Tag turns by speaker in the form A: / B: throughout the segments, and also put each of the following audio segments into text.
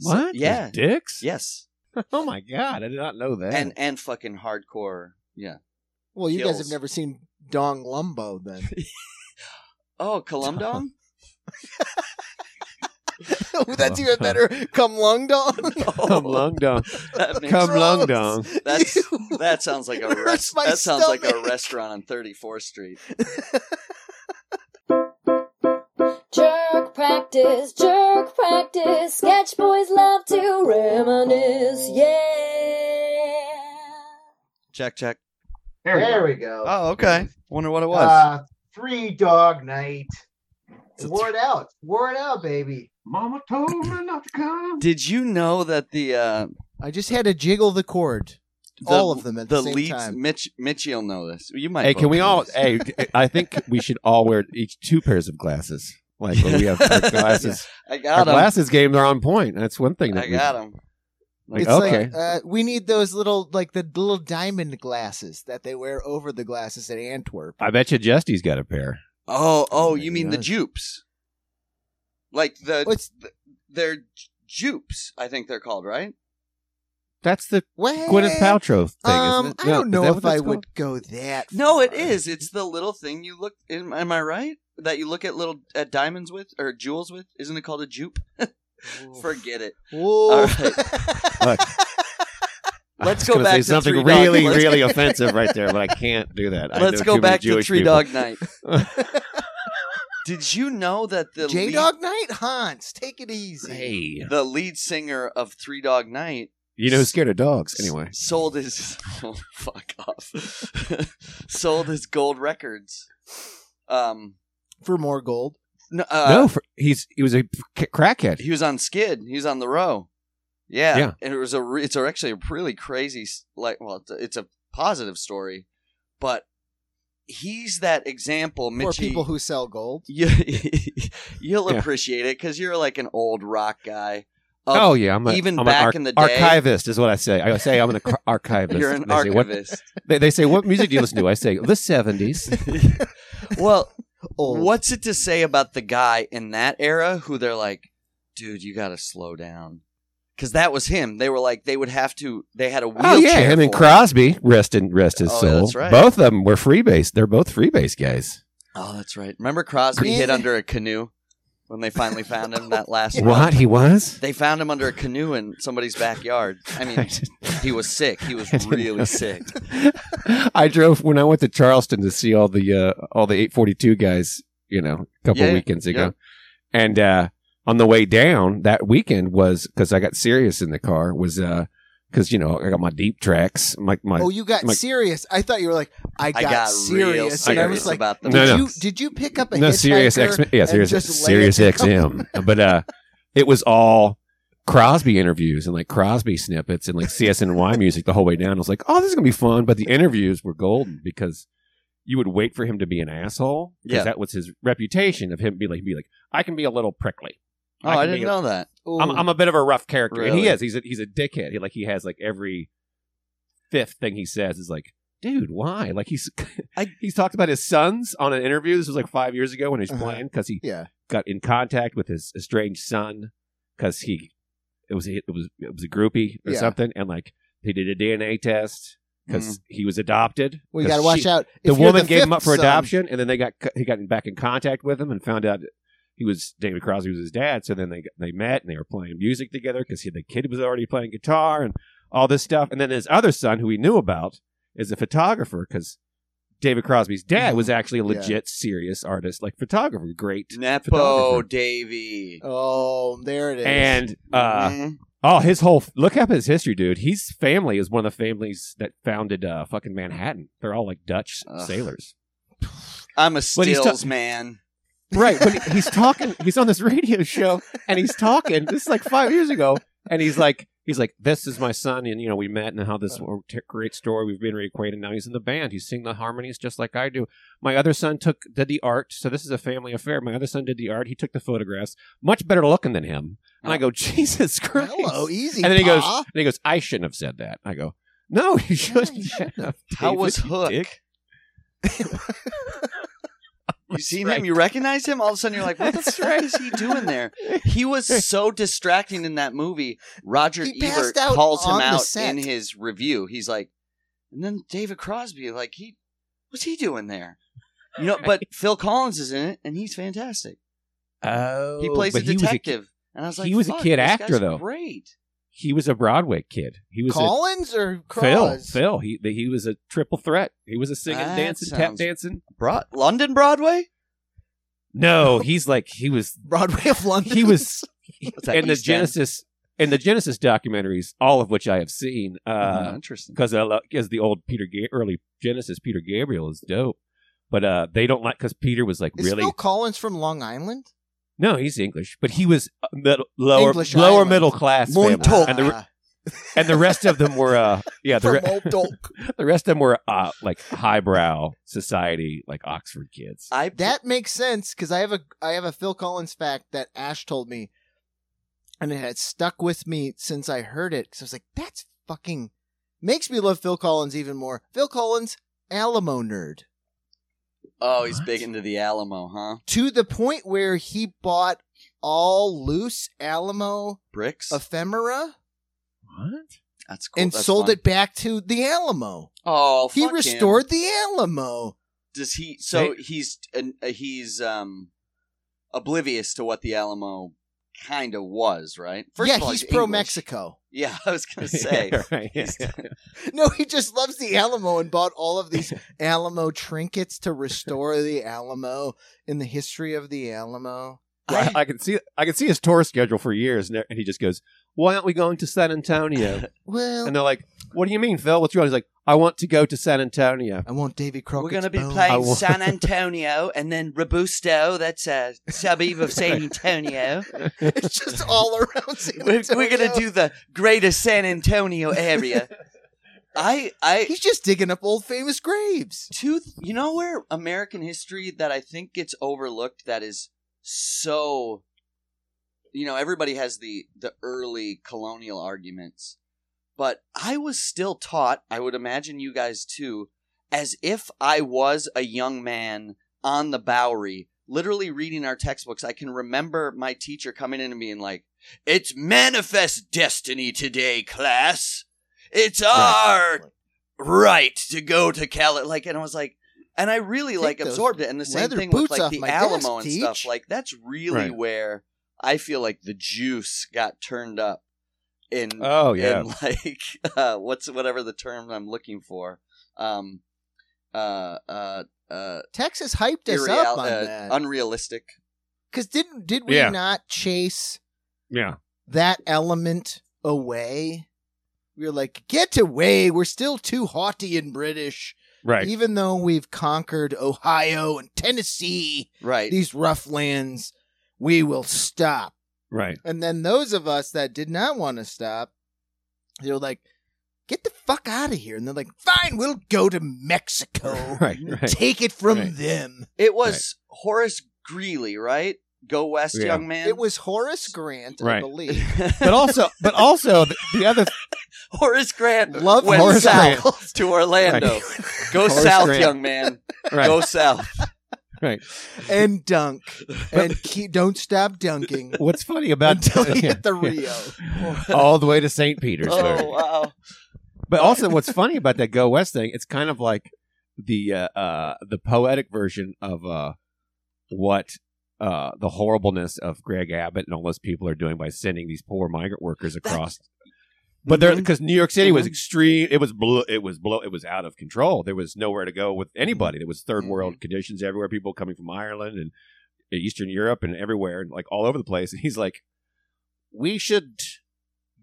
A: So-
B: What?
A: yeah.
B: There's dicks?
A: Yes.
B: Oh my god, I did not know that.
A: And and fucking hardcore. Yeah.
C: Well, you guys have
A: Kills.
C: never seen Dong Lumbo then.
A: Oh, Columdom?
C: That's even better. Come Lung Dong.
B: Come lung dong.
A: Oh, That makes-
B: Come lung
C: Gross.
B: dong.
A: That's-
C: You-
A: that sounds like a
C: It
A: rest-
C: hurts my
A: that sounds like a
C: stomach.
A: restaurant on 34th Street.
D: Jerk practice, jerk practice. Sketch boys love to reminisce. Yeah.
A: Check check.
E: There we go.
F: we go.
A: Oh, okay. Wonder what it was.
F: Uh, three dog night.
A: It's a
F: Wore it out. Wore it out, baby.
E: Mama told me not to come.
A: Did you know that the uh
C: I just had to jiggle the cord.
A: the,
C: All of them at the,
A: the
C: same
A: leads
C: time.
A: Mitch Mitchie'll know this. You might
B: Hey, can
A: both
B: we
A: know
B: all
A: this.
B: hey I think we should all wear each two pairs of glasses. Like when we have our glasses.
A: I
B: Our
A: got him.
B: glasses games are on point. That's one thing that
A: I
B: we-
A: got him.
B: Like,
C: it's
B: okay.
C: like uh, we need those little, like the little diamond glasses that they wear over the glasses at Antwerp.
B: I bet you Justy's got a pair.
A: Oh, oh,
B: Oh,
A: you
B: maybe
A: mean the
B: not.
A: jupes? Like the
C: What's
A: they're j- jupes, I think they're called, right?
B: That's the
C: what?
A: Eh,
B: Gwyneth Paltrow thing,
C: Um,
B: isn't it?
C: I don't
B: No, is
C: know
B: that what
C: if I
B: that's called?
C: would go that.
A: No, it
C: far.
A: is. It's the little thing you look. Am, am I right? That you look at little at diamonds with or jewels with? Isn't it called a jupe? Forget it.
C: Whoa.
A: All right.
B: Look. I
A: Let's
B: was
A: go
B: gonna
A: back
B: say
A: to
B: something
A: Three Dog
B: really,
A: Night.
B: really offensive right there, but I can't do that. I
A: Let's
B: know
A: go
B: too many
A: back to
B: Jewish
A: Three
B: people.
A: Dog Night. Did you know that the
C: J
A: lead,
C: Dog Night, Hans, take it easy.
B: Hey,
A: the lead singer of Three Dog Night
B: you know who's scared of dogs anyway?
A: S- Sold his oh, fuck off. sold his gold records. Um
C: For more gold.
A: no, uh,
B: no, for, he's he was a c- crackhead.
A: he was on Skid. He was on the row. Yeah.
B: Yeah.
A: And it was a re- it's actually a really crazy s- like well it's a, it's a positive story, but he's that example
C: For
A: Mitchie
C: people who sell gold.
A: you, you'll
B: Yeah.
A: appreciate it cuz you're like an old rock guy.
B: oh yeah, I'm a,
A: even
B: I'm an
A: back in the day-
B: archivist is what I say. I say I'm an ar- archivist.
A: You're an
B: they Say, what,
A: archivist.
B: they, they say what music do you listen to? I say the '70s.
A: well,
C: Old.
A: What's it to say about the guy in that era who they're like, dude, you got to slow down? Because that was him. They were like, they would have to, they had a wheelchair.
B: Oh yeah, him and
A: for
B: Crosby, rest in rest his
A: Oh, yeah,
B: soul.
A: that's right.
B: Both of them were freebase. They're both freebase guys.
A: Oh, that's right. Remember Crosby hid under a canoe when they finally found him that last
B: What
A: run?
B: he was?
A: They found him under a canoe in somebody's backyard. I mean, he was sick. He was
B: I didn't
A: really
B: know.
A: sick. Oh,
B: I drove when I went to Charleston to see all the uh, all the 842 guys, you know, a couple
A: Yeah,
B: weekends ago.
A: yeah.
B: And uh, on the way down that weekend was because I got serious in the car was because you know I got my deep tracks, my my
C: Oh, you got
B: my-
C: serious. I thought you were like, I got,
A: I got
C: serious.
A: real
C: and
A: serious
C: I was like,
A: about the
C: did,
B: No, no.
C: You, did you pick up a
B: no serious
C: hitchhiker
B: X yeah
C: and
B: serious
C: just lay
B: serious
C: it down?
B: XM, but uh, it was all. Crosby interviews and like Crosby snippets and like CSNY music the whole way down. I was like, oh, this is gonna be fun. But the interviews were golden because you would wait for him to be an asshole.
A: Yeah.
B: because that was his reputation of him be like, be like, I can be a little prickly.
A: Oh,
B: I can
A: I
B: be
A: didn't
B: a-
A: know that.
B: I'm,
C: Ooh.
B: I'm a bit of a rough character, and he
A: Really?
B: is. He's a, he's a dickhead. He like he has like every fifth thing he says is like, dude, why? Like he's
A: I-
B: he's talked about his sons on an interview. This was like five years ago when he was
C: Uh-huh.
B: playing because he
C: Yeah.
B: got in contact with his estranged son because he it was it was it was a groupie or
C: Yeah.
B: something, and like they did a DNA test because
C: Mm-hmm.
B: he was adopted.
C: We
B: 'Cause
C: got to watch
B: she-
C: out.
B: the
C: If you're
B: woman
C: the
B: gave him up
C: fifth
B: for
C: son-
B: adoption, and then they got he got back in contact with him and found out he was David Crosby was his dad. So then they they met and they were playing music together because the kid was already playing guitar and all this stuff. And then his other son, who he knew about, is a photographer because David Crosby's dad was actually a
C: Yeah.
B: legit serious artist, like photographer, great.
A: Nepo Oh,
B: Photographer.
A: Davy.
B: Uh,
C: Oh, there it is.
B: And uh,
A: Mhm.
B: oh, his whole look up his history, dude. His family is one of the families that founded uh, fucking Manhattan. They're all like Dutch
A: Ugh.
B: sailors.
A: I'm a
B: But he's ta-
A: stills man.
B: Right, but he's talking. He's on this radio show, and he's talking. This is like five years ago, and he's like, he's like, "This is my son," and you know, we met, and how this wor- t- great story. We've been reacquainted. Now he's in the band. He's singing the harmonies just like I do. My other son took did the art, so this is a family affair. My other son did the art. He took the photographs. Much better looking than him. And I go, Jesus Christ!
C: hello, easy.
B: and then he goes,
C: Pa.
B: and he goes, I shouldn't have said that. I go, No, you shouldn't have.
A: How was
B: David, you
A: Hook?
B: dick."
A: You seen
B: right.
A: him, you recognize him. All of a sudden, you're like, "What the
B: That's
A: fuck
B: right.
A: is he doing there?" He was so distracting in that movie. Roger
C: He
A: Ebert
C: passed out
A: calls him
C: on the
A: out
C: set.
A: in his review. He's like, and then David Crosby, like he, what's he doing there? You know, but Phil Collins is in it, and he's fantastic.
B: Oh,
A: He plays a
B: but he was
A: detective, and I was like,
B: he was a
A: "Fuck,
B: kid
A: this
B: actor,
A: guy's
B: though."
A: Great.
B: he was a Broadway kid. He was a
C: Collins or
B: Phil.
C: Cross?
B: Phil. He he was a triple threat. He was a singing,
A: That
B: dancing, tap
A: sounds-
B: dancing.
A: Bro- London Broadway.
B: No, he's like he was
C: Broadway of London.
B: He was-
A: What's that,
B: in the
A: East End?
B: Genesis in the Genesis documentaries, all of which I have seen.
A: Oh,
B: Uh,
A: interesting.
B: because because the old Peter Ga- early Genesis Peter Gabriel is dope, but uh, they don't like because Peter was like
C: Is
B: really
C: Phil Collins from Long Island?
B: no, he's English, but he was uh, middle, lower
C: English
B: lower
C: Island.
B: middle class family.
C: Montauk.
B: and the re- and the rest of them were uh, yeah the,
C: Ah. from
B: re-
C: Montauk.
B: the rest of them were uh, like highbrow society like Oxford kids.
A: I
C: That makes sense because I have a I have a Phil Collins fact that Ash told me, and it had stuck with me since I heard it. Because I was like, "That's fucking makes me love Phil Collins even more." Phil Collins, Alamo nerd
A: oh, he's
B: What?
A: big into the Alamo, huh?
C: to the point where he bought all loose Alamo
A: Bricks.
C: ephemera
B: What?
A: That's cool.
C: and
A: That's
C: sold
A: fun.
C: it back to the Alamo.
A: Oh,
C: He
A: fuck him.
C: restored the Alamo.
A: Does he? So
B: They-
A: he's an- uh, he's um oblivious to what the Alamo kind of was, right?
C: yeah,
A: of all,
C: he's pro
A: English.
C: Mexico.
A: Yeah, I was gonna say.
B: right, yeah, yeah.
C: No, he just loves the Alamo and bought all of these Alamo trinkets to restore the Alamo in the history of the Alamo.
B: I, I can see I can see his tour schedule for years, and and he just goes, "Why aren't we going to San Antonio?"
C: Well,
B: And they're like, "What do you mean, Phil? What's wrong?" He's like, "I want to go to San Antonio."
C: I want Davy Crockett.
A: We're going to be
B: I
A: playing
B: wa-
A: San Antonio and then Robusto. That's a suburb of San Antonio.
C: It's just all around San
A: We're, we're going to
C: Antonio.
A: do the greater San Antonio area. I I
C: He's just digging up old famous graves.
A: two you know where American history that I think gets overlooked that is so you know everybody has the the early colonial arguments but I was still taught I would imagine you guys too as if I was a young man on the Bowery literally reading our textbooks I can remember my teacher coming in and being like it's manifest destiny today class it's our right to go to Cali. Like, and I was like, and I really
C: Take
A: like
C: those
A: absorbed it. And the same
C: leather
A: thing with
C: boots
A: like
C: off
A: the
C: my
A: Alamo
C: desk,
A: and stuff.
C: Teach.
A: Like, that's really
B: Right.
A: where I feel like the juice got turned up in,
B: Oh yeah,
A: in like uh, what's whatever the term I'm looking for. Um, uh, uh, uh,
C: Texas hyped us
A: irreal-
C: up on
A: uh,
C: that
A: unrealistic.
C: because didn't did we
B: Yeah.
C: not chase
B: yeah.
C: that element away? We were like, get away! We're still too haughty and British.
B: Right.
C: Even though we've conquered Ohio and Tennessee,
A: Right.
C: these rough lands, we will stop.
B: Right.
C: And then those of us that did not want to stop, they were like, get the fuck out of here. And they're like, fine, we'll go to Mexico.
B: Right. Right.
C: Take it from
B: Right.
C: them.
A: It was Horace Greeley, right? Go West,
B: Yeah.
A: young man.
C: It was Horace Grant, I
B: Right.
C: believe.
B: But also, but also the, the other
A: Horace Grant
C: Love
A: went
B: Horace
A: south to Orlando. Go
B: Horace
A: south,
B: Grant.
A: young man.
B: right.
A: Go south.
B: right.
C: and dunk. And keep, don't stop dunking
B: What's funny about
C: until you
B: yeah,
C: hit the
B: yeah.
C: Rio.
B: all the way to St. Petersburg.
A: Oh wow!
B: But also, what's funny about that Go West thing? It's kind of like the uh, uh, the poetic version of uh, what uh, the horribleness of Greg Abbott and all those people are doing by sending these poor migrant workers across. But there, because New York City was
A: Mhm.
B: extreme, it was blow, it was blow, it was out of control. There was nowhere to go with anybody. There was third world conditions everywhere. People coming from Ireland and Eastern Europe and everywhere, and like all over the place. And he's like, "We should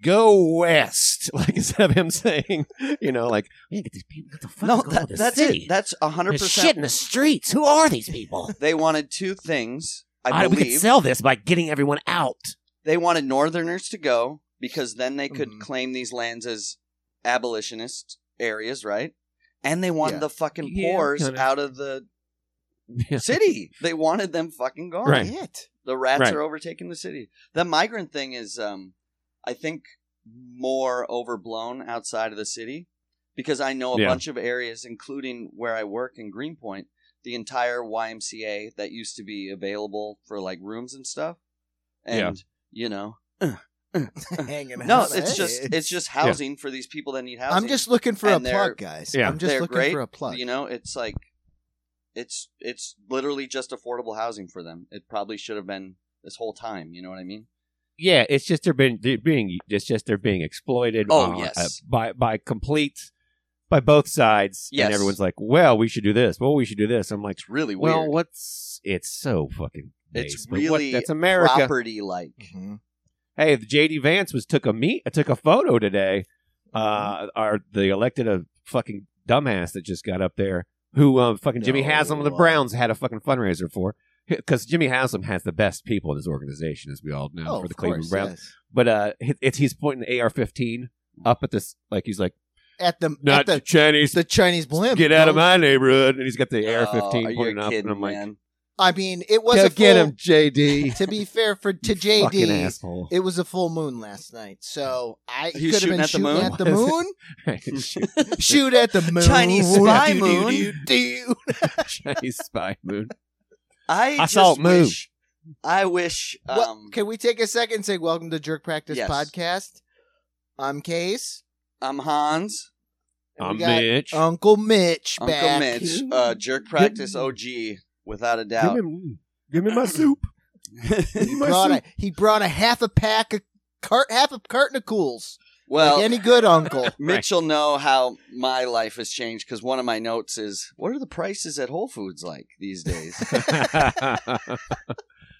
B: go west," like instead of him saying, "You know, like we gotta get these people get the fuck
A: No,
B: out
A: that,
B: of the
A: that's
B: city.
A: it. That's hundred
B: There's shit
A: percent.
B: in the streets. Who are these people?
A: They wanted two things.
B: All
A: I
B: right, we could
A: believe
B: sell this by getting everyone out."
A: they wanted Northerners to go because then they could
B: Mm-hmm.
C: Mhm.
A: claim these lands as abolitionist areas, right? And they wanted
C: Yeah.
A: the fucking
B: Yeah,
A: poors
B: kinda.
A: out of the city. they wanted them fucking gone.
B: Right.
C: It.
A: The rats
B: Right.
A: are overtaking the city. The migrant thing is, um, I think, more overblown outside of the city because I know a
B: Yeah.
A: bunch of areas, including where I work in Greenpoint, the entire YMCA that used to be available for like rooms and stuff. And
B: Yeah.
A: you know,
C: Hanging out.
A: no, it's just
C: Hey.
A: it's just housing for these people that need housing.
C: I'm just looking for a
A: and they're-
C: plug, guys.
B: Yeah.
C: I'm just
A: They're
C: looking
A: great,
C: for a plug.
A: you know, it's like it's it's literally just affordable housing for them. It probably should have been this whole time. You know what I mean?
B: Yeah, it's just they're being they're being it's just they're being exploited.
A: Oh,
B: uh,
A: yes.
B: uh, by by complete by both sides.
A: Yes.
B: and everyone's like, "Well, we should do this. Well, we should do this." I'm like,
A: It's really weird.
B: "Well, what's it's so fucking
A: It's
B: base, but what-
A: really
B: that's America."
A: property like?
C: Mhm.
B: Hey, the JD Vance was took a meet took a photo today.
C: Uh-huh.
B: Uh, are the elected a fucking dumbass that just got up there who uh, fucking Jimmy
C: No.
B: Haslam of the Browns had a fucking fundraiser for because Jimmy Haslam has the best people in his organization, as we all know,
C: Oh,
B: for the
C: of
B: Cleveland
C: course,
B: Browns.
C: yes.
B: But uh, it- it's he's pointing the AR-15 up at this like he's like
C: At the
B: not
C: at the,
B: Chinese.
C: the Chinese blimp.
B: get out of
C: bro.
B: my neighborhood, and he's got the
A: Oh,
B: AR-15
A: are you
B: pointing up,
A: kidding,
B: and I'm like,
A: man?
C: I mean, it was
B: "Go
C: a full,
B: get him, JD,
C: To be fair, for to
B: fucking
C: JD,
B: asshole."
C: it was a full moon last night, so I
A: He was
C: could have been
A: shooting
C: shooting
A: at
C: at
B: the
C: the
B: moon?
C: moon. Shoot at the moon.
A: Chinese spy moon.
C: do.
B: Chinese spy moon.
A: I,
B: I saw
A: just
B: it move.
A: wish- I wish.
C: Well,
A: Um,
C: can we take a second and say welcome to Jerk Practice
A: Yes.
C: Podcast? I'm Case.
A: I'm Hans,
C: and we
B: I'm
C: got
B: Mitch.
C: Uncle Mitch
A: Uncle
C: back.
A: Mitch, uh, Jerk Practice OG, without a doubt.
B: me, give me my soup. Give me
C: He brought, a, he brought a half a pack of cart, half a carton of cools.
A: well,
C: like any good uncle.
A: Mitch will know how my life has changed because one of my notes is, "What are the prices at Whole Foods like these days?"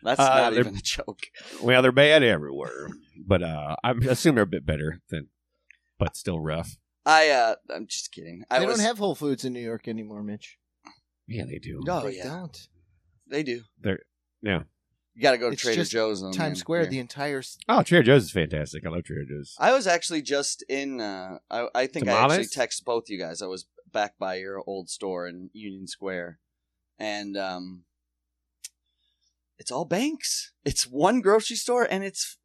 A: That's
B: Uh,
A: not
B: they're-
A: even a joke.
B: well, they're bad everywhere, but uh, I assume they're a bit better than, but still rough.
A: I, uh, I'm just kidding. I
C: they
A: was,
C: don't have Whole Foods in New York anymore, Mitch.
B: Yeah, they do.
A: Oh
C: they
A: yeah,
C: don't.
A: they do.
B: They're yeah.
A: You got to go to
C: It's
A: Trader
C: just
A: Joe's. though, Oh, man.
C: Times Square,
A: Yeah.
C: the entire. s-
B: Oh, Trader Joe's is fantastic. I love Trader Joe's.
A: I was actually just in. Uh, I, I think I
B: Tamales?
A: actually texted both you guys. I was back by your old store in Union Square, and um, it's all banks. It's one grocery store, and it's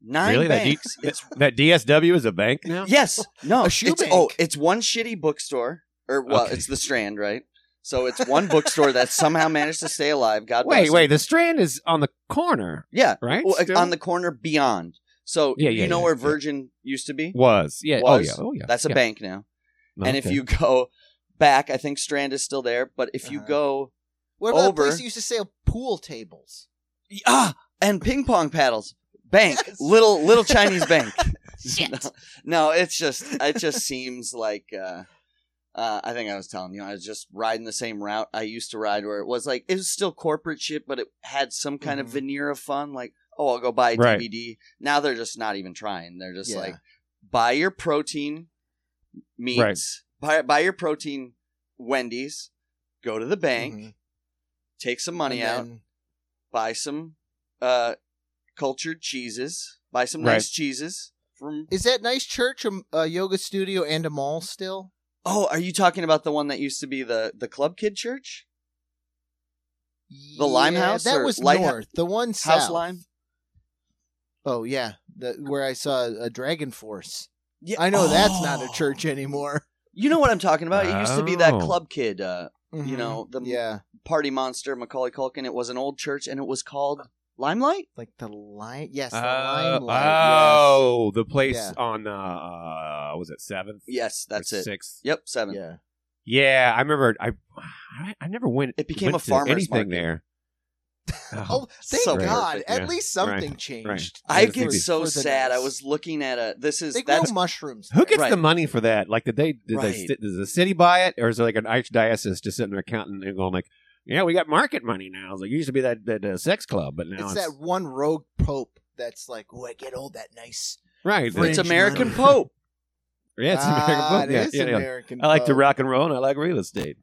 A: nine
B: Really? That
A: banks. it's
B: that DSW is a bank now.
A: yes, no,
C: A shoe
A: it's,
C: bank.
A: Oh, it's one shitty bookstore, or well,
B: Okay.
A: it's the Strand, right? So it's one bookstore that somehow managed to stay alive. God bless
B: Wait,
A: them.
B: wait. The Strand is on the corner,
A: yeah,
B: right?
A: well,
B: Still?
A: on the corner beyond. So
B: Yeah, yeah,
A: you know
B: yeah,
A: where
B: yeah.
A: Virgin used to be.
B: was yeah.
A: Was.
B: Oh yeah. Oh yeah.
A: That's a
B: Yeah.
A: bank now. And if
B: Okay. Uh,
A: you go back, I think Strand is still there. But if you
C: Uh-huh.
A: go
C: What about
A: Over.
C: the place that used to sell pool tables?
A: ah and ping pong paddles, bank
C: Yes.
A: little little Chinese bank.
C: Shit.
A: No, no, it's just it just seems like uh, uh, I think I was telling you I was just riding the same route I used to ride where it was like it was still corporate shit, but it had some kind
C: Mhm.
A: of veneer of fun. Like oh, I'll go buy a
B: Right.
A: DVD. Now they're just not even trying. They're just
C: Yeah.
A: like buy your protein meats, buy buy your protein Wendy's, go to the bank,
C: Mhm.
A: take some money
C: And
A: out,
C: then-
A: buy some uh, cultured cheeses, buy some
B: Right.
A: nice cheeses from
C: Is that nice church, a, a yoga studio, and a mall still?
A: Oh, are you talking about the one that used to be the the club kid church?
C: The
A: Limehouse
C: That
A: or
C: was
A: Lighthou-
C: north. The one south.
A: House Lime?
C: Oh yeah, the, where I saw a Dragon Force.
A: Yeah.
C: I know that's not a
A: Oh.
C: church anymore.
A: You know what I'm talking about? It used to be that
B: Oh.
A: club kid uh, You know, the-
C: Mm-hmm. yeah,
A: party monster Macaulay Culkin. It was an old church and it was called Limelight?
C: like the lion. Yes, the
B: Uh,
C: limelight. yes.
B: oh, the place
C: Yeah.
B: on uh, uh, was it seventh?
A: Yes, that's it.
B: Sixth.
A: Yep, 7.
C: yeah.
B: Yeah, I remember. I I, I never went.
A: It became
B: went
A: a
B: to
A: farmer's
B: anything
A: market.
B: there.
C: Oh, thank
A: so
C: God!
A: perfect,
C: At
B: yeah.
C: least
B: Right,
C: something changed.
A: I
B: It's
A: get
B: creepy.
A: so
C: For the
A: sad. I
C: nice.
A: was looking at a this is
C: They grow
A: that's
C: mushrooms.
B: Who gets
A: Right.
B: the money for that? Like, did they? Did
A: Right.
B: they? Does the city buy it, or is there like an archdiocese just sitting there counting and going like, "Yeah, we got market money now." It's like it used to be that that uh, sex club, but now
C: It's
B: it's,
C: that one rogue pope that's like, "Oh, I get all that nice."
B: right.
C: fringe
A: it's American
C: money.
A: Pope.
B: yeah, it's
C: ah,
B: American.
C: it
B: Yeah,
C: is
B: yeah, yeah.
C: American
B: I like to
C: pope.
B: rock and roll, and I like real estate.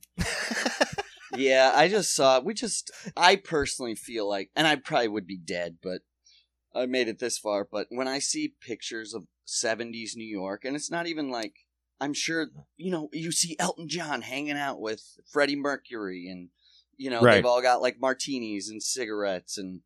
A: yeah, I just saw we just I personally feel like and I probably would be dead, but I made it this far, but when I see pictures of 70s New York and it's not even like I'm sure you know you see Elton John hanging out with Freddie Mercury and you know
B: Right.
A: they've all got like martinis and cigarettes and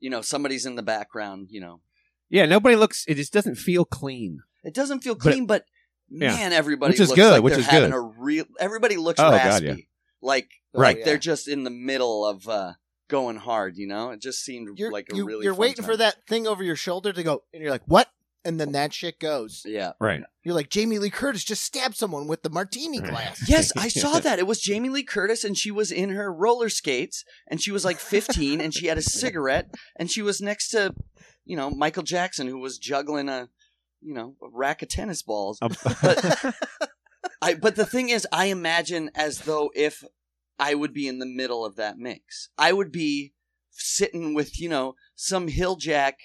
A: you know somebody's in the background, you know.
B: Yeah, nobody looks. It just doesn't feel clean.
A: It doesn't feel
B: But-
A: clean but,
B: yeah.
A: man everybody
B: Which is
A: looks
B: good,
A: like
B: which
A: they're
B: is
A: having
B: good.
A: a real everybody looks
B: Oh, God,
A: raspy.
B: yeah.
A: Like
C: Oh,
G: Right.
C: yeah.
A: they're just in the middle of uh, going hard. You know, it just seemed
C: you're,
A: like a
C: you,
A: really.
C: you're
A: fun
C: waiting for
A: time.
C: that thing over your shoulder to go, and you're like, what? And then that shit goes.
A: Yeah.
B: Right.
C: You're like, Jamie Lee Curtis just stabbed someone with the martini glass.
A: Yes, I saw that. It was Jamie Lee Curtis, and she was in her roller skates, and she was like 15, and she had a cigarette, and she was next to, you know, Michael Jackson, who was juggling a, you know, a rack of tennis balls. But- I, but the thing is, I imagine as though if I would be in the middle of that mix, I would be sitting with, you know, some hill jack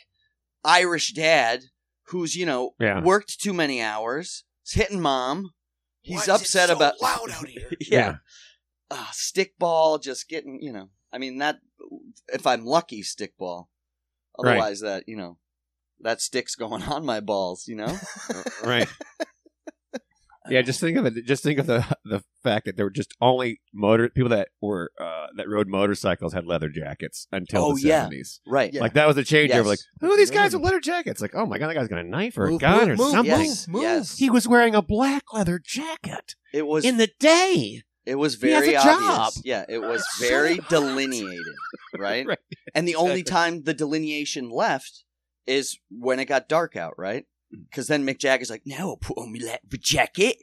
A: Irish dad who's, you know,
B: Yeah.
A: worked too many hours, is hitting mom. He's
C: Why is it
A: upset
C: so
A: about
C: loud out here?
A: yeah. Uh, stickball, just getting, you know, I mean, that, if I'm lucky, stickball.
B: Right.
A: Otherwise, that, you know, that stick's going on my balls, you know?
B: right. Yeah, just think of it. Just think of the the fact that there were just only motor people that were uh, that rode motorcycles had leather jackets until
A: Oh,
B: the
A: yeah.
B: seventies.
A: right.
C: Yeah.
B: Like that was a changeover.
A: Yes.
B: Like who are these guys with leather jackets? Like oh my god, that guy's got a knife or a
C: Move,
B: gun
C: move,
B: or
C: move,
B: something.
A: Yes.
C: move.
A: Yes.
B: He was wearing a black leather jacket
A: It was
B: in the day.
A: It was
B: He has
A: very
B: a
A: obvious.
B: job.
A: Yeah, it was
B: So
A: very
B: hot.
A: delineated, right?
B: Right,
A: And the only
B: exactly.
A: time the delineation left is when it got dark out, right?
B: Mm.
A: Because then Mick Jagger's like, "Now I'll put on my leather jacket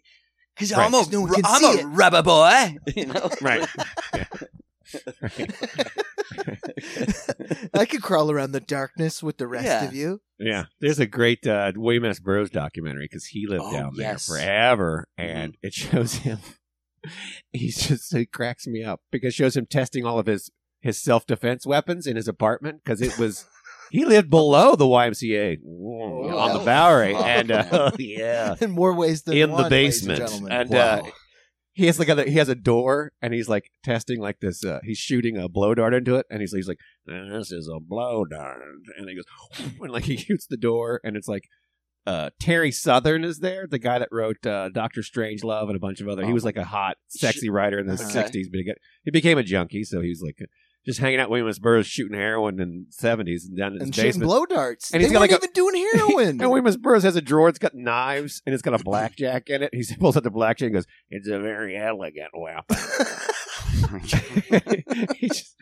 A: because I'm
B: Right.
A: a
C: 'Cause no one can
A: am
C: see
A: a
C: it."
A: rubber boy." You know,
B: Right.
C: I could crawl around the darkness with the rest
A: Yeah.
C: of you.
B: Yeah, there's a great uh, William S. Burroughs documentary because he lived
A: Oh,
B: down
A: yes. Mm-hmm.
B: there forever, and it shows him. He's just it cracks me up because it shows him testing all of his his self defense weapons in his apartment because it was he lived below the YMCA on the
C: wow.
B: Bowery
A: Oh,
B: and uh,
A: man.
B: yeah
C: In more ways than
B: in
C: one,
B: the
C: ladies and
B: basement
C: gentlemen.
B: and.
A: Wow.
B: Uh, he has like a he has a door and he's like testing like this uh, he's shooting a blow dart into it and he's, he's like this is a blow dart and he goes and like he shoots the door and it's like uh, Terry Southern is there the guy that wrote uh, Doctor Strange Love and a bunch of other he was like a hot sexy writer in the
C: Oh. Okay.
B: 60s but he, got, he became a junkie so he was like just hanging out with William S. Burroughs shooting heroin in the 70s and down in his
C: and shooting
B: basement
C: blow darts.
B: And
C: they
B: he's got
C: weren't
B: like a-
C: even doing heroin.
B: and Williams Burroughs has a drawer. It's got knives and it's got a blackjack in it. He pulls out the blackjack and goes, "It's a very elegant weapon." he just,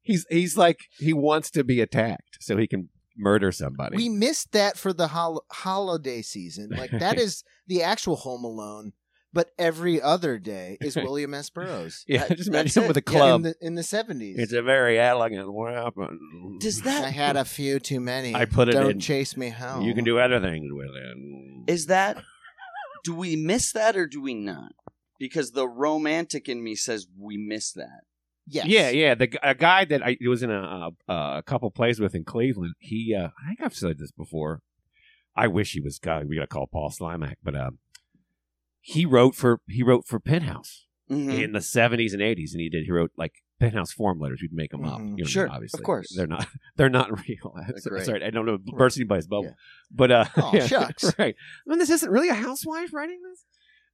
B: he's he's like he wants to be attacked so he can murder somebody.
C: we missed that for the hol- holiday season. Like that is the actual Home Alone, but every other day is William S. Burroughs.
B: yeah,
A: that-
B: just imagine
A: that's
B: him
A: it.
B: with a
C: Yeah, in
B: club.
C: the in the seventies.
B: it's a very elegant weapon.
A: Does
C: I
A: that
C: had a few too many.
B: I put it
C: Don't
B: in.
C: chase me home.
B: You can do other things with it.
A: is that? Do we miss that or do we not? Because the romantic in me says we miss that.
C: Yes.
B: Yeah, yeah. The gu- a guy that I was in a, a, a couple plays with in Cleveland. He, uh, I think I've said this before. I wish he was. God, we got to call Paul Slimak, but um, he wrote for he wrote for Penthouse
C: Mm-hmm.
A: Mhm.
B: in the seventies and eighties, and he did. He wrote like Penthouse form letters. We'd make them up.
C: Mhm.
B: You know,
A: Sure,
B: obviously,
A: of course.
B: they're not they're not real.
A: great.
B: Sorry, I don't know burst anybody's bubble,
C: Yeah.
B: but uh,
C: Oh, shucks.
B: right. I mean, this isn't really a housewife writing this,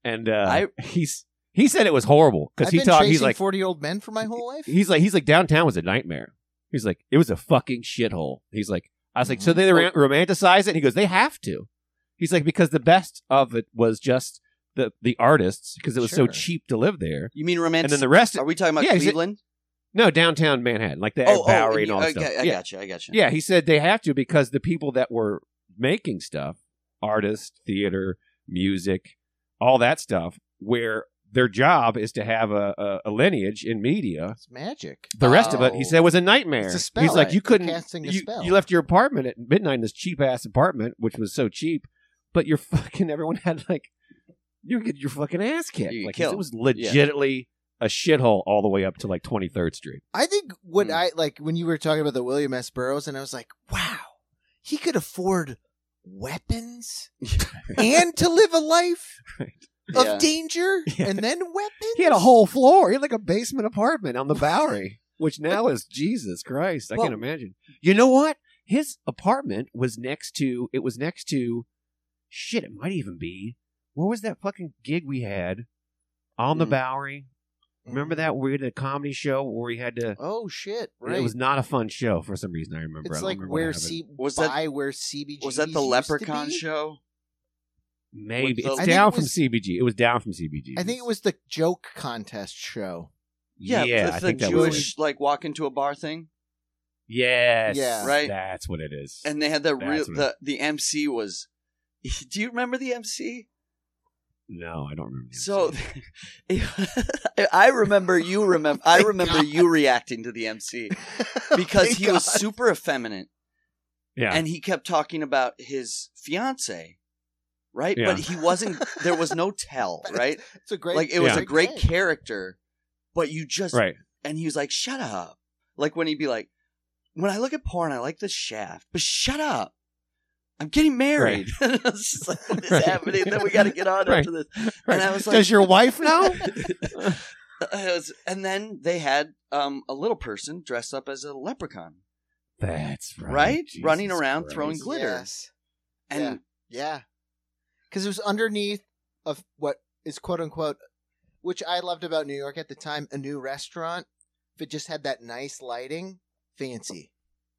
B: and uh,
A: I-
B: he's he said it was horrible because
C: I've
B: he
C: been
B: thought
C: chasing
B: he's like
C: forty-year-old men for my whole life.
B: he's like he's like downtown was a nightmare. He's like it was a fucking shithole. He's like I was like so they ro- romanticize it. And he goes they have to. He's like because the best of it was just the the artists because it was
C: Sure.
B: so cheap to live there,
A: You mean
B: and
A: romantic?
B: then the rest.
A: Are we talking about
B: Yeah, is it-
A: Cleveland?
B: no, downtown Manhattan, like the Bowery and all that
A: okay,
B: stuff.
A: Oh, I
B: yeah,
A: gotcha. I gotcha.
B: yeah. He said they have to because the people that were making stuff, artists, theater, music, all that stuff, where their job is to have a, a, a lineage in media
C: It's magic.
B: the rest of it, he
A: Oh.
B: said, was a nightmare.
C: It's a spell.
B: He's like,
A: Right.
B: you couldn't.
C: casting a
B: you,
C: spell.
B: you left your apartment at midnight in this cheap ass apartment, which was so cheap, but your fucking everyone had like, you could get your fucking ass kicked.
A: You get
B: Like
A: killed.
B: it was legitimately a shithole all the way up to like Twenty Third Street.
C: I think what
A: Hmm.
C: I like when you were talking about the William S. Burroughs, and I was like, wow, he could afford weapons and to live a life of
A: Yeah.
C: danger
B: Yeah.
C: and then weapons.
B: He had a whole floor. He had like a basement apartment on the Bowery, which now is Jesus Christ. I
A: Well-
B: can't imagine. You know what? His apartment was next to. It was next to. Shit, it might even be. Where was that fucking gig we had on the
A: Mm.
B: Bowery? Remember that we had a comedy show where we had to.
C: Oh shit! Right.
B: It was not a fun show for some reason. I remember. I
C: it's
B: don't
C: like
B: remember what
C: where
B: happened.
C: C
A: Was that-
C: by where CBG
A: Was that the Leprechaun show?
B: maybe
A: with the-
B: it's
A: I
C: think it
B: down
C: was-
B: from CBG. It was down from CBG.
C: I think it was the joke contest show.
A: Yeah,
B: yeah
A: the,
B: I
A: the
B: think that was it.
A: Jewish like walk into a bar thing,
B: Yes,
C: Yeah.
A: Right?
B: That's what it is.
A: and they had the real
B: That's what
A: the the MC was. Do you remember the MC?
B: no, I don't remember. the
A: So,
B: episode.
A: I
B: Oh
A: remember you remember. I remember you reacting to the MC because
C: Thank
A: he
C: Oh God.
A: was super effeminate
B: Oh yeah,
A: and he kept talking about his fiance, right?
B: Yeah.
A: But he wasn't. There was no tell, right?
C: It's a great
A: like it was
B: Yeah.
A: a great character, but you just
B: right.
A: and he was like, "Shut up!" Like when he'd be like, "When I look at porn, I like the shaft, but shut up." I'm getting married. And I was just like, what is
B: Right.
A: happening? Then we got to get on
B: Right.
A: after this.
B: Right.
A: I was like-
B: Does your wife know?
A: Uh, It was- and then they had um, a little person dressed up as a leprechaun,
B: That's right.
A: right? Running
B: Jesus
A: around
B: Christ.
A: throwing glitter.
C: Yes.
A: And
C: Yeah. Yeah. Because it was underneath of what is quote unquote, which I loved about New York at the time, a new restaurant. If it just had that nice lighting, fancy.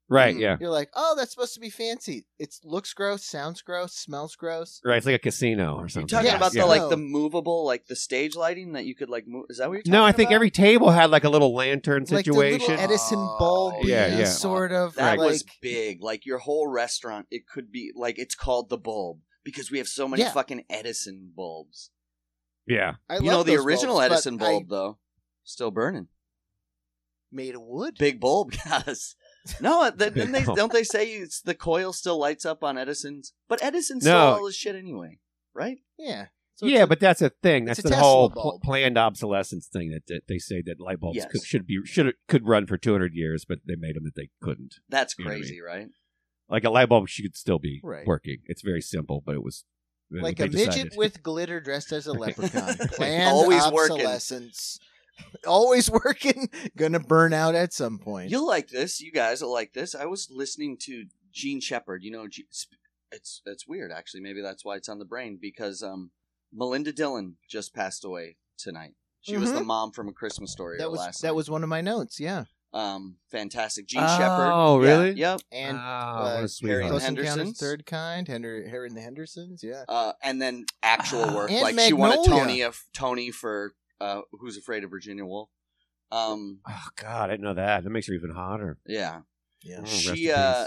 B: Right.
A: Mm.
B: Yeah.
C: You're like, oh, that's supposed to be fancy. It looks gross, sounds gross, smells gross.
B: Right. It's like a casino or
A: you're
B: something.
A: talking
C: Yes.
A: about
B: Yeah.
A: the like
C: No.
A: the movable, like the stage lighting that you could like move. Is that what you're talking
B: No, I think
A: about?
B: every table had like a little lantern
C: Like the
B: situation.
C: little Edison
A: Oh,
C: bulb,
B: yeah, yeah.
C: sort of.
A: that
C: like,
A: was big. Like your whole restaurant, it could be like it's called the bulb because we have so many
C: Yeah.
A: fucking Edison bulbs.
B: yeah.
C: I
A: you know
C: love
A: the
C: those
A: original
C: bulbs, but
A: Edison
C: I
A: bulb though, still burning.
C: made of wood.
A: Big bulb, guys. No, th-
B: Big
A: didn't they,
B: bulb.
A: don't they say it's, the coil still lights up on Edison's? But Edison
B: No.
A: stole all his shit anyway, right?
C: Yeah. So it's
B: yeah,
C: a-
B: but that's a thing. That's
C: it's a
B: the
C: Tesla
B: whole pl-
C: bulb.
B: planned obsolescence thing that, that they say that light bulbs
A: Yes.
B: could, should be should could run for 200 years, but they made them that they couldn't.
A: That's
B: You know what I mean.
A: crazy, right?
B: Like a light bulb should still be
C: Right.
B: working. It's very simple, but it was
C: like
B: they
C: a midget
B: decided-
C: with glitter dressed as a
B: Right.
C: leprechaun. Planned
A: Always working.
C: obsolescence. Always working. Gonna burn out at some point.
A: You'll like this. You guys will like this. I was listening to Gene Shepard. You know, Gene- sp- it's it's weird actually. Maybe that's why it's on the brain because um, Melinda Dillon just passed away tonight. She was
C: Mhm.
A: the mom from A Christmas Story.
C: that
A: or
C: was
A: last
C: that
A: night.
C: was one of my notes. Yeah,
A: um fantastic. Gene
B: Oh,
A: Shepard.
B: really?
A: Yeah, yep.
C: and
B: Ah,
C: uh,
B: what a sweetheart.
A: Harry
C: Close
A: Henderson's.
C: Encounters, Third Kind, Henry, Harry and the Hendersons. Yeah,
A: Uh, and then actual
B: Ah.
A: work.
C: Uh, And
A: like she won a
C: Magnolia.
A: Tony a Tony for uh, Who's Afraid of Virginia Woolf. Um,
B: Oh God, I didn't know that. That makes her even hotter.
A: yeah.
C: yeah.
B: Oh, rest in
A: she
B: peace.
A: uh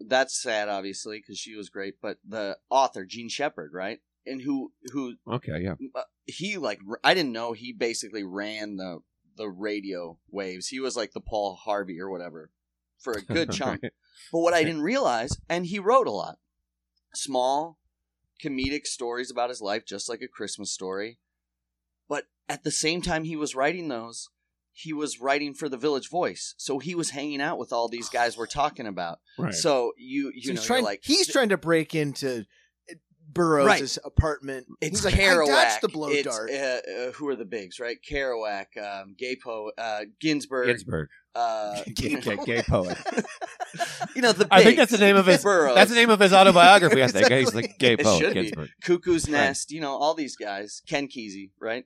A: that's sad obviously because she was great but the author gene shepard right and who who
B: Okay, yeah.
A: uh, he like r- i didn't know he basically ran the the radio waves he was like the paul harvey or whatever for a good chunk
B: Right.
A: but what i didn't realize and he wrote a lot small comedic stories about his life just like a christmas story but at the same time he was writing those he was writing for the village voice so he was hanging out with all these guys we're talking about
B: Right.
A: so you you
C: So
A: know
C: he's
A: you're
C: trying.
A: like
C: he's trying to break into eh, Burroughs'
A: Right.
C: apartment.
A: It's
C: he's like,
A: Kerouac.
C: I dodged the blow
A: it's,
C: dart.
A: Uh, uh, who are the bigs, right? Kerouac, um, Gay Poe, uh, Ginsberg.
B: Ginsburg,
A: uh,
B: gay, gay- gay poet.
A: you know the.
B: I
A: bigs.
B: think that's the name of his.
A: Burroughs.
B: That's the name of his autobiography. I think he's like gay
A: It
B: poet
A: should be.
B: Ginsburg.
A: Cuckoo's
B: Right.
A: Nest. You know all these guys. Ken Kesey, right?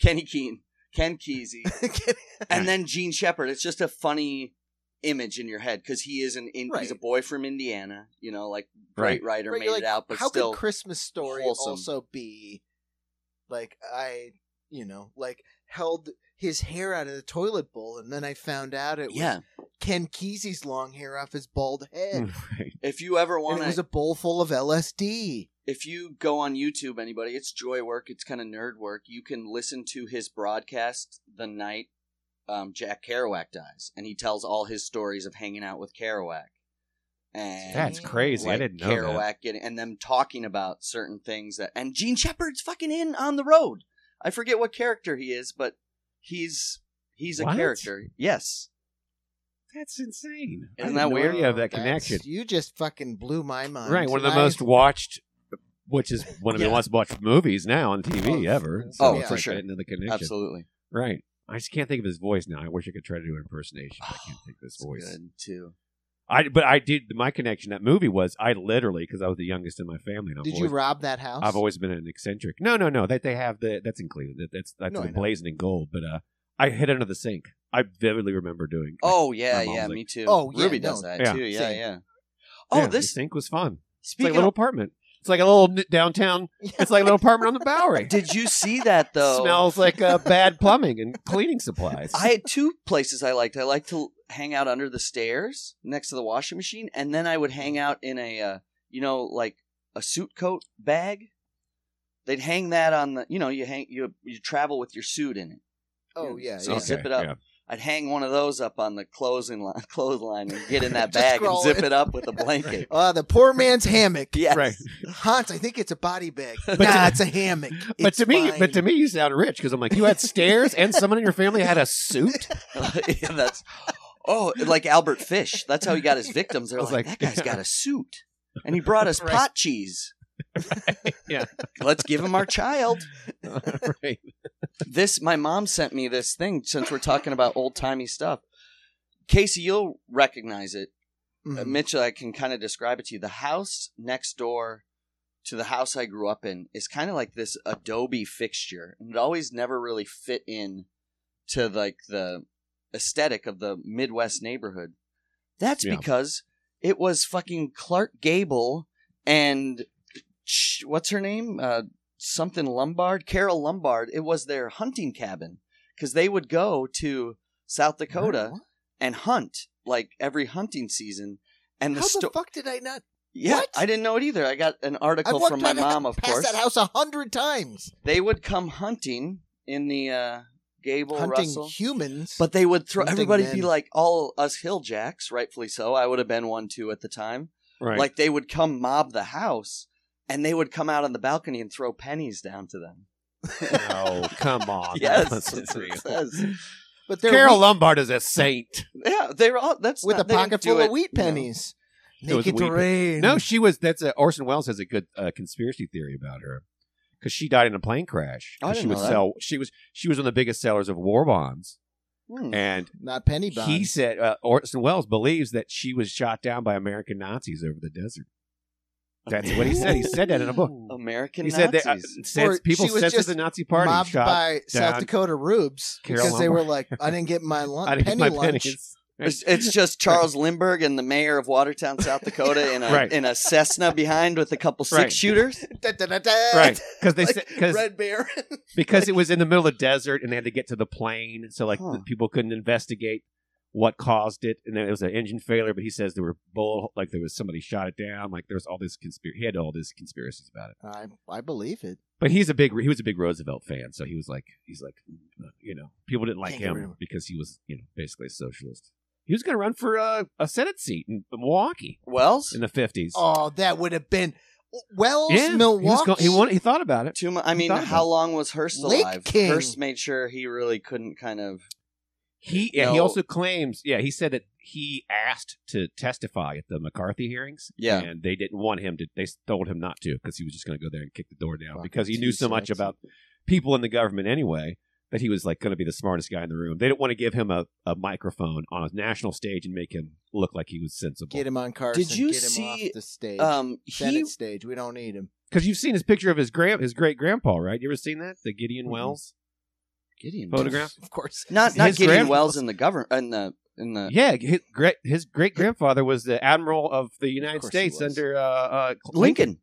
A: Kenny Keene, Ken Kesey, and then Gene Shepard. It's just a funny image in your head because he is an in, he's
C: Right.
A: a boy from Indiana. You know, like
B: Right.
A: great writer
C: Right,
A: made
C: you're like,
A: it out, but
C: how
A: still
C: could Christmas story
A: wholesome.
C: also be like I, you know, like held his hair out of the toilet bowl, and then I found out it was
A: yeah.
C: Ken Kesey's long hair off his bald
B: Hmm.
C: head,
B: Right.
A: If you ever
C: and
A: want
C: it was
A: to
C: a bowl full of LSD.
A: if you go on YouTube, anybody, it's joy work. It's kind of nerd work. You can listen to his broadcast the night um, Jack Kerouac dies, and he tells all his stories of hanging out with Kerouac. And
B: That's crazy. I
A: like,
B: didn't know
A: Kerouac
B: that.
A: getting and them talking about certain things that and Gene Shepard's fucking in on the road. I forget what character he is, but he's he's a
B: What?
A: character. Yes.
B: That's insane. I
A: Isn't
B: had
A: that
B: no
A: weird?
B: idea of that
C: That's-
B: connection.
C: You just fucking blew my mind.
B: Right, one of the
C: tonight.
B: most watched, which is one of the
A: Yeah.
B: most watched movies now on TV
C: Oh,
B: ever.
C: yeah.
A: Oh,
B: it's
A: for
B: like
A: sure.
B: Another connection.
A: Absolutely.
B: Right. I just can't think of his voice now. I wish I could try to do an impersonation. but I can't think of his
A: It's
B: voice.
A: good too.
B: I but I did my connection. That movie was I literally because I was the youngest in my family. And I've
C: Did you
B: always,
C: rob that house?
B: I've always been an eccentric. No, no, no. That they have the that's in Cleveland. That, that's that's
C: No, I
B: the
C: know.
B: blazing in gold. But uh, I hid under the sink. I vividly remember doing.
A: Oh yeah,
B: My mom's
A: yeah,
B: like-
A: me too.
C: Oh, yeah,
A: Ruby
C: no,
A: does that
B: yeah.
A: too. Yeah,
C: same.
A: yeah. Oh,
B: Yeah, the
A: this
B: sink was fun. It's like
A: speaking
B: a little
A: of
B: apartment. It's like a little n- downtown. It's like a little apartment on the Bowery.
A: Did you see that though?
B: Smells like uh, bad plumbing and cleaning supplies.
A: I had two places I liked. I liked to hang out under the stairs next to the washing machine, and then I would hang
B: Mm-hmm.
A: out in a, uh, you know, like a suit coat bag. They'd hang that on the, you know, you hang you you travel with your suit in it.
C: Oh yeah,
A: So
C: yeah.
A: zip it up.
B: yeah.
A: I'd hang one of those up on the clothesline, line, clothesline and get in that
C: Just
A: bag and
C: roll
A: zip
C: it.
A: it up with a blanket.
C: Uh, the poor man's hammock.
A: Yes.
B: Right.
C: Hans, I think it's a body bag.
B: to-
C: nah, it's a hammock.
B: But
C: It's
B: to me,
C: fine.
B: but to me, you sound rich because I'm like, you had stairs, and someone in your family had a suit.
A: Yeah, that's oh, like Albert Fish. That's how he got his victims. They're
B: I was
A: like,
B: like,
A: that guy's
B: yeah.
A: got a suit, and he brought us
B: Right.
A: pot cheese.
B: Yeah.
A: let's give him our child.
B: right.
A: This my mom sent me this thing since we're talking about old timey stuff. Casey, you'll recognize it. Uh,
C: Mhm.
A: Mitch, I can kind of describe it to you. The house next door to the house I grew up in is kind of like this adobe fixture, and it always never really fit in to like the aesthetic of the Midwest neighborhood. That's
B: Yeah.
A: because it was fucking Clark Gable and sh- what's her name? Uh, something Lombard, Carol Lombard. It was their hunting cabin because they would go to South Dakota
C: What?
A: and hunt like every hunting season. And the
C: How the
A: sto-
C: fuck did I not?
A: yeah,
C: what?
A: I didn't know it either. I got an
C: I've
A: article
C: walked
A: from my
C: by that-
A: mom, of
C: past
A: course.
C: that house a hundred times.
A: They would come hunting in the uh, Gable
C: Hunting
A: Russell,
C: humans.
A: but they would throw
C: hunting
A: everybody would be
C: men.
A: like all us hill jacks, rightfully so. I would have been one too at the time.
B: Right.
A: Like they would come mob the house, and they would come out on the balcony and throw pennies down to them.
B: oh, come on.
A: yes,
B: That's
A: it
B: unreal.
A: says.
C: but they're
B: Carol
C: wheat-
B: Lombard is a saint.
A: yeah, they're all that's
C: with
A: not-
C: a
A: they didn't
C: pocket
A: do
C: full of
A: it,
C: wheat
A: you know.
C: pennies.
B: It was
C: Make it,
B: wheat-
C: rain.
B: No, she was. That's a, Orson Welles has a good uh, conspiracy theory about her because she died in a plane crash.
A: I
B: 'Cause
A: didn't
B: she would
A: know that.
B: sell. She was. She was one of the biggest sellers of war bonds,
A: Hmm.
B: and
C: not penny bonds.
B: he said uh, Orson Welles believes that she was shot down by American Nazis over the desert. That's what he said. He said that in a book.
A: American
B: He said that uh,
A: Nazis.
B: since
C: Or
B: people
C: she was
B: censored
C: just
B: the Nazi party and
C: mobbed
B: shot.
C: by South
B: down
C: Dakota rubes
B: Carol
C: because they were
B: Lombard.
C: like, I didn't get my lunch.
B: I didn't get
C: penny
B: my
C: lunch.
B: pennies.
A: It's, it's just Charles Lindbergh and the mayor of Watertown, South Dakota, in a
B: Right.
A: in a Cessna behind with a couple six
B: Right.
A: shooters.
C: Da, da, da, da.
B: Right, because they
C: Like
B: said because
C: Red Baron.
B: because it was in the middle of the desert and they had to get to the plane so like
A: Huh.
B: the people couldn't investigate what caused it and then it was an engine failure but he says there were bull like there was somebody shot it down like there was all this conspiracy he had all these conspiracies about it
C: I, I believe it.
B: but he's a big he was a big roosevelt fan so he was like he's like you know people didn't like
C: Can't get rid of
B: him
C: him.
B: because he was you know basically a socialist he was going to run for uh, a senate seat in milwaukee
A: Wells,
B: in the 50s
C: Oh, that would have been Wells,
B: yeah
C: Milwaukee.
B: he, was go- he, wanted, he thought about it
A: too mu- I mean,
B: Thought about
A: how
B: it.
A: long was Hearst
C: Lake
A: alive?
C: King.
A: Hearst made sure he really couldn't kind of.
B: He yeah, he
A: No.
B: also claims yeah he said that he asked to testify at the McCarthy hearings
A: Yeah.
B: and they didn't want him to they told him not to because he was just going to go there and kick the door down
C: Fucking
B: because he knew
C: too
B: so much
C: sexy.
B: about people in the government anyway that he was like going to be the smartest guy in the room they didn't want to give him a, a microphone on a national stage and make him look like he was sensible
C: Get him on Carson.
A: Did you
C: get him
A: see,
C: off the stage?
A: Um,
C: Senate
A: he
C: stage. We don't need him.
B: because you've seen his picture of his grand his great grandpa right you ever seen that the Gideon
C: Mm-hmm.
A: Mhm.
B: Wells
A: Gideon
B: photograph
C: Of course.
A: not not
B: His
A: Gideon
B: grand-
A: Wells in the government in the in
C: Uh,
A: the
B: yeah his great his great grandfather was the admiral of the United
C: course he
B: States
C: was.
B: under uh, uh, Lincoln.
A: Lincoln.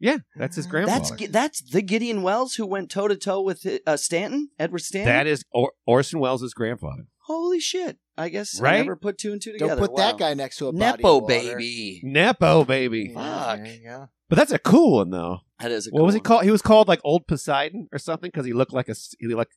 B: Yeah, that's his
C: That's
B: grandfather.
A: That's Gi- that's the Gideon Wells who went toe to toe with uh, Stanton, Edward Stanton.
B: That is or- Orson Welles' grandfather.
A: holy shit. I guess I
B: Right?
A: never put two and two
C: Don't
A: together.
C: put
A: Wow.
C: that guy next to a body
A: Nepo
C: of water.
A: baby.
B: Nepo, baby.
C: Yeah,
A: Fuck.
C: yeah, yeah.
B: But that's a cool one, though.
A: That is a
B: What
A: cool
B: was he
A: one.
B: called? He was called like Old Poseidon or something because he looked like a s- he like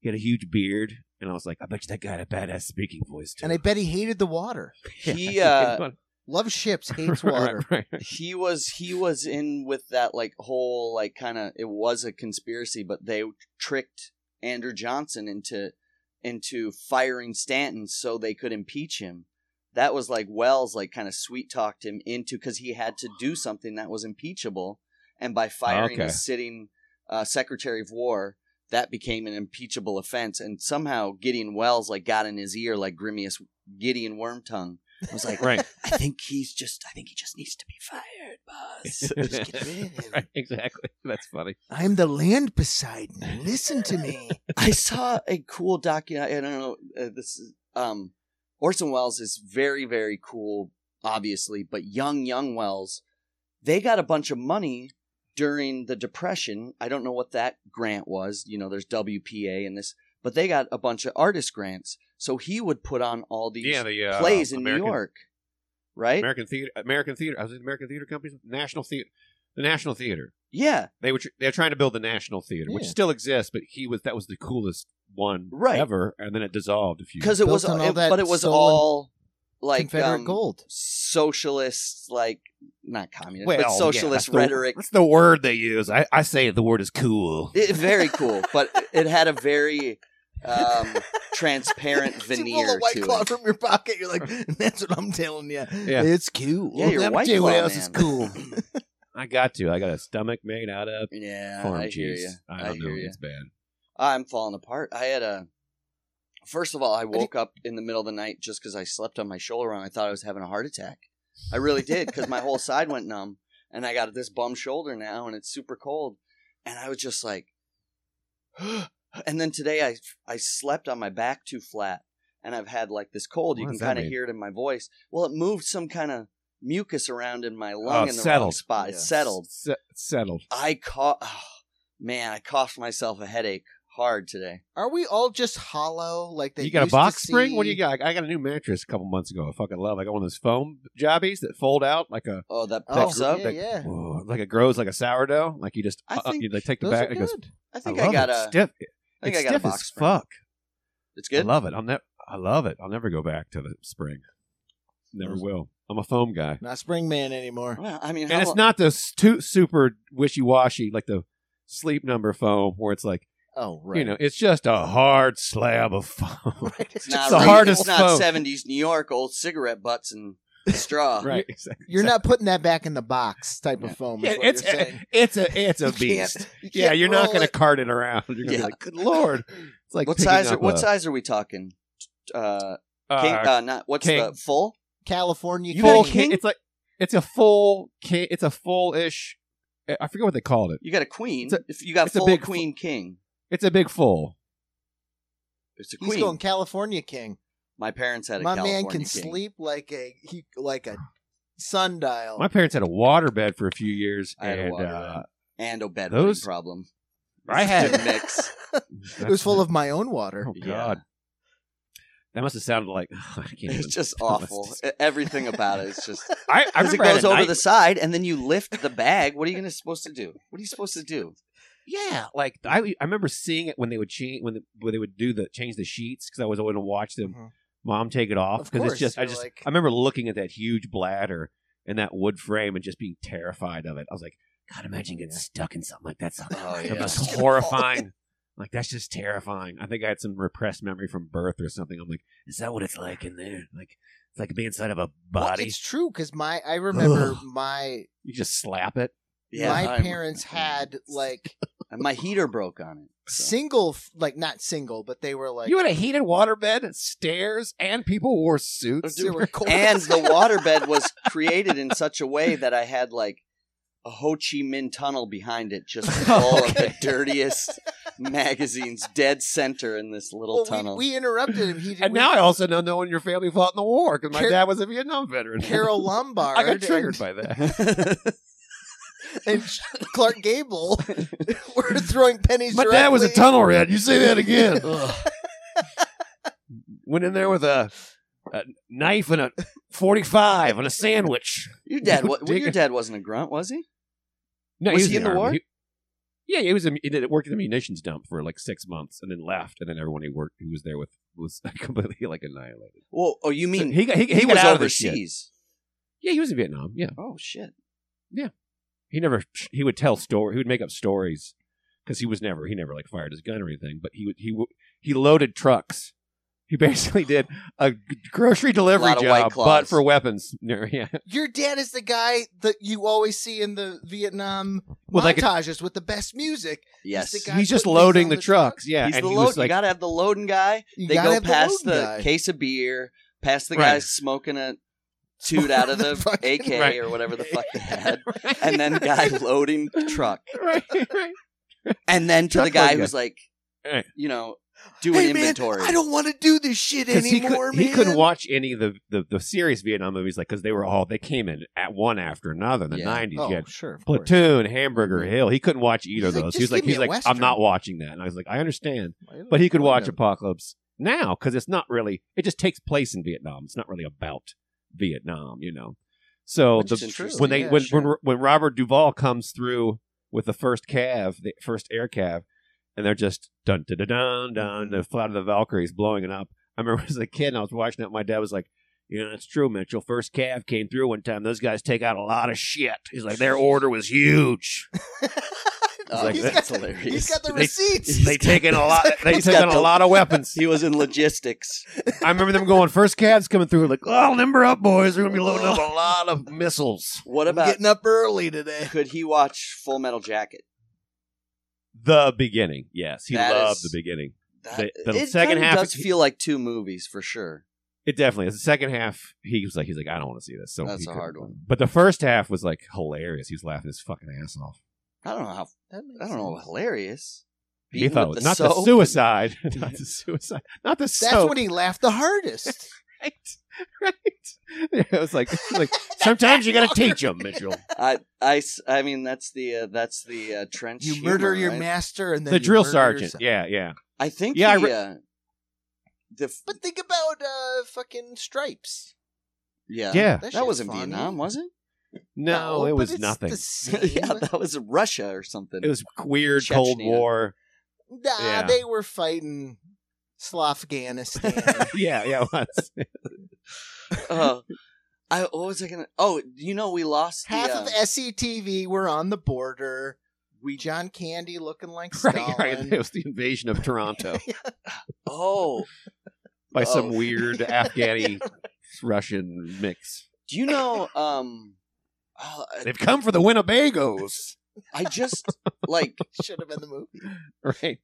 B: he had a huge beard, and I was like, I bet you that guy had a badass speaking voice too.
C: And I bet he hated the water.
A: He uh,
C: Loves ships, hates
B: Right,
C: water.
B: right, right.
A: he was he was in with that like whole like kind of it was a conspiracy but they tricked andrew johnson into into firing stanton so they could impeach him that was like wells like kind of sweet talked him into because he had to do something that was impeachable and by firing
B: Okay.
A: the sitting uh, secretary of war that became an impeachable offense and somehow gideon wells like got in his ear like grimius gideon wormtongue was like
B: Right.
A: I think he's just. I think he just needs to be fired, boss.
C: Just get rid of him.
B: Right, exactly. That's funny.
C: I'm the land Poseidon. Listen to me.
A: I saw a cool docu. I don't know. Uh, this is, um, Orson Welles is very, very cool, obviously, but young, young Wells they got a bunch of money during the depression i don't know what that grant was you know there's wpa and this but they got a bunch of artist grants so he would put on all these
B: yeah, the uh,
A: plays in
B: American,
A: new york right
B: American theater, American theater. I was in American theater companies, National theater, the National Theater.
A: yeah
B: They were tr- they're trying to build the National Theater, which
C: Yeah.
B: still exists, but he was that was the coolest one
A: Right.
B: ever, and then it dissolved. If you
A: because it
C: Built
A: was
C: on all
A: it-
C: that
A: but it was
C: stolen
A: all like
C: Confederate
A: um,
C: gold.
A: socialist like not communist
B: Well,
A: but
B: yeah,
A: socialist
B: that's the-
A: rhetoric
B: that's the word they use. I, I say the word is cool.
A: It, very cool, but it had a very um, transparent
C: you pull
A: veneer
C: a white
A: to
C: claw
A: it.
C: from your pocket. You're like, "That's what I'm telling you.
B: Yeah.
C: It's cool.
A: Yeah, you're
C: Let me
A: White
C: tell you what
A: Claw
C: else is
A: man.
C: cool.
B: I got to. I got a stomach made out of
A: Yeah,
B: farm
A: I hear
B: cheese.
A: you.
B: I
A: I,
B: don't know.
A: hear you.
B: It's bad.
A: I'm falling apart. I had a. First of all, I woke up in the middle of the night just because I slept on my shoulder and I thought I was having a heart attack. I really did because my whole side went numb and I got this bum shoulder now and it's super cold. And I was just like, and then today I I slept on my back too flat and I've had like this cold. You
B: What
A: can
B: does that
A: kind of
B: mean?
A: hear it in my voice. Well, it moved some kind of mucus around in my lung in
B: Oh,
A: the wrong
B: settled.
A: spot. It
C: Yeah.
A: settled.
B: Se- settled.
A: I caught. man, I coughed myself a headache hard today.
C: Are we all just hollow? Like they
B: you got a
C: used to
B: box spring?
C: see?
B: What do you got? I got a new mattress a couple months ago. I fucking love. it. I got one of those foam jobbies that fold out like a
A: Oh, that
C: Oh,
A: pops
C: yeah,
A: up.
C: yeah, yeah.
B: Whoa, like it grows like a sourdough. Like you just
A: I
B: uh, uh,
A: think
B: you like take the
C: Those
B: back.
C: are
B: It goes.
C: good.
A: I think I,
B: love
A: got
B: it.
A: a.
B: stiff.
A: I think
B: it's
A: I got a
B: stiff
A: box
B: as
A: spring.
B: fuck.
A: It's good.
B: I love it. I'll never. I love it. I'll never go back to the spring. Never will. I'm a foam guy,
C: Not spring man anymore.
A: Well, I mean,
B: and
A: how
B: it's
A: lo-
B: not the s- too super wishy washy like the sleep number foam where it's like
C: Oh right.
B: you know it's just a hard slab of foam.
C: right. It's
A: It's not
C: just
B: the
A: re-
B: hardest
A: It's not
B: phone.
A: seventies New York old cigarette butts and straw.
B: right. Exactly.
C: You're not putting that back in the box type of foam. is
B: Yeah,
C: what
B: it's
C: you're
B: a,
C: saying.
B: it's a it's a
C: You can't-
B: beast.
C: you
B: Yeah,
C: can't
B: you're not
C: roll
B: going to
C: it.
B: cart it around. You're going to
A: Yeah.
B: be like, good lord. It's like
A: what
B: picking
A: size? Are,
B: up
A: what
B: a-
A: size are we talking? Uh,
B: uh,
A: king, uh not what's
B: king.
A: the full?
C: California.
A: You
B: full
A: got a
B: king?
A: king?
B: It's like it's a full king. It's a full-ish. I- I forget what they called it.
A: You got a queen.
B: It's a-
A: if you got
B: it's a
A: full
B: big
A: queen king,
B: It's a big full.
A: it's a
C: He's
A: queen.
C: going California King.
A: My parents had a
C: My
A: California
C: man can
A: king.
C: sleep like a he like a sundial.
B: My parents had a water bed for a few years,
A: I had a
B: and
A: water
B: uh,
A: and a bedroom
B: Those-
A: problem.
B: I
A: Good
B: had.
A: mix.
C: it was full of my own water.
B: Oh
A: Yeah.
B: god, that must have sounded like I can't. even-
A: It's just
B: That must-
A: awful. E-, Everything about it is just
B: I, I
A: because it
B: remember I had
A: goes
B: a
A: over
B: night-
A: the side and then you lift the bag. What are you gonna supposed to do? What are you supposed to do?
B: Yeah, like I, I remember seeing it when they would change when, the, when they would do the change the sheets because I was always to watch them
C: Mhm.
B: mom take it off
C: Of
B: because
C: course,
B: it's just I
C: you're
B: just
C: like-
B: I remember looking at that huge bladder and that wood frame and just being terrified of it. I was like, God, imagine getting
C: Oh, Yeah.
B: stuck in something like that's
A: Oh
B: the
A: yeah.
B: most
C: Just gonna
B: horrifying. Like that's just terrifying. I think I had some repressed memory from birth or something. I'm like, is that what it's like in there? Like it's like being inside of a
C: Well,
B: body.
C: it's true because my I remember
B: Ugh.
C: my
B: you just slap it.
A: Yeah,
C: my
A: I'm-
C: parents had like
A: And my heater broke on it. so-
C: single f- like not single but they were like
B: you had a heated waterbed, stairs, and people wore suits.
C: they were cold.
A: and the waterbed was created in such a way that I had like a Ho Chi Minh tunnel behind it, just all of the dirtiest magazines dead center in this little
C: Well, we-
A: tunnel.
C: We, interrupted him. He
B: And
C: we-
B: now I also know no one in your family fought in the war because my
C: Car-
B: dad was a Vietnam veteran.
C: Carol Lombard
B: I got triggered by that.
C: and, and Clark Gable were throwing pennies.
B: my dad was a
C: directly-
B: tunnel rat. You say that again. Ugh. Went in there with a, a knife and a forty-five and a sandwich.
A: your dad, wa- well,
B: Dig
A: your
B: it.
A: dad wasn't a grunt, was he?
B: No,
A: Was he in the
B: army.
A: war?
B: He- yeah, he was. in- He did, worked in the munitions dump for like six months, and then left. And then everyone he worked, who was there with, was completely like annihilated.
A: Well, oh, you mean
B: So he got, he, he,
A: he,
B: got
A: was
B: out of this shit.
A: overseas?
B: Yeah, he was in Vietnam. Yeah,
A: Oh shit!
B: he never he would tell story he would make up stories because he was never he never like fired his gun or anything but he would he would he loaded trucks he basically did a g- grocery delivery
A: Lot of White
B: job
A: Claws.
B: but for weapons No, yeah
C: Your dad is the guy that you always see in the Vietnam
B: Well, like a-
C: montages with the best music.
A: Yes,
C: the guy
B: he's just
C: putting things
B: loading
C: on
B: the,
C: the
B: trucks.
C: trucks?
B: yeah
A: he's
B: and
A: the
B: he
A: load.
B: was like
A: you gotta have the loading guy.
C: You
A: They
C: gotta
A: go
C: have
A: past
C: the,
A: the,
C: loading guy.
A: case of beer, past the
B: Right.
A: guy smoking a toot out of the,
C: fucking-
A: AK
B: Right.
A: or whatever the fuck they had, and then guy loading truck.
B: right right
A: and then to
B: Truck
A: the guy
B: load guy.
A: who's like,
B: Right.
A: you know, do an
C: hey, man,
A: inventory.
C: I don't want to do this shit
B: Because he,
C: anymore,
B: could, he
C: man.
B: couldn't watch any of the, the, the serious Vietnam movies, like because they were all they came in at one after another in the
A: Yeah.
B: nineties.
C: Oh,
B: you had
C: sure. of course.
B: Platoon, Hamburger Hill. He couldn't watch either
C: He's
B: of
C: like,
B: those.
C: "Just
B: He was like,
C: give me
B: he's
C: a
B: like,
C: Western."
B: I'm not watching that. And I was like, I understand,
C: Why don't
B: but he could
C: you
B: watch
C: him?
B: Apocalypse now because it's not really. It just takes place in Vietnam. It's not really about Vietnam, you know. So
A: Which
B: the,
A: is interesting.
B: when they
C: Yeah,
B: when,
C: sure.
B: when when Robert Duvall comes through with the first calf, the first air calf, and they're just dun dun dun dun dun, the flat of the Valkyries blowing it up. I remember as a kid, and I was watching it. My dad was like, "You know, that's true, Mitchell. First calf came through one time. Those guys take out a lot of shit." He's like, "Their order was huge.
A: Oh,
B: like,
A: that's
C: got The, he's
A: hilarious.
C: got the
B: They-
C: receipts.
B: They taken a lot. They
A: He's
B: took
A: got
B: in a
A: the-
B: lot of weapons."
A: He was in logistics.
B: I remember them going, first calves coming through, like, oh, limber up, boys. We're going to be loading up a lot of missiles.
A: What
C: I'm
A: about
C: getting up early today.
A: could he watch Full Metal Jacket?
B: The beginning. Yes. He
A: That
B: loved
A: is-
B: the beginning.
A: That,
B: The- the
A: it
B: second
A: kinda
B: half
A: does
B: is-
A: feel like two movies for sure.
B: It definitely is. The second half, he was like, he's like, I don't want to see this. So
A: That's
B: he
A: a
B: couldn't.
A: hard one.
B: But the first half was like hilarious. He was laughing his fucking ass off.
A: I don't know how. I don't know. Hilarious.
B: he
A: Beaten
B: thought
A: with
B: it was
A: the
B: not the
A: soap?
B: suicide, not the suicide, not the
C: That's
B: soap.
C: when he laughed the hardest.
B: right, right. It was like, it was like sometimes you got to teach him, Mitchell.
A: I, I, s- I mean, that's the uh, that's the uh, trench.
C: You
A: humor,
C: murder your
A: right?
C: master and then
B: The
C: you
B: drill
C: murder
B: sergeant.
C: yourself.
B: Yeah, yeah.
A: I think.
B: Yeah, I
A: Yeah. The,
B: re-
A: uh, the f-
C: But think about uh, fucking stripes.
A: yeah.
B: Yeah.
C: That,
A: That
C: shit's
A: wasn't
C: funny.
A: Vietnam, was it?
B: No, it
C: but
B: was
C: it's
B: nothing.
C: The same.
A: yeah, that was Russia or something.
B: It was weird
A: Chechnya.
B: Cold War.
C: nah,
B: yeah.
C: they were fighting Slofganistan.
B: yeah, yeah, it was.
A: Uh, I what was I gonna? Oh, you know, we lost
C: Half
A: the, uh,
C: of SCTV were on the border.
A: we
C: John Candy looking like
B: right, right.
C: Stalin.
B: It was the invasion of Toronto
A: Oh,
B: by some
A: Oh.
B: weird Afghani Russian mix.
A: do you know? Um, uh,
B: They've come for the Winnebagos,
A: I just like
C: Should have been the movie.
B: right?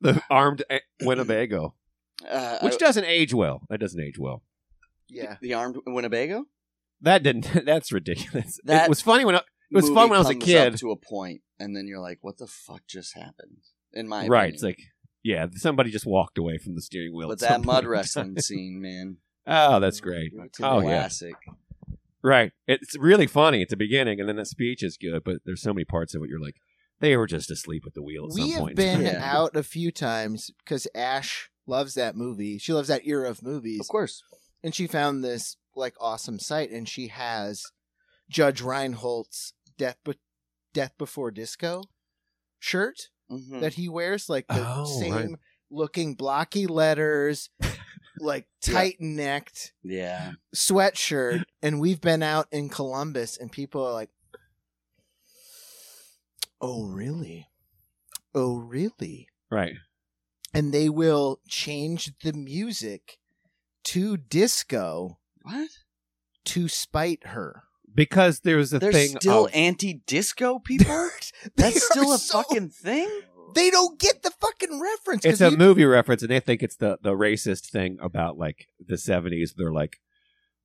B: The armed a- Winnebago,
A: uh,
B: which
A: I-
B: doesn't age well. That doesn't age well.
C: Yeah.
A: the armed Winnebago.
B: That didn't. That's ridiculous.
A: That
B: it was funny when uh, I, it was fun
A: movie
B: when I was a
A: comes
B: kid.
A: up to a point, and then you're like, "What the fuck just happened?" In my
B: right.
A: opinion.
B: It's like yeah, somebody just walked away from the steering wheel.
A: but
B: at some
A: that mud
B: point.
A: wrestling scene, man,
B: Oh, that's great.
A: it's a
B: Oh yeah.
A: classic.
B: Right. It's really funny at the beginning, and then the speech is good, but there's so many parts of it you're like, they were just asleep at the wheel at
C: We
B: some
C: have
B: point.
C: been
A: Yeah.
C: out a few times because Ash loves that movie. She loves that era of
A: Of
C: movies.
A: course,
C: And she found this like awesome site and she has Judge Reinholdt's Death Be- Death Before Disco shirt
A: Mhm.
C: that he wears, like the
B: Oh,
C: same
B: right.
C: looking blocky letters, like tight necked.
A: yeah,
C: sweatshirt and we've been out in Columbus and people are like Oh really? Oh really?
B: right.
C: And they will change the music to disco
A: what?
C: to spite her.
B: Because there was a
A: There's
B: thing
A: still
B: of-
A: anti-disco people.
C: They
A: That's still
C: are
A: a
C: so-
A: fucking thing.
C: They don't get the fucking reference.
B: it's
C: 'cause
B: a
C: we-
B: movie reference, and they think it's the, the racist thing about like the seventies. They're like,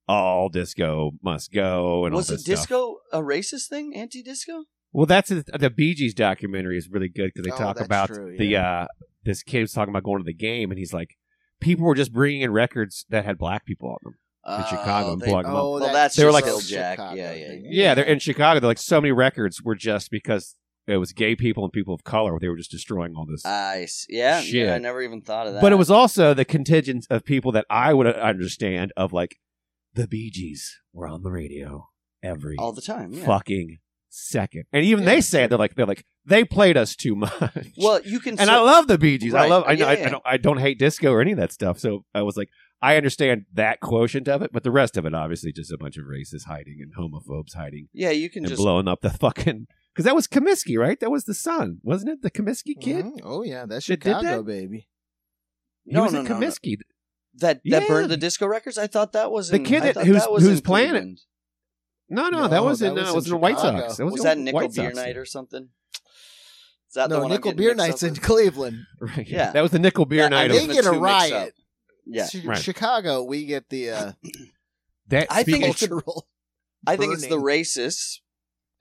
B: all disco must go, and
A: Was
B: all
A: it
B: this stuff.
A: disco a racist thing? Anti-disco?
B: Well, that's the, the Bee Gees documentary is really good because they
C: Oh,
B: talk
C: that's
B: about
C: true,
B: the uh, this kid was talking about going to the game, and he's like, people were just bringing in records that had black people on them.
A: Oh,
B: Chicago,
A: they-
B: Black-
C: Oh,
A: Well,
C: that-
A: that's
B: They were like-
C: so
A: Jack,
C: Chicago
A: yeah, yeah,
C: thing.
B: Yeah, they're in Chicago. They're like so many records were just because it was gay people and people of color. They were just destroying all this.
A: I see. Yeah,
B: Shit.
A: yeah, I never even thought of that.
B: but it was also the contingent of people that I would understand of like the Bee Gees were on the radio every
A: all the time. Yeah.
B: fucking second, and even they say it. They're like they're like they played us too much.
A: Well, you can.
B: and
A: cer-
B: I love the Bee Gees. I
A: Right.
B: love. I, know I,
A: Yeah.
B: I don't. I don't hate disco or any of that stuff. So I was like, I understand that quotient of it, but the rest of it, obviously, just a bunch of racists hiding and homophobes hiding
A: yeah, you can
B: and
A: just.
B: blowing up the fucking because that was Comiskey, right? That was the son, wasn't it? The Comiskey kid.
C: Mhm. Oh yeah, that's
B: That did
C: Chicago
B: that?
C: baby.
B: He
A: Mm-hmm. No,
B: was
A: no,
B: in
A: no, no.
B: Comiskey.
A: That that
B: Yeah.
A: burned the disco records. I thought that was
B: The
A: in-
B: kid
A: I
B: that-
A: thought
B: who's-
A: that was
B: who's
A: in
B: playing it?
A: Cleveland.
B: No, no,
C: No,
B: that was
C: that
B: in.
C: was
B: Uh,
C: in
B: was in the White
C: Chicago.
A: Was
B: Sox. in
A: that
B: the
A: Nickel
B: White
A: Beer
B: Sox.
A: Night or something? Is that the
C: No,
A: one
C: Nickel Beer Nights
A: Nights
C: in Cleveland.
B: Right.
A: Yeah.
B: that was the Nickel Beer
A: Yeah, I
B: Night.
A: know.
C: They
B: Of,
A: the
C: get a
A: two mixed
C: riot.
A: Yeah,
C: Chi-
B: Right.
C: Chicago, we get the uh,
B: that
A: I think
B: speaking-
A: it's the-
C: cultural.
A: I think it's the
C: burning.
A: racists.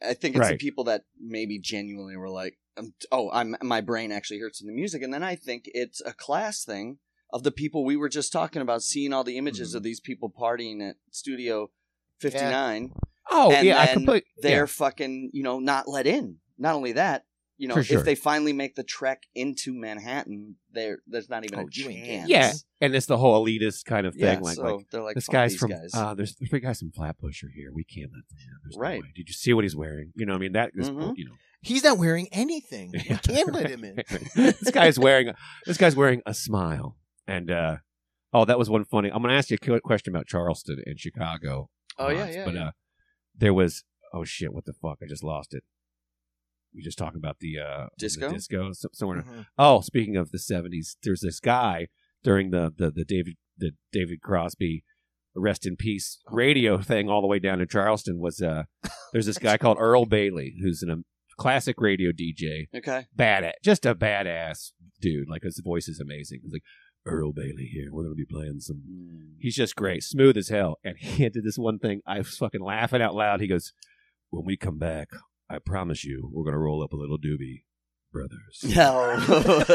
A: I think it's
B: Right.
A: the people that maybe genuinely were like, um, oh, I'm my brain actually hurts in the music, and then I think it's a class thing of the people we were just talking about, seeing all the images
B: Mhm.
A: of these people partying at Studio 59.
B: Oh
A: And
B: yeah, I
A: then
B: complete.
A: They're
B: Yeah.
A: fucking, you know, not let in. Not only that, you know,
B: For sure.
A: if they finally make the trek into Manhattan, there there's not even
C: Oh,
A: a
C: you ain't getting
A: chance.
B: yeah, and it's the whole elitist kind of thing.
A: Yeah,
B: like,
A: so
B: like
A: they're like
B: this
A: "Fuck
B: guy's
A: these
B: from
A: guys.
B: uh there's three guys from Flatbush are here. We can't let them in. There's no
A: Right.
B: way. Did you see what he's wearing? You know, I mean that is
A: Mhm.
B: you know
C: He's not wearing anything. We
B: Yeah.
C: can't let him in.
B: this guy's wearing this guy's wearing a smile. And uh oh, that was one funny. I'm gonna ask you a qu- question about Charleston and Chicago.
A: Oh, yeah,
B: once,
A: yeah,
B: But
A: yeah.
B: uh there was oh shit, what the fuck? I just lost it. We just talking about the uh the
A: Disco? Mm-hmm.
B: disco so- somewhere.
C: Mhm.
B: Oh, speaking of the '70s, there's this guy during the the, the David the David Crosby rest in peace
A: Oh.
B: radio thing all the way down to Charleston was uh there's this guy called Earl Bailey who's an, a classic radio DJ
A: okay.
B: badass, just a badass dude. Like his voice is amazing. He's like Earl Bailey here. We're gonna be playing some. He's just great, smooth as hell. And he did this one thing. I was fucking laughing out loud. He goes, "When we come back, I promise you, we're gonna roll up a little doobie, brothers."
A: No.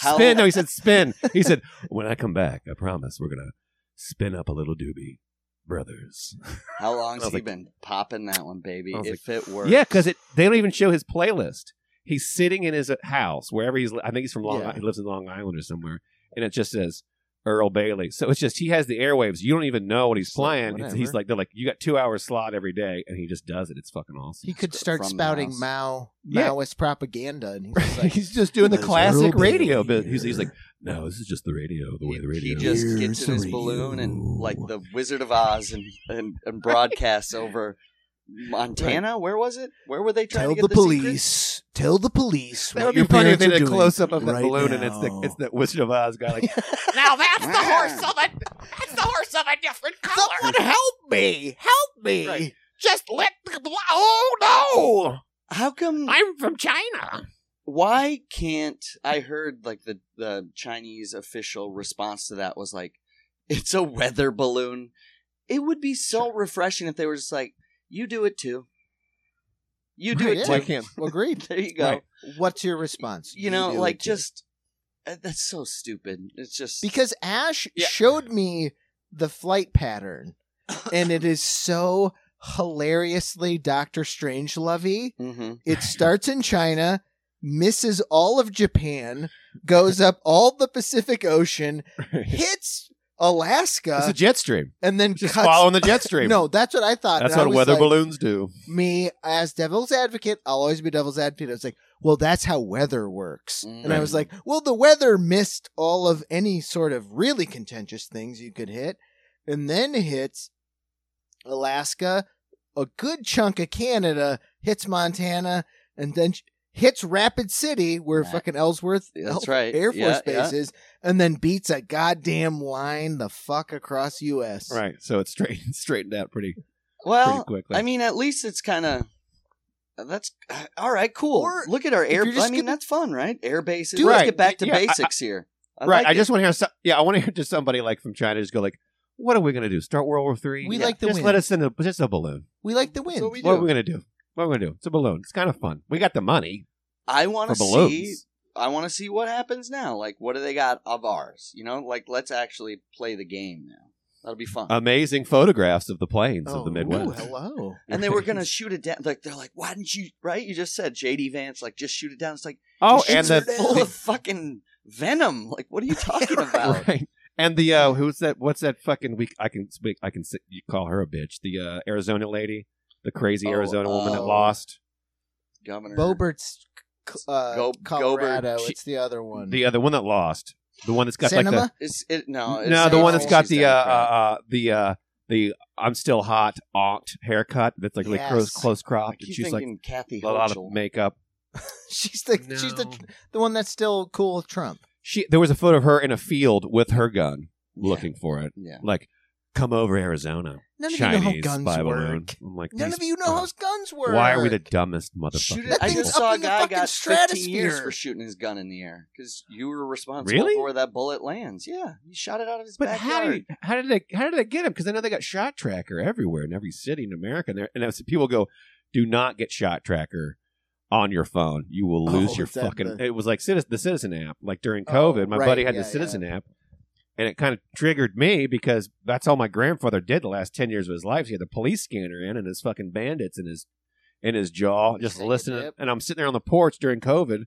A: How-
B: spin. No, he said spin. He said, "When I come back, I promise we're gonna spin up a little doobie, brothers."
A: How long's
B: I was
A: he
B: like-
A: been popping that one, baby?
B: I was
A: If it works.
B: Yeah, because it they don't even show his playlist. He's sitting in his uh, house wherever he's. I think he's from Long.
C: Yeah.
B: He lives in Long Island or somewhere, and it just says Earl Bailey. So it's just he has the airwaves. You don't even know what he's
C: So,
B: playing. It's- he's
C: whatever.
B: like they're like you got two hours slot every day, and he just does it. It's fucking awesome.
C: He could
A: From
C: start
A: the
C: spouting
A: house.
C: Mao
B: Yeah.
C: Maoist propaganda, and he's just like,
B: he's just doing the
C: There's
B: classic
C: Earl Bailey
B: radio bit. He's,
C: here.
B: he's like, no, this is just the radio, the way the
A: He
B: radio.
A: just
B: is."
A: gets in his balloon and like the Wizard of Oz and and, and broadcasts over Montana. Where was it? Where were they trying
C: "Tell
A: to
C: the
A: get the, secret?
C: police, tell the police."
B: That
C: what
B: would be
C: your
B: funny if
C: parents
B: they
C: are
B: did a
C: doing
B: close up of that
C: right
B: balloon and it's the
C: now."
B: it's the Wizard of Oz guy. Like,
G: Now that's the horse of a that's the horse of a different color.
C: Someone help me! Help me!
A: Right.
G: Just let the oh
A: How come?
G: no! I'm from China.
A: why can't I heard like the the Chinese official response to that was like, "It's a weather balloon." It would be so refreshing if they were just like, "You do it too. You do
C: Right,
A: it
C: yeah.
A: too."
B: can't?
C: Agreed.
A: There you go.
B: Right.
C: What's your response?
A: You know,
C: do it
A: like
C: too.
A: just uh, that's so stupid. It's just
C: because Ash
A: Yeah.
C: showed me the flight pattern, and it is so hilariously Doctor Strange lovey.
A: hmm
C: It starts in China, misses all of Japan, goes up all the Pacific Ocean, hits
B: it's a
A: Uh,
C: Alaska,
B: jet stream.
C: and then
B: Just
C: cuts.
B: following the jet stream.
C: no, that's what I thought.
B: That's
C: and I
B: what
C: was
B: weather
C: like,
B: balloons do.
C: Me as devil's advocate, I'll always be devil's advocate. I was like, well, that's how weather works. And I was
A: Mm.
C: like, well, the weather missed all of any sort of really contentious things you could hit, and then hits Alaska, a good chunk of Canada, hits Montana, and then sh- hits Rapid City, where
A: Right.
C: fucking Ellsworth
A: That's
C: Ellsworth
A: right.
C: Air
A: Yeah,
C: Force Base is, and then beats a goddamn line the fuck across U.S.
B: Right. So it's straightened straightened out pretty pretty
A: well,
B: quickly.
A: I mean, at least it's kind of that's uh, all right. Cool.
C: Or
A: Look at our air.
C: you're
A: I
C: just
A: mean,
C: gonna-
A: that's fun, right? Air bases.
B: Do
A: Let's
B: it.
A: get back to
B: Yeah, I-
A: basics here. I
B: right.
A: like
B: I
A: it.
B: just want to hear. Some, yeah, I want to hear just somebody like from China just go like, "What are we gonna do? Start World War Three?
C: We like the
B: just
C: wind.
B: let us in a just a balloon.
C: We like the wind.
A: what we
B: What are
A: do.
B: we gonna do? What are we gonna do? It's a balloon. It's kind of fun. We got the money
A: I want
B: for
A: to see.
B: balloons.
A: I want to see what happens now. Like, what do they got of ours? You know, like let's actually play the game now. That'll be fun.
B: Amazing photographs of the plains
C: Oh,
B: of the Midwest.
C: hello.
A: and they were gonna shoot it down. Like they're like, why didn't you? Right? You just said J.D. Vance. Like just shoot it down. It's like
B: Oh,
A: "These
B: and
A: shits
B: the
A: are full of fucking venom. Like what are you talking about?
B: right. And the uh, who's that? What's that fucking week? I can speak. I can s- you call her a bitch. The uh, Arizona lady, the crazy
A: Oh,
B: Arizona woman that
A: oh.
B: lost.
A: Governor
C: Bobert's c- uh,
A: Go-
C: Colorado.
A: Gobert.
C: it's the other one.
B: The other one that lost. The one that's got
C: Cinema.
B: like
A: It's it no.
B: the
A: It's
B: no, the
A: it's-
B: one that's got
A: Oh, she's
B: the uh, uh,
A: Democrat.
B: uh, the uh, the I'm still hot aunt haircut. That's like really close
C: Yes.
B: close
A: I
B: cropped,
A: keep
B: and she's like
A: thinking Kathy
B: a lot
A: Hochul.
B: of makeup.
C: she's the she's the the one that's still cool with Trump.
B: She there was a photo of her in a field with her gun, looking for it.
A: Yeah.
B: Like, come over Arizona,
C: None of
B: Chinese
C: you know how guns
B: spy
C: work.
B: balloon. I'm like,
C: None
B: these-
C: of you know
B: uh,
C: how guns work.
B: Why are we the dumbest
A: Shoot
B: motherfuckers?
A: it. I
C: thing's
A: just
C: up
A: saw a
C: in the
A: guy
C: fucking
A: got 15 years
C: stratosphere.
A: for shooting his gun in the air because you were responsible
B: Really?
A: for where that bullet lands. Yeah, he shot it out of his
B: But how
A: backyard.
B: did how did they how did they get him? Because I know they got shot tracker everywhere in every city in America, and, there- and that's- people go, "Do not get shot tracker on your phone. You will
C: Oh,
B: lose your
C: is that
B: fucking.
C: the-
B: It was like citizen, the Citizen app. Like during
C: Oh,
B: COVID, my
C: right,
B: buddy had
C: yeah,
B: the
C: yeah.
B: Citizen app, and it kind of triggered me because that's all my grandfather did the last ten years of his life. He had the police scanner in and his fucking bandits in his in his jaw, just
C: Singing,
B: listening.
C: yep.
B: And I'm sitting there on the porch during COVID.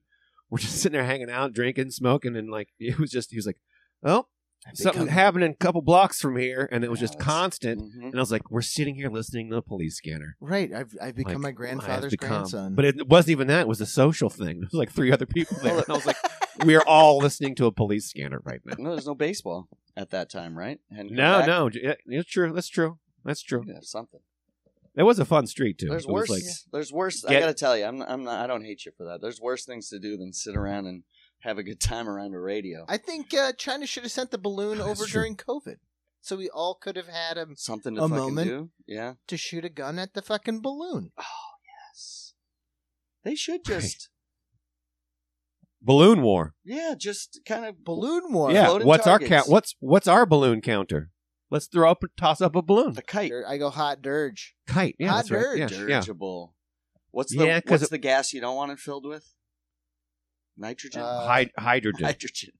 B: We're just sitting there hanging out, drinking, smoking, and like it was just he was like, "Oh, something happened a couple blocks from here," and it was just
C: Nice.
B: constant.
A: Mhm.
B: And I was like, "We're sitting here listening to the police scanner."
C: Right. I've I've become
B: Like,
C: my
B: I've
C: grandfather's
B: become-
C: grandson.
B: But it wasn't even that; it was a social thing. There was like three other people there, and I was like, "We're all listening to a police scanner right now."
A: No, there's no baseball at that time, right? And
B: No, no, j- yeah, it's true. That's true. That's true.
A: something.
B: It was a fun street too.
A: There's
B: It
A: worse.
B: was like-
A: there's worse. I
B: Get-
A: gotta tell you, I'm, I'm not. I don't hate you for that. There's worse things to do than sit around and have a good time around a radio.
C: I think uh, China should have sent the balloon
B: That's
C: over
B: true.
C: during COVID, so we all could have had him
A: Something to
C: A
A: fucking
C: moment.
A: do. Yeah.
C: to shoot a gun at the fucking balloon.
A: Yes. They should just,
B: balloon war.
A: yeah, just kind of
C: Balloon war.
B: yeah.
A: Floating
B: What's our
A: targets.
B: count? What's what's our balloon counter? Let's throw up, toss up a balloon.
A: a kite.
C: I go hot dirge.
B: kite. Yeah,
C: Hot
B: that's right. Yeah,
C: dirge.
B: yeah.
A: Dirigible. What's the
B: Yeah, 'cause
A: what's
B: it-
A: the gas you don't want it filled with? Nitrogen.
C: Uh,
B: Hyd- hydrogen.
A: Nitrogen.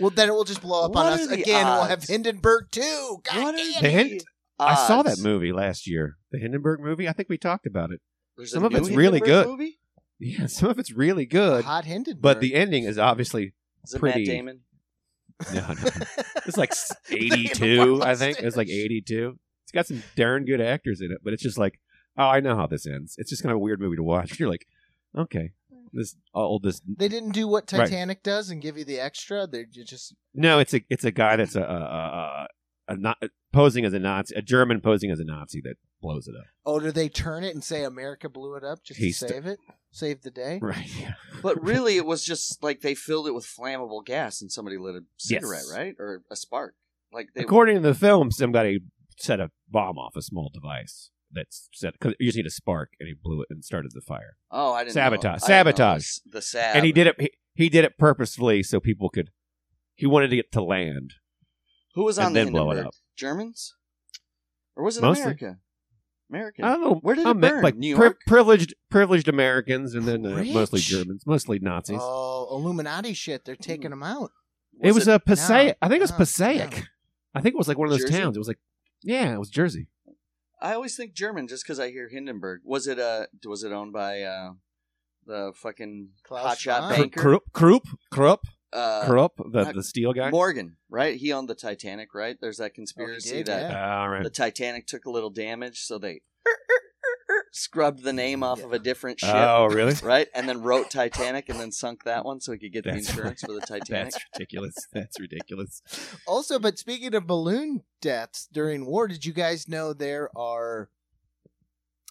C: Well, then it will just blow up
A: What
C: on us
A: are the
C: again. and We'll have
A: odds?
C: Hindenburg too. God
A: What
C: damn
A: are
C: it.
B: The
A: the
B: Hin- I saw that
A: odds?
B: movie last year, the Hindenburg movie. I think we talked about it.
A: There's
B: Some
A: a
B: of
A: new
B: it's really
A: Hindenburg
B: good.
A: Movie?
B: Yeah, some of it's really good,
C: Hot Hindenburg.
B: but the ending is obviously
A: Is it
B: Pretty-
A: Matt Damon?
B: no, no. It's like eighty-two, I think. It's like
C: Upstairs.
B: eighty-two. It's got some darn good actors in it, but it's just like, oh, I know how this ends. It's just kind of a weird movie to watch. You're like, okay, this all this.
C: They didn't do what
B: Right.
C: Titanic does and give you the extra. They're ju- just
B: No, it's a it's a guy that's a a, a, a, not posing as a Nazi, a German posing as a Nazi that blows it up.
C: oh, do they turn it and say America blew it up just
B: He's
C: to
B: st-
C: save it, save the day?
B: Right. Yeah.
A: But really, it was just like they filled it with flammable gas, and somebody lit a cigarette,
B: Yes.
A: right, or a spark. Like they
B: According to the film, somebody set a bomb off a small device that's set because you just need a spark, and he blew it and started the fire.
A: Oh, I didn't know.
B: Sabotage.
A: I didn't know
B: Sabotage.
A: this- The sab.
B: and he did it. He, he did it purposefully so people could. He wanted to get to land.
A: Who was
B: and
A: on the
B: then blow it
A: Hindenburg?
B: up.
A: Germans, or was it
B: Mostly. Uh,
A: America? American.
B: I don't know
A: Where did it
B: I meant,
A: burn?
B: Like
A: New
B: pri-
A: York?
B: privileged, privileged Americans, and then uh,
C: Rich.
B: mostly Germans, mostly Nazis.
C: Oh, Illuminati shit!
B: Mm.
C: They're taking them out.
B: it was a Passaic. I think it was
C: no,
B: Passaic.
C: no.
B: I think it was like one of those
A: Jersey?
B: towns. It was like, yeah, it was Jersey.
A: I always think German just because I hear Hindenburg. Was it uh was it owned by uh the fucking
C: Klaus
A: hotshot
C: Schwab.
B: Kru-
A: banker
B: Krupp, Krupp, Krupp,
A: uh,
B: Krupp, the
A: not-
B: the steel guy.
A: Morgan? Right, he owned the Titanic. Right, there's that conspiracy
C: Oh, did,
A: that
B: Uh,
C: yeah.
B: all right.
A: the Titanic took a little damage, so they scrubbed the name off of a different ship.
B: Oh, really?
A: Right, and then wrote Titanic, and then sunk that one so he could get the
B: That's-
A: insurance for the Titanic.
B: That's ridiculous. That's ridiculous.
C: Also, but speaking of balloon deaths during war, did you guys know there are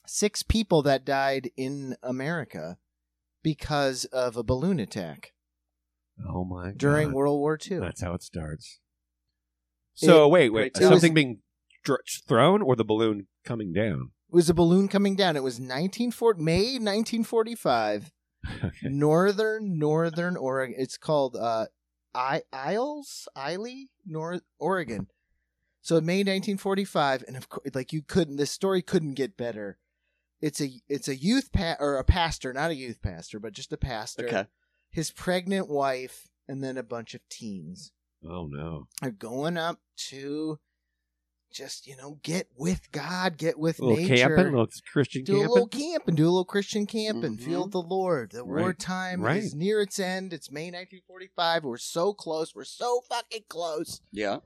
C: six people that died in America because of a balloon attack
B: Oh my.
C: during
B: God.
C: World War II?
B: That's how it starts. So wait, wait,
A: Great
B: something being dr- thrown or the balloon coming down?
C: It was a balloon coming down. It was 1940, May 1945,
B: Okay.
C: northern northern Oregon. It's called uh, I- Isles, Isley, North Oregon. So in May 1945, and of course, like you couldn't. This story couldn't get better. It's a it's a youth pa- or a pastor, not a youth pastor, but just a pastor.
A: Okay,
C: His pregnant wife, and then a bunch of teens
B: Oh no!
C: are going up to. Just you know, get with God, get with
B: A little
C: nature
B: camping, a little Christian
C: do
B: camping.
C: a little camp and do a little Christian camp and feel
A: Mhm.
C: the Lord. The
B: Right.
C: wartime
B: Right.
C: is near its end. It's May 1945. We're so close. We're so fucking close.
A: yeah,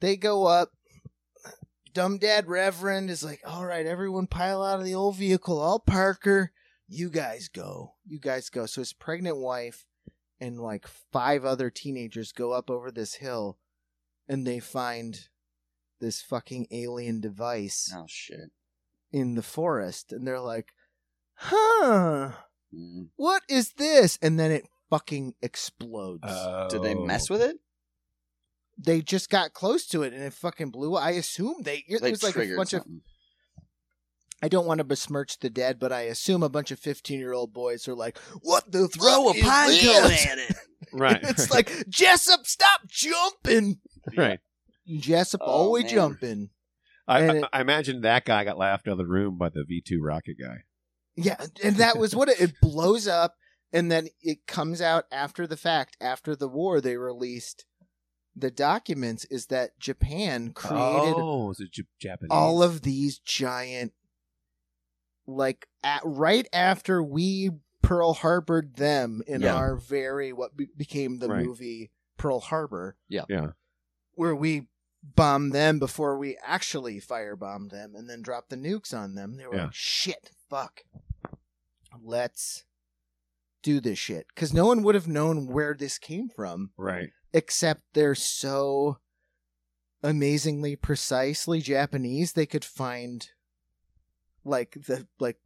C: They go up. Dumb dad reverend is like, all right, everyone pile out of the old vehicle. I'll Parker. You guys go. You guys go. So his pregnant wife and like five other teenagers go up over this hill and they find this fucking alien device
A: oh shit,
C: in the forest and they're like, huh,
A: Mm.
C: what is this? And then it fucking explodes.
A: did
B: Oh.
A: they mess with it?
C: they just got close to it and it fucking blew. up. I assume they, it
A: They
C: was like a
A: triggered
C: bunch of,
A: something.
C: I don't want to besmirch the dead, but I assume a bunch of 15 year old boys are like, what the
A: Throw a
C: fuck is
A: pine
C: this?"
A: cone at it.
B: Right.
C: it's like, Jessup, stop jumping.
B: right.
C: Jessup
A: Oh,
C: always
A: man.
C: jumping.
B: I,
C: And it-
B: I, I imagine that guy got laughed out of the room by the V two rocket guy.
C: Yeah, and that was what it, it blows up, and then it comes out after the fact. After the war, they released the documents. Is that Japan created
B: oh, it's a J- Japanese.
C: all of these giant, like at, right after we Pearl Harbored them in
A: Yeah.
C: our very what be- became the
B: Right.
C: movie Pearl Harbor.
A: Yeah.
B: Yeah.
C: where we bombed them before we actually firebombed them, and then dropped the nukes on them. They were
B: Yeah.
C: like, "Shit, fuck." let's do this shit because no one would have known where this came from
B: right.
C: except they're so amazingly precisely japanese they could find like the like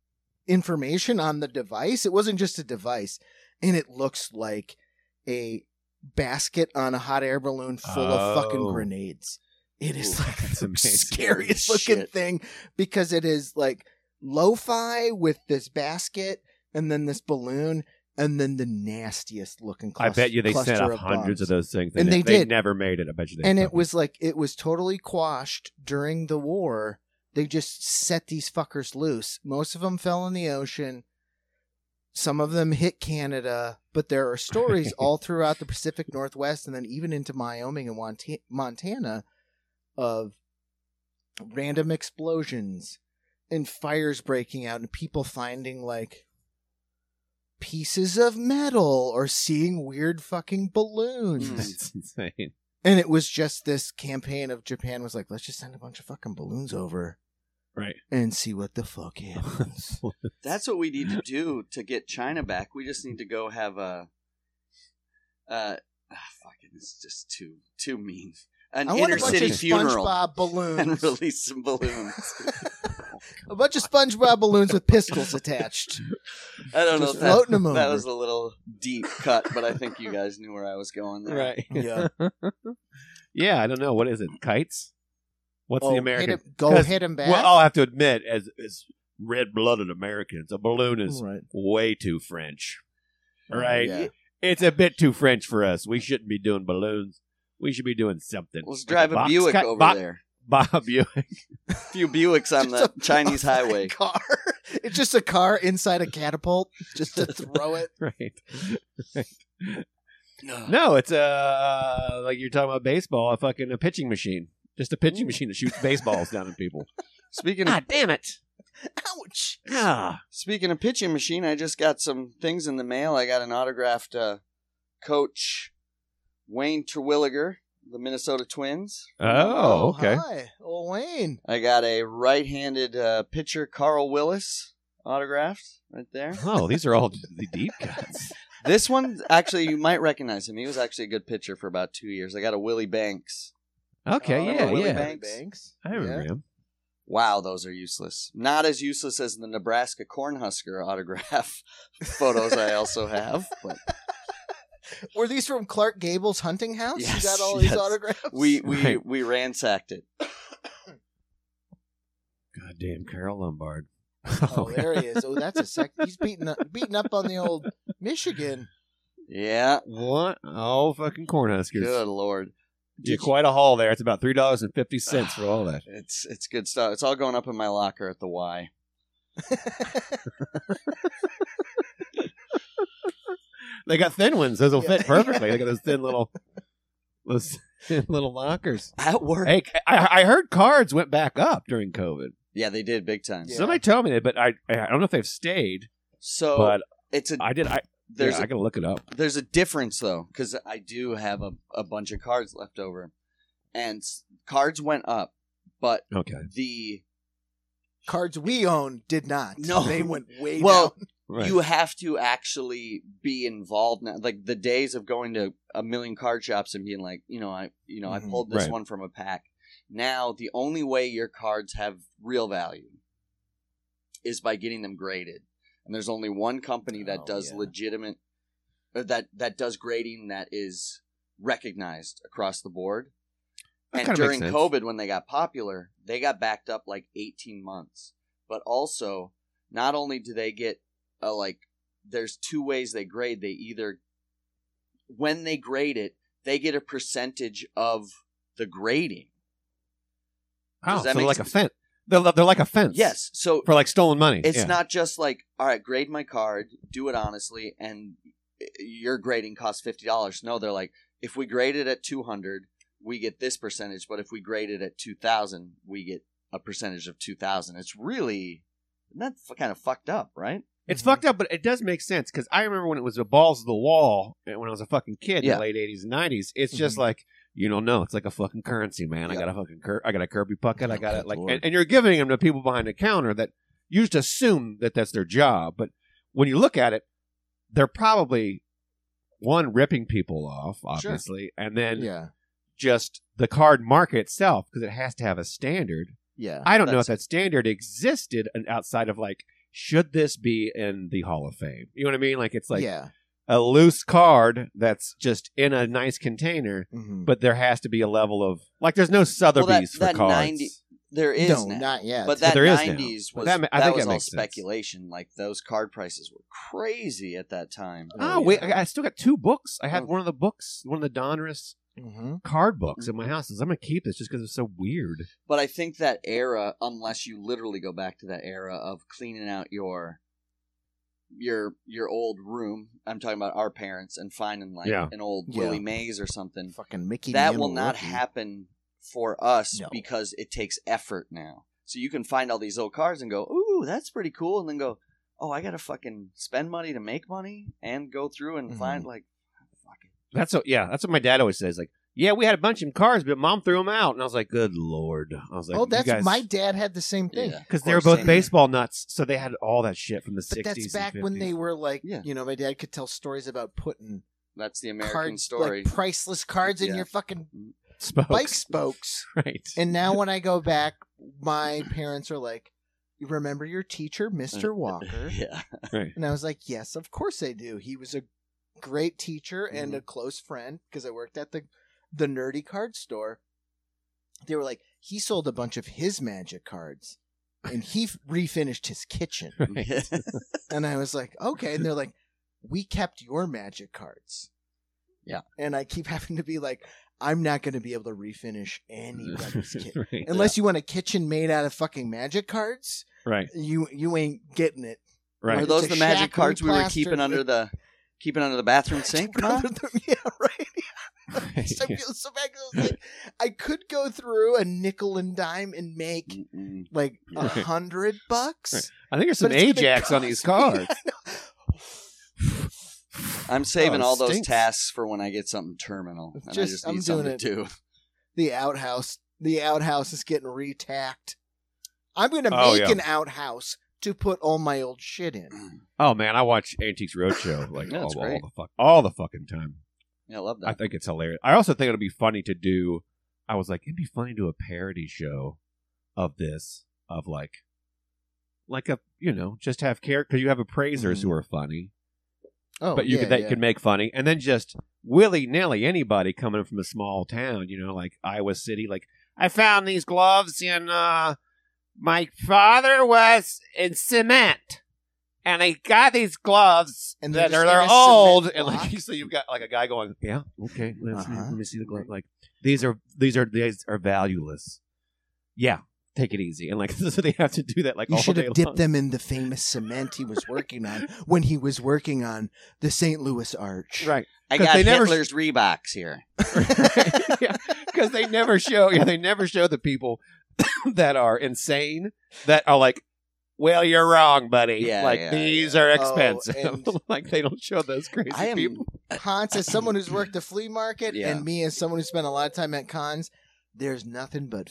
C: information on the device it wasn't just a device and it looks like a basket on a hot air balloon full of fucking
B: Oh.
C: grenades it is
B: Ooh,
C: like
B: that's
C: the
B: amazing.
C: scariest
A: Holy
C: looking
A: shit.
C: thing because it is like lo-fi with this basket and then this balloon and then the nastiest looking
B: I
C: cluster,
B: bet you they sent
C: cluster
B: up
C: of
B: hundreds
C: bombs.
B: of those things,
C: And
B: ne-
C: they did.
B: never made it. I bet you they.
C: and it
B: fucking-
C: was like it was totally quashed during the war they just set these fuckers loose most of them fell in the ocean some of them hit canada but there are stories all throughout the pacific northwest and then even into wyoming and Wanta- montana of random explosions and fires breaking out and people finding like pieces of metal or seeing weird fucking balloons
A: Mm.
B: That's insane.
C: and it was just this campaign of Japan was like, let's just send a bunch of fucking balloons over
B: Right.
C: and see what the fuck happens.
A: That's what we need to do to get China back. We just need to go have a. Uh, ah, fucking, it's just too too mean. An
C: I want a
A: inner
C: bunch
A: city
C: of
A: funeral
C: SpongeBob
A: and
C: balloons,
A: release some balloons.
C: a bunch of SpongeBob balloons with pistols attached.
A: I don't know.
C: Just
A: If that,
C: floating 'em
A: that
C: over.
A: was a little deep cut, but I think you guys knew where I was going. There.
C: Yeah.
B: yeah, I don't know what is it. Kites. What's
C: Oh,
B: the
C: hit
B: American?
C: 'em- go
B: 'Cause-
C: hit him back.
B: Well, I'll have to admit, as as red blooded Americans, a balloon is
C: right.
B: way too French. Right?
C: Yeah.
B: It's a bit too French for us. We shouldn't be doing balloons. We should be doing something.
A: Let's drive a
B: box
A: Buick
B: cut-
A: over
B: bo-
A: there.
B: Bob Buick.
A: A few Buicks on the
C: Just a-
A: Chinese
C: a fucking
A: highway.
C: Car. It's just a car inside a catapult, just to throw it.
B: right. No, it's uh like you're talking about baseball, a fucking a pitching machine. Just a pitching machine that shoots baseballs down at people.
A: Speaking of,
B: God damn it.
C: Ouch!
B: Ah.
A: speaking of pitching machine, I just got some things in the mail. I got an autographed uh, Coach Wayne Terwilliger, the Minnesota Twins.
B: Oh, okay.
C: Hi, old Wayne.
A: I got a right-handed uh, pitcher, Carl Willis, autographed right there.
B: Oh, these are all the deep cuts.
A: this one, actually, you might recognize him. He was actually a good pitcher for about two years. I got a Willie Banks.
B: Okay,
A: Oh,
B: yeah,
A: Willie
B: yeah.
A: Banks.
B: I remember him.
A: Wow, those are useless. Not as useless as the Nebraska Cornhusker autograph photos I also have. But
C: Were these from Clark Gable's hunting house?
A: Yes,
C: you got all
A: yes.
C: these autographs?
A: we we
B: Right.
A: we ransacked it.
B: Goddamn Carol Lombard.
C: Oh, there he is. Oh, that's a sec. He's beating up, beating up on the old Michigan.
A: Yeah.
B: What? Oh, fucking Cornhuskers.
A: Good lord.
B: Yeah, quite a haul there. It's about three dollars and fifty cents for all that.
A: It's it's good stuff. It's all going up in my locker at the Y.
B: They got thin ones. Those will fit perfectly. They got those thin little, those thin little lockers.
A: At work.
B: Hey, I, I heard cards went back up during COVID.
A: Yeah, they did big time.
C: Yeah.
B: Somebody told me that, but I I don't know if they've stayed.
A: So
B: but
A: it's a
B: I did. I
A: Oh, there's
B: yeah, I gotta look it up.
A: a, there's a difference though cuz I do have a, a bunch of cards left over. And s- cards went up, but
B: Okay.
A: the
C: Cards we own did not.
A: No.
C: They went way
A: well,
C: down.
B: Right.
A: you have to actually be involved now like the days of going to a million card shops and being like you know i you know i
C: Mhm.
A: pulled this
B: Right.
A: one from a pack now the only way your cards have real value is by getting them graded and there's only one company that
C: Oh,
A: does
C: yeah.
A: legitimate or that that does grading that is recognized across the board
B: That
A: and
B: kinda
A: during
B: makes sense.
A: COVID, when they got popular, they got backed up like 18 months. But also, not only do they get a like, there's two ways they grade. They either, when they grade it, they get a percentage of the grading.
B: Oh,
A: does that
B: so
A: make
B: like a
A: sense?
B: fence. They're, they're like a fence.
A: Yes. So
B: For like stolen money.
A: it's
B: Yeah.
A: not just like, all right, grade my card, do it honestly, and your grading costs fifty dollars. No, they're like, if we grade it at two hundred, we get this percentage, but if we grade it at two thousand, we get a percentage of two thousand. It's really not kind of fucked up, right?
B: It's fucked up, but it does make sense because I remember when it was the balls of the wall and when I was a fucking kid in
A: Yeah. Mm-hmm.
B: the late eighties and nineties. It's just
C: Mhm.
B: like you don't know. It's like a fucking currency, man. I
A: Yeah.
B: got a fucking cur- I got a Kirby pucket. I
A: Oh,
B: got it
A: good
B: like,
A: lord.
B: and, and you're giving them to people behind the counter that you just assume that that's their job. But when you look at it, they're probably one ripping people off, obviously, and then
C: Yeah.
B: just the card market itself because it has to have a standard.
C: Yeah.
B: I don't know if
A: That's-
B: that standard existed and outside of like, should this be in the Hall of Fame? You know what I mean? Like it's like
C: yeah.
B: a loose card that's just in a nice container,
C: Mhm.
B: but there has to be a level of like there's no
A: that-
B: Sotheby's for
A: that
B: cards.
A: 90 There is
C: no,
A: now.
C: not yet.
A: but
B: But
A: that
B: there is now.
A: 90s
B: But
A: was
B: that
A: that,
B: ma- I think
A: was
B: that
A: all
B: makes sense.
A: speculation. Like those card prices were crazy at that time.
B: Oh,
C: Oh,
B: wait,
C: yeah.
B: I I still got two books. I had
A: Oh.
B: one of the books, one of the Donruss
C: Mhm.
B: card books in my house. I was, I'm gonna keep this just because it's so weird.
A: But I think that era, unless you literally go back to that era of cleaning out your your your old room, I'm talking about our parents and finding like
B: Yeah.
A: an old
C: Yeah.
A: Willie Mays or something.
C: fucking Mickey.
A: that
C: Mantle
A: will not
C: rookie.
A: happen for us
C: No.
A: because it takes effort now. So you can find all these old cars and go, "Ooh, that's pretty cool," and then go, "Oh, I gotta fucking spend money to make money and go through and
C: Mhm.
A: find like."
B: That's what, yeah, that's what my dad always says. Like, yeah, we had a bunch of cars, but mom threw them out, and I was like, good lord. I was like,
C: oh,
B: you
C: that's
B: guys-
C: my dad had the same thing.
A: Yeah.
B: because
A: Of
B: they were
A: course,
B: both
A: same.
B: baseball nuts, so they had all that shit from the
C: But that's
B: sixties.
C: back when they were like,
A: Yeah.
C: you know, my dad could tell stories about putting
A: That's the American
C: cards,
A: story.
C: like priceless cards in
A: Yeah.
C: your fucking
B: spokes,
C: bike spokes.
B: right?
C: And now when I go back, my parents are like, "You remember your teacher, Mr. Walker?"
A: yeah,
C: And I was like, "Yes, of course I do. He was a great teacher and
A: Mhm.
C: a close friend because I worked at the the nerdy card store." They were like, "He sold a bunch of his magic cards." And he f- refinished his kitchen. And I was like, okay. And they're like, we kept your magic cards.
A: Yeah.
C: And I keep having to be like, I'm not going to be able to refinish anybody's kit.
B: right,
C: Unless you want a kitchen made out of fucking magic cards,
B: right,
C: you you ain't getting it.
B: right.
A: Were
C: It's
A: those
C: a
A: the magic
C: shack
A: cards we were
C: replastered
A: keeping under
C: with-
A: the keeping under the bathroom sink? Ma?
C: yeah, right. So I feel so bad 'cause I was like, I could go through a nickel and dime and make
A: Mm-mm.
C: like a
B: Mm, Right.
C: hundred bucks.
B: Right. I think there's some
C: But it's gonna
B: Ajax on these
C: cost
B: cards.
A: I'm saving
B: Oh,
A: all those
B: stinks.
A: tasks for when I get something terminal, and I
C: Just-
A: just
C: I'm
A: need
C: doing
A: something
C: it.
A: to do.
C: the outhouse. The outhouse is getting retacked. I'm going to
B: Oh,
C: make
B: yeah.
C: an outhouse to put all my old shit in.
B: Oh man, I watch Antiques Roadshow like
A: Yeah,
B: all,
A: it's
B: all
A: great.
B: the fuck, all the fucking time.
A: Yeah, I love
B: I
A: that.
B: think it's hilarious. I also think it'll be funny to do. I was like, it'd be funny to do a parody show of this, of like, like a you know, just have character because you have appraisers
C: Mm-hmm.
B: who are funny,
C: Oh,
B: but you
C: yeah,
B: could, that
C: yeah.
B: you could make funny, and then just willy nilly anybody coming from a small town, you know, like Iowa City, like I found these gloves in. uh My father was in cement, and I got these gloves
C: And they're
B: that
C: just
B: are
C: in a
B: they're
C: cement
B: old, and
C: block.
B: like so you've got like a guy going, yeah, okay, let's see,
C: Uh-huh.
B: let me see the glove. Like these are these are these are valueless. Yeah, take it easy, and like so they have to do that like
C: You
B: all
C: should
B: day
C: have dipped
B: long.
C: them in the famous cement he was working on when he was working on the St. Louis Arch.
B: right
A: I
B: 'Cause
A: got
B: they never-
A: Hitler's Reeboks here.
B: because they never show yeah they never show the people that are insane that are like. Well, you're wrong, buddy.
A: Yeah,
B: like
A: yeah, Oh,
B: these are expensive.
C: and-
B: like they don't show those crazy
A: I am.
B: people.
C: Hans, as someone who's worked the flea market,
A: Yeah.
C: and me as someone who spent a lot of time at cons, there's nothing but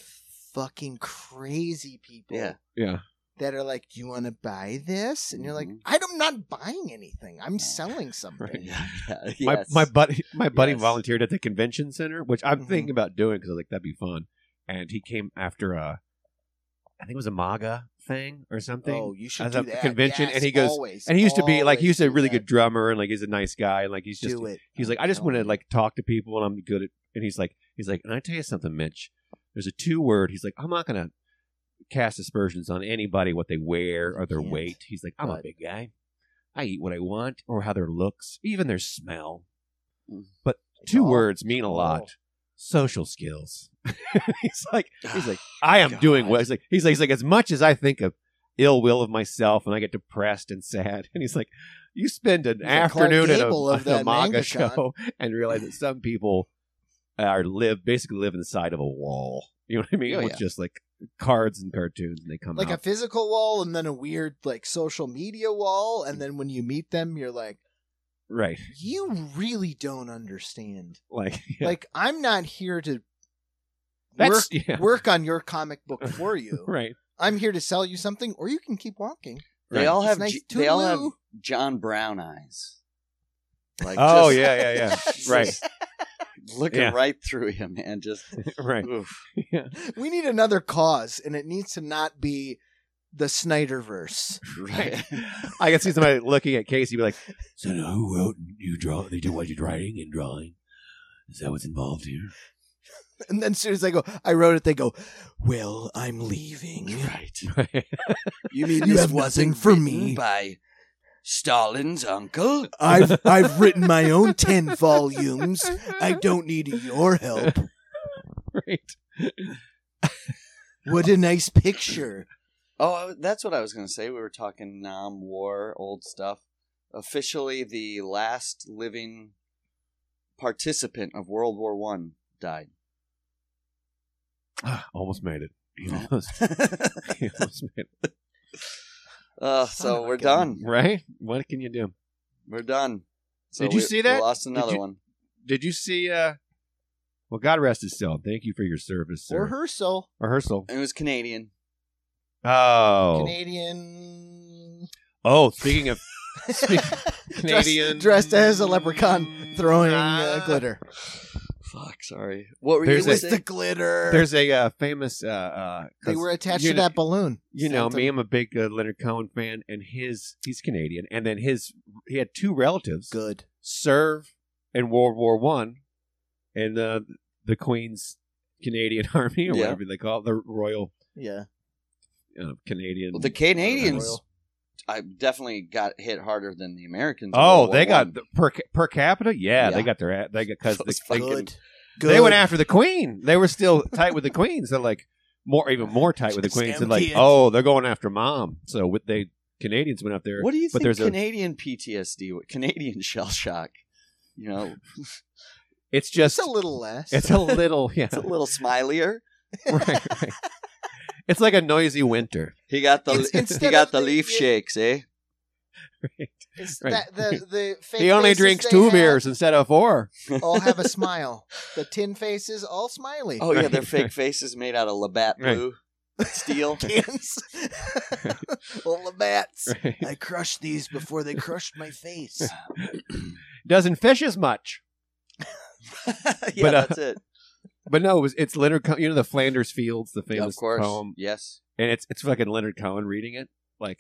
C: fucking crazy people.
A: Yeah.
B: Yeah.
C: That are like, do you want to buy this? And you're like,
A: Mhm.
C: I'm not buying anything. I'm selling something.
B: Right.
A: Yeah, yeah,
B: My,
A: yes.
B: my buddy, my buddy
A: Yes. Mm-hmm.
B: volunteered at the convention center, which I'm
C: Mhm.
B: thinking about doing because I was like that'd be fun. And he came after a, I think it was a MAGA thing or something.
C: Oh, you should
B: as
C: do
B: a
C: that.
B: convention,
C: Yes,
B: and he goes-
C: always,
B: and he used to be like he
C: always
B: was a
C: do
B: really
C: that.
B: good drummer and like he's a nice guy and like he's just
C: do it.
B: he's like I just
C: Don't
B: want to
C: do
B: like talk to people and I'm good at and he's like he's like and I tell you something, Mitch. There's a two word. He's like I'm not gonna cast aspersions on anybody what they wear or their
C: Can't.
B: weight. He's like I'm a
C: But-
B: big guy. I eat what I want or how their looks, even their smell.
A: Mm.
B: But two
C: all-
B: words mean a
C: all.
B: lot. social skills. he's like, he's like, I am doing well. He's like, he's like, he's like, as much as I think of ill will of myself and I get depressed and sad, and he's like, you spend an
C: He's like Clark
B: afternoon at a,
C: Gable of
B: at a
C: that
B: manga
C: manga
B: show and realize that some people are live basically live inside of a wall. You know what I mean?
A: Oh,
B: With
A: yeah.
B: just like cards and cartoons, and they come
C: like
B: out.
C: a physical wall and then a weird like social media wall and then when you meet them you're like
B: right?
C: you really don't understand
B: Like, yeah.
C: like i'm not here to work,
B: that's yeah,
C: work on your comic book for you
B: right.
C: i'm here to sell you something or you can keep walking
A: They
B: Right.
A: all
C: It's
A: have
C: nice
A: J-
C: to
A: they all have
C: woo.
A: John Brown eyes. Like
B: Oh
A: just
B: yeah, yeah, yeah. right,
A: looking
B: Yeah.
A: right through you, man. Just
B: right.
A: oof.
B: Yeah.
C: we need another cause and it needs to not be the snyderverse
A: Right.
B: I can see somebody looking at Casey, be like, "So now who wrote and you draw? They did what you're writing and drawing. Is that what's involved here?"
C: and then as soon as i go i wrote it they go well i'm leaving
A: Right.
B: Right.
A: You mean
C: You
A: this
C: have nothing
A: wasn't
C: for
A: written
C: me.
A: by Stalin's uncle?
C: I've I've written my own ten volumes. I don't need your help.
B: right.
C: What a nice picture.
A: Oh, I- that's what I was going to say. We were talking Nam War, old stuff. Officially, the last living participant of World War One died.
B: Almost made it. He almost, he almost made it.
A: Uh,
C: Son
A: so
C: of a
A: we're
C: gun.
A: done.
B: Right? What can you do?
A: We're done. So
B: Did you
A: we-
B: see that?
A: We lost
B: Did
A: another
B: you-
A: one.
B: Did you see? uh Well, God rest his soul. Thank you for your service, sir.
C: Rehearsal.
B: Rehearsal.
A: It was Canadian.
B: Oh,
C: Canadian
B: oh. Speaking of speak- Canadian, Ah.
C: dressed, dressed as a leprechaun throwing uh, glitter.
A: Fuck, sorry. What were
B: There's
A: you going
B: a-
C: It's
A: to
C: the
A: say?
C: glitter.
B: There's a uh, famous. Uh, uh,
C: they were attached
B: you
C: to
B: know-
C: that balloon.
B: you know
C: Santa-
B: me i'm a big uh, leonard cohen fan and his he's canadian and then his he had two relatives
C: Good.
B: serve in world war one and uh, the queen's canadian army or
A: Yeah.
B: whatever they call it the royal
C: Yeah.
B: uh, canadian
A: Well, the Canadians
C: Royal.
A: I definitely got hit harder than the Americans. in World
B: oh
A: War
B: they got
A: One.
B: the, per, per capita yeah, they
A: Yeah.
B: got their a- they got because
A: Those
B: they,
A: fucking-
C: Good.
B: they went after the queen they were still tight with the queen so like more even more tight with the
C: Just
B: queen so
C: them
B: like
C: kids.
B: oh they're going after mom so with they canadians went up there
A: What do you
B: But
A: think
B: there's a-
A: Canadian PTSD, what- Canadian shell shock? You know,
B: it's just
C: It's a little less.
B: it's a little yeah
A: it's a little smilier.
B: right, right. It's like a noisy winter.
A: He got the
C: It's-
A: he
C: instead
A: got
C: of
A: the
C: the-
A: leaf
C: yeah.
A: shakes, eh?
C: It's
B: right.
C: that- the, the fake
B: he only
C: faces
B: drinks
C: they
B: two
C: have
B: beers instead of four.
C: All have a smile. The tin faces all smiley.
A: Oh yeah, their
B: Right.
A: fake faces made out of Labatt
B: Right.
A: blue steel.
C: cans. Little bats. I crushed these before they crushed my face.
B: Doesn't fish as much.
A: yeah,
B: But, uh,
A: that's it.
B: But no, it was, it's Leonard Cohen. You know the Flanders Fields, the
A: Yeah,
B: famous
A: of course,
B: poem,
A: yes.
B: and it's it's fucking Leonard Cohen reading it, like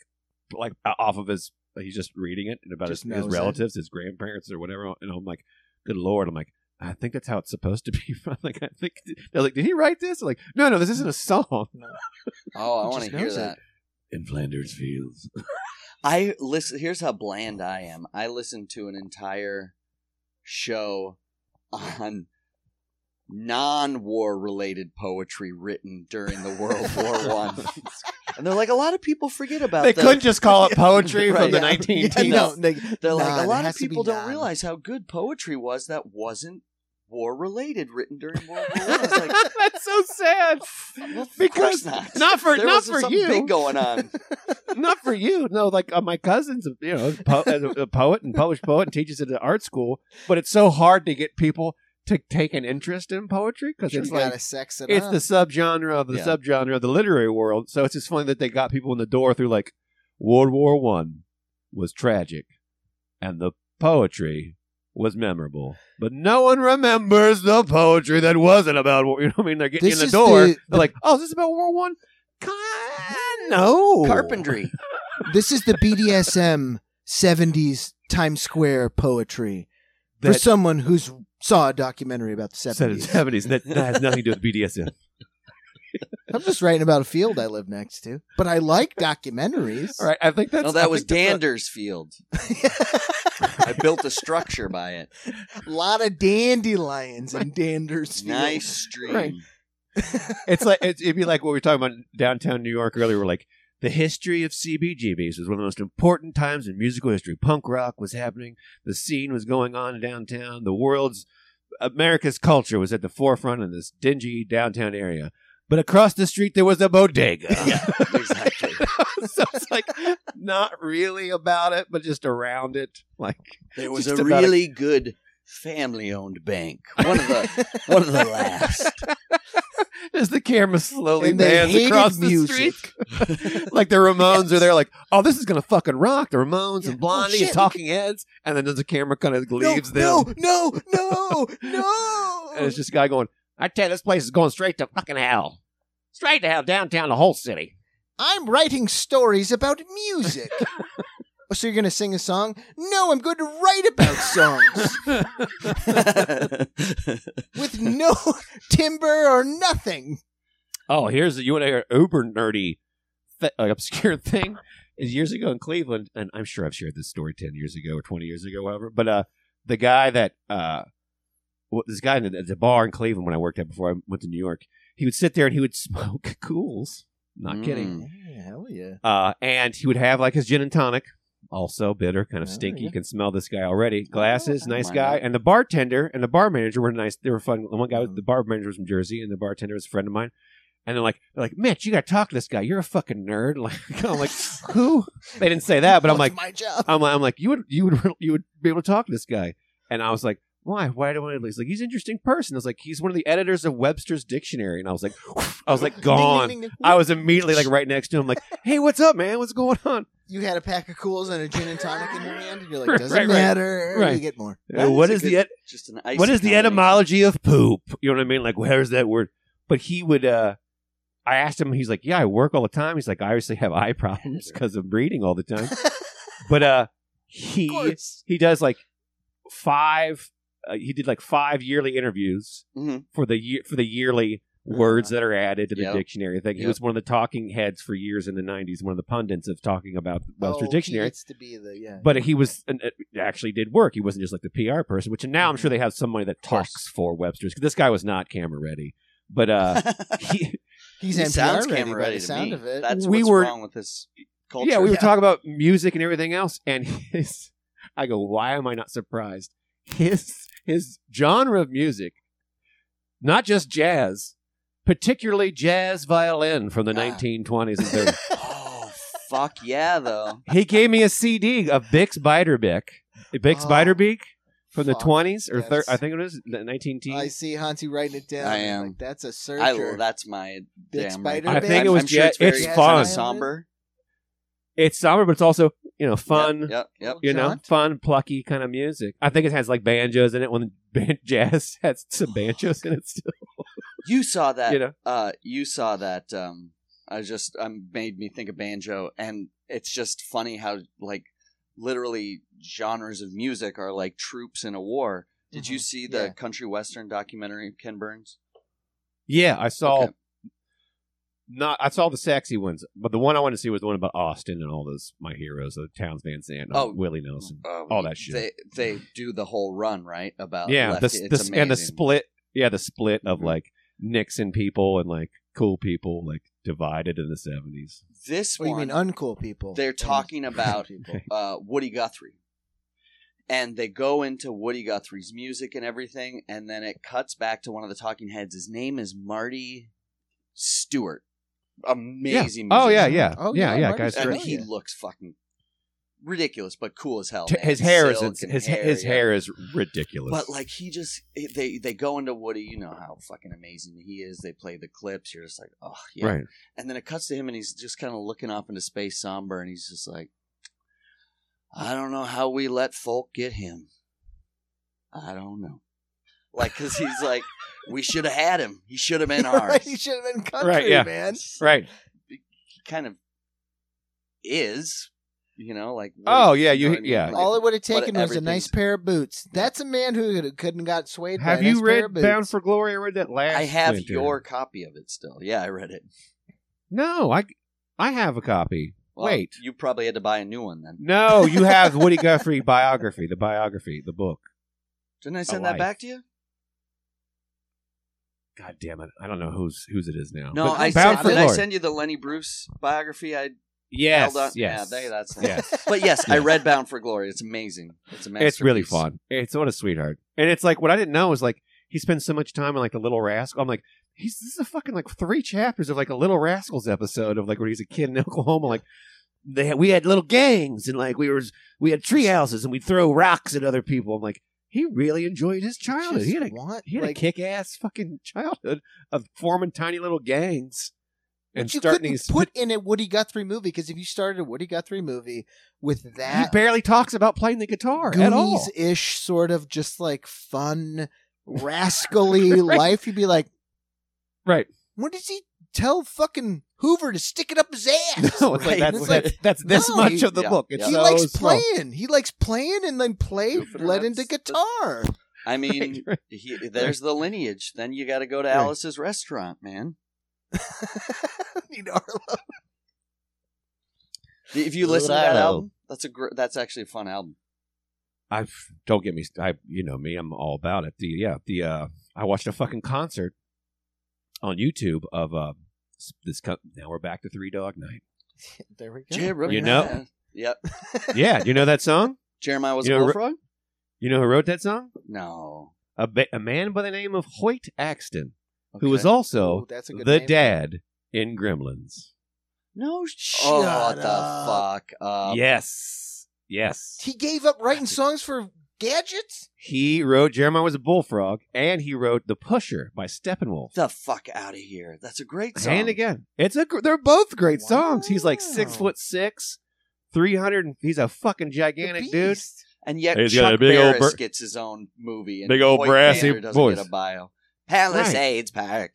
B: like uh, off of his. like, He's just reading it and about his,
C: Just
B: his
C: knows it.
B: relatives, his grandparents, or whatever. And I'm like, good lord! I'm like, I think that's how it's supposed to be. I'm like, I think they're like, did he write this? I'm like, no, no, this isn't a song.
A: Oh, I
C: He
A: want
C: just
A: to hear
C: knows it.
A: that.
B: In Flanders Fields,
A: I listen. Here's how bland I am. I listened to an entire show on non-war related poetry written during the World War One, and they're like, a lot of people forget about.
B: they
A: the-
B: couldn't just call it poetry
A: Right.
B: from the
A: Yeah.
B: 19
A: Yeah,
C: no, they,
A: They're
C: Nah,
A: like, a
C: it
A: lot of
C: has to be
A: people don't
C: non.
A: realize how good poetry was that wasn't war related written during World War One. It's like,
B: That's so sad.
A: well, of
B: Because-
A: course not.
B: Not for
A: there
B: not
A: was
B: for
A: something
B: you.
A: big going on.
B: Not for you. No, like uh, my cousin's, you know, a po- as a, a poet and published poet and teaches at an art school. But it's so hard to get people to take an interest in poetry because
C: you
B: it's
C: gotta
B: like
C: sex it
B: it's
C: up.
B: the subgenre of the
A: Yeah.
B: subgenre of the literary world. So it's just funny that they got people in the door through like World War One was tragic, and the poetry was memorable, but no one remembers the poetry that wasn't about. war- You know what I mean? They're getting
C: This
B: in the
C: is
B: door.
C: the-
B: they're like, "Oh, is this about World War One?" No,
A: Carpentry.
C: This is the BDSM '70s Times Square poetry for
B: That-
C: someone who's saw a documentary about the
B: Seventies.
C: '70s.
B: That, that has nothing to do with BDSM.
C: I'm just writing about a field I live next to, but I like documentaries.
B: All right, I think that's.
A: No,
B: I
A: that was
B: think that's
A: Dandersfield. I built a structure by it.
C: a lot of dandelions in Dandersfield.
A: Nice stream.
C: Right.
B: a- it's like it's, it'd be like what we were talking about in downtown New York earlier. We're like the history of CBGBs was one of the most important times in musical history. Punk rock was happening. The scene was going on in downtown. The world's America's culture was at the forefront in this dingy downtown area. But across the street there was a bodega.
A: Yeah, exactly.
B: so it's like not really about it, but just around it. Like
A: There was
B: Just
A: a
B: about a-
A: really good family-owned bank. One of the one of the last.
B: as the camera slowly
C: And they
B: pans
C: hated
B: across the
C: music.
B: street, like the Ramones are there, like, oh, this is gonna fucking rock. The Ramones
C: Yeah.
B: and Blondie
C: Oh, shit,
B: and Talking Heads, and then there's a camera kind of leaves them,
C: no, no, no, no, no.
B: and it's just a guy going, "I tell you, this place is going straight to fucking hell, straight to hell, downtown the whole city."
C: I'm writing stories about music. Oh, so you're gonna sing a song? No, I'm going to write about songs with no timber or nothing.
B: Oh, here's you want to hear an uber nerdy, th- uh, obscure thing? Is years ago in Cleveland, and I'm sure I've shared this story ten years ago or twenty years ago, whatever. But uh, the guy that uh, well, this guy at the- at the bar in Cleveland when I worked at before I went to New York, he would sit there and he would smoke cools. Not kidding.
A: Mm.
C: Yeah, hell yeah.
B: Uh, and he would have like his gin and tonic, also bitter, kind of
C: Oh,
B: stinky.
C: yeah. Oh,
B: You can smell this guy already. Glasses,
C: I
B: nice
A: mind
B: guy.
A: that.
B: And the bartender and the bar manager were nice. They were fun. One guy, was,
C: Uh-huh.
B: the bar manager was from Jersey, and the bartender was a friend of mine. And they're like, they're like, Mitch, you gotta talk to this guy. You're a fucking nerd. Like, I'm like, who? They didn't say that, but I'm like,
C: That's my job.
B: I'm, I'm like, you would, you would, you would be able to talk to this guy. And I was like, why? Why do I? He's like, he's an interesting person. I was like, he's one of the editors of Webster's Dictionary. And I was like, I was like, gone.
C: Ding, ding, ding, ding.
B: I was immediately like right next to him, like, hey, what's up, man? What's going on?
C: you had a pack of cools and a gin and tonic in your hand, and you're like,
B: Right,
C: doesn't
B: right, right.
C: matter. You
B: Right.
C: get more.
A: That
B: what
A: is
B: is
A: a
B: the
A: good-
B: et-
A: Just an icy
B: what is the
A: combination.
B: etymology of poop? You know what I mean? Like, where's that word? But he would. uh I asked him. He's like, yeah, I work all the time. He's like, I obviously have eye problems because of breeding all the time. but uh
C: Of
B: he
C: course.
B: he does like five. Uh, he did like five yearly interviews
A: Mhm.
B: for the year for the yearly words that are added to the
A: Uh-huh. Yep.
B: dictionary thing. He
A: Yep.
B: was one of the talking heads for years in the '90s. One of the pundits of talking about Webster's
C: Oh,
B: Dictionary.
C: he gets to be the yeah.
B: But he was and it actually did work. He wasn't just like the PR person, which now I'm sure they have somebody that
A: course.
B: talks for Webster's. 'cause This guy was not camera ready, but uh, he,
C: He's
A: He
C: NPR
A: sounds
C: ready
A: camera
C: by
A: ready
C: the
A: to
C: sound
A: me.
C: of it.
A: That's
B: We
A: what's
B: were-
A: wrong with this culture.
B: yeah, we were
C: Yeah.
B: talking about music and everything else, and his, I go, why am I not surprised? His his genre of music, not just jazz, particularly jazz violin from the
A: Ah.
B: 1920s and 30s.
A: oh fuck yeah, though.
B: he gave me a CD of Bix Beiderbecke, Bix
C: Oh,
B: Beiderbecke from
C: fuck.
B: the 20s or thir-
C: That's-
B: I think it was the 19 teens.
C: I see Hansi writing it down.
A: I
C: I'm
A: am.
C: Like, that's a
A: I
C: searcher.
A: that's my
C: Big
A: damn right.
C: spider
B: I
C: bit.
B: think it
A: I'm-
B: was
A: I'm sure
B: ja-
A: it's, very
B: it's
A: kinda
B: fun.
A: somber,
B: it's somber, but it's also you know fun.
A: Yep, yep. yep.
B: You know,
C: Jaunt.
B: fun, plucky kind of music. I think it has like banjos in it. When ban- jazz has some banjos in it, still,
A: You saw that.
B: you know.
A: uh, you saw that. Um, I just um, made me think of banjo, and it's just funny how like literally genres of music are like troops in a war. Did
B: Mm-hmm.
A: you see the
C: yeah.
A: country western documentary of Ken Burns?
B: Yeah, I saw.
A: Okay.
B: Not, I saw the sexy ones, but the one I wanted to see was the one about Austin and all those my heroes, the Towns Van Sant,
A: Oh.
B: oh, Willie Nelson.
A: Oh,
B: All that shit.
A: They they do the whole run right about
B: yeah,
A: Lefty.
B: the,
A: oh, It's
B: the, and the
A: amazing.
B: split. Yeah, the split of
A: Mhm.
B: like Nixon people and like cool people, like divided in the seventies.
A: This
C: What do Oh, you mean
A: one,
C: uncool people?
A: they're
C: And
A: talking about
C: people.
A: uh, Woody Guthrie. And they go into Woody Guthrie's music and everything, and then it cuts back to one of the talking heads. His name is Marty Stewart. Amazing.
B: Oh yeah,
A: musician.
B: yeah,
C: Oh,
B: yeah,
C: yeah,
B: yeah.
C: Marty
B: Guys,
C: Stewart.
A: And
B: great.
C: Oh,
A: he
C: yeah.
A: looks fucking ridiculous, but cool as hell.
B: T-
A: man.
B: his hair is
A: Silk
B: ins-
A: and
B: his his
A: yeah.
B: hair is ridiculous.
A: But like he just they they go into Woody, you know how fucking amazing he is. They play the clips. You're just like, oh yeah.
B: right,
A: And then it cuts to him, and he's just kind of looking off into space, somber, and he's just like, "I don't know how we let folk get him. I don't know, like, because he's like, we should have had him. He should have been ours.
C: right, he should have been country
B: Right, yeah.
C: man.
A: He
B: right.
A: kind of is, You know, like what-
B: Oh yeah, you
A: know what I mean?
B: yeah.
A: Like,
C: All it would have taken was a
A: everything's-
C: nice pair of boots. That's a man who coulda- couldn't got swayed. by
B: Have
C: a
B: you
C: nice pair
B: read
C: of boots.
B: Bound for Glory? I read that last.
A: I have
B: winter.
A: your copy of it still. Yeah, I read it.
B: No, I I have a copy.
A: Well,
B: Wait.
A: you probably had to buy a new one then.
B: No, you have Woody Guthrie biography, the biography, the book.
A: Didn't I send
B: life.
A: that back to you?
B: God damn it! I don't know whose whose it is now.
A: No,
B: But
A: I
B: Bound
A: sent,
B: for
A: did I
B: Glory.
A: send you the Lenny Bruce biography? I
B: yes,
A: held on.
B: yes,
A: Yeah, they, that's the one.
B: yes.
A: But yes, I
B: Yeah.
A: read Bound for Glory. It's amazing. It's amazing.
B: It's really fun. It's what a sweetheart. And it's like what I didn't know is like he spends so much time on like the Little Rascal. I'm like, he's this is a fucking like three chapters of like a Little Rascals episode of like when he's a kid in Oklahoma. Like they had, we had little gangs and like we were we had tree houses and we'd throw rocks at other people. I'm like, he really enjoyed his childhood.
C: Just
B: He had a
C: want,
B: he had a kick ass fucking childhood of forming tiny little gangs and
C: But you
B: starting
C: couldn't
B: these.
C: put in a Woody Guthrie movie because if you started a Woody Guthrie movie with
B: he
C: that
B: barely talks about playing the guitar at all.
C: ish sort of just like fun rascally
B: Right.
C: life, you'd be like,
B: Right.
C: what does he tell fucking Hoover to stick it up his ass?
B: No, it's
A: Right.
B: like that's,
C: It's like-
B: that's, that's this
C: No,
B: much
C: he-
B: of the
A: yeah,
B: book.
A: yeah.
B: It's
C: He
B: so
C: likes
B: slow.
C: playing. He likes playing and then play
A: Goofing
C: led
A: around.
C: into guitar.
A: I mean,
B: Right, right.
A: he, there's the lineage. Then you got to go to
B: Right.
A: Alice's restaurant, man.
C: you know, Arlo.
A: If you listen to that
B: Bravo.
A: album, that's a gr- that's actually a fun album.
B: I don't get me. st- I you know me. I'm all about it. The yeah the uh I watched a fucking concert on YouTube of uh s- this. Co- now we're back to Three Dog Night.
C: there we go.
A: Jeremiah.
B: You know-
A: Yep.
B: Yeah, you know that song.
A: Jeremiah was
B: You
A: a
B: know, Ro-
A: bullfrog?
B: You know who wrote that song?
A: No.
B: A, ba- a man by the name of Hoyt Axton, who was
A: Okay.
C: Oh,
B: also
C: that's a good
B: the
C: name.
B: dad in Gremlins.
A: No
C: Shut
A: Oh, what the
C: up.
A: fuck?
C: Uh,
A: up.
B: yes, yes.
C: He gave up writing songs for gadgets.
B: He wrote Jeremiah was a bullfrog, and he wrote The Pusher by Steppenwolf.
A: The fuck out of here. That's a great song.
B: And again, it's a gr- they're both great
C: Wow.
B: songs. He's like six foot six, three hundred, and he's a fucking
C: The
B: gigantic dude.
C: Beast.
A: And yet
B: He's got
A: Chuck
B: a big old
A: Barris
B: bur-
A: gets his own movie. And
B: big old
A: Hoyt
B: brassy
A: Manor doesn't
B: voice.
A: get a bio. Palisades Park.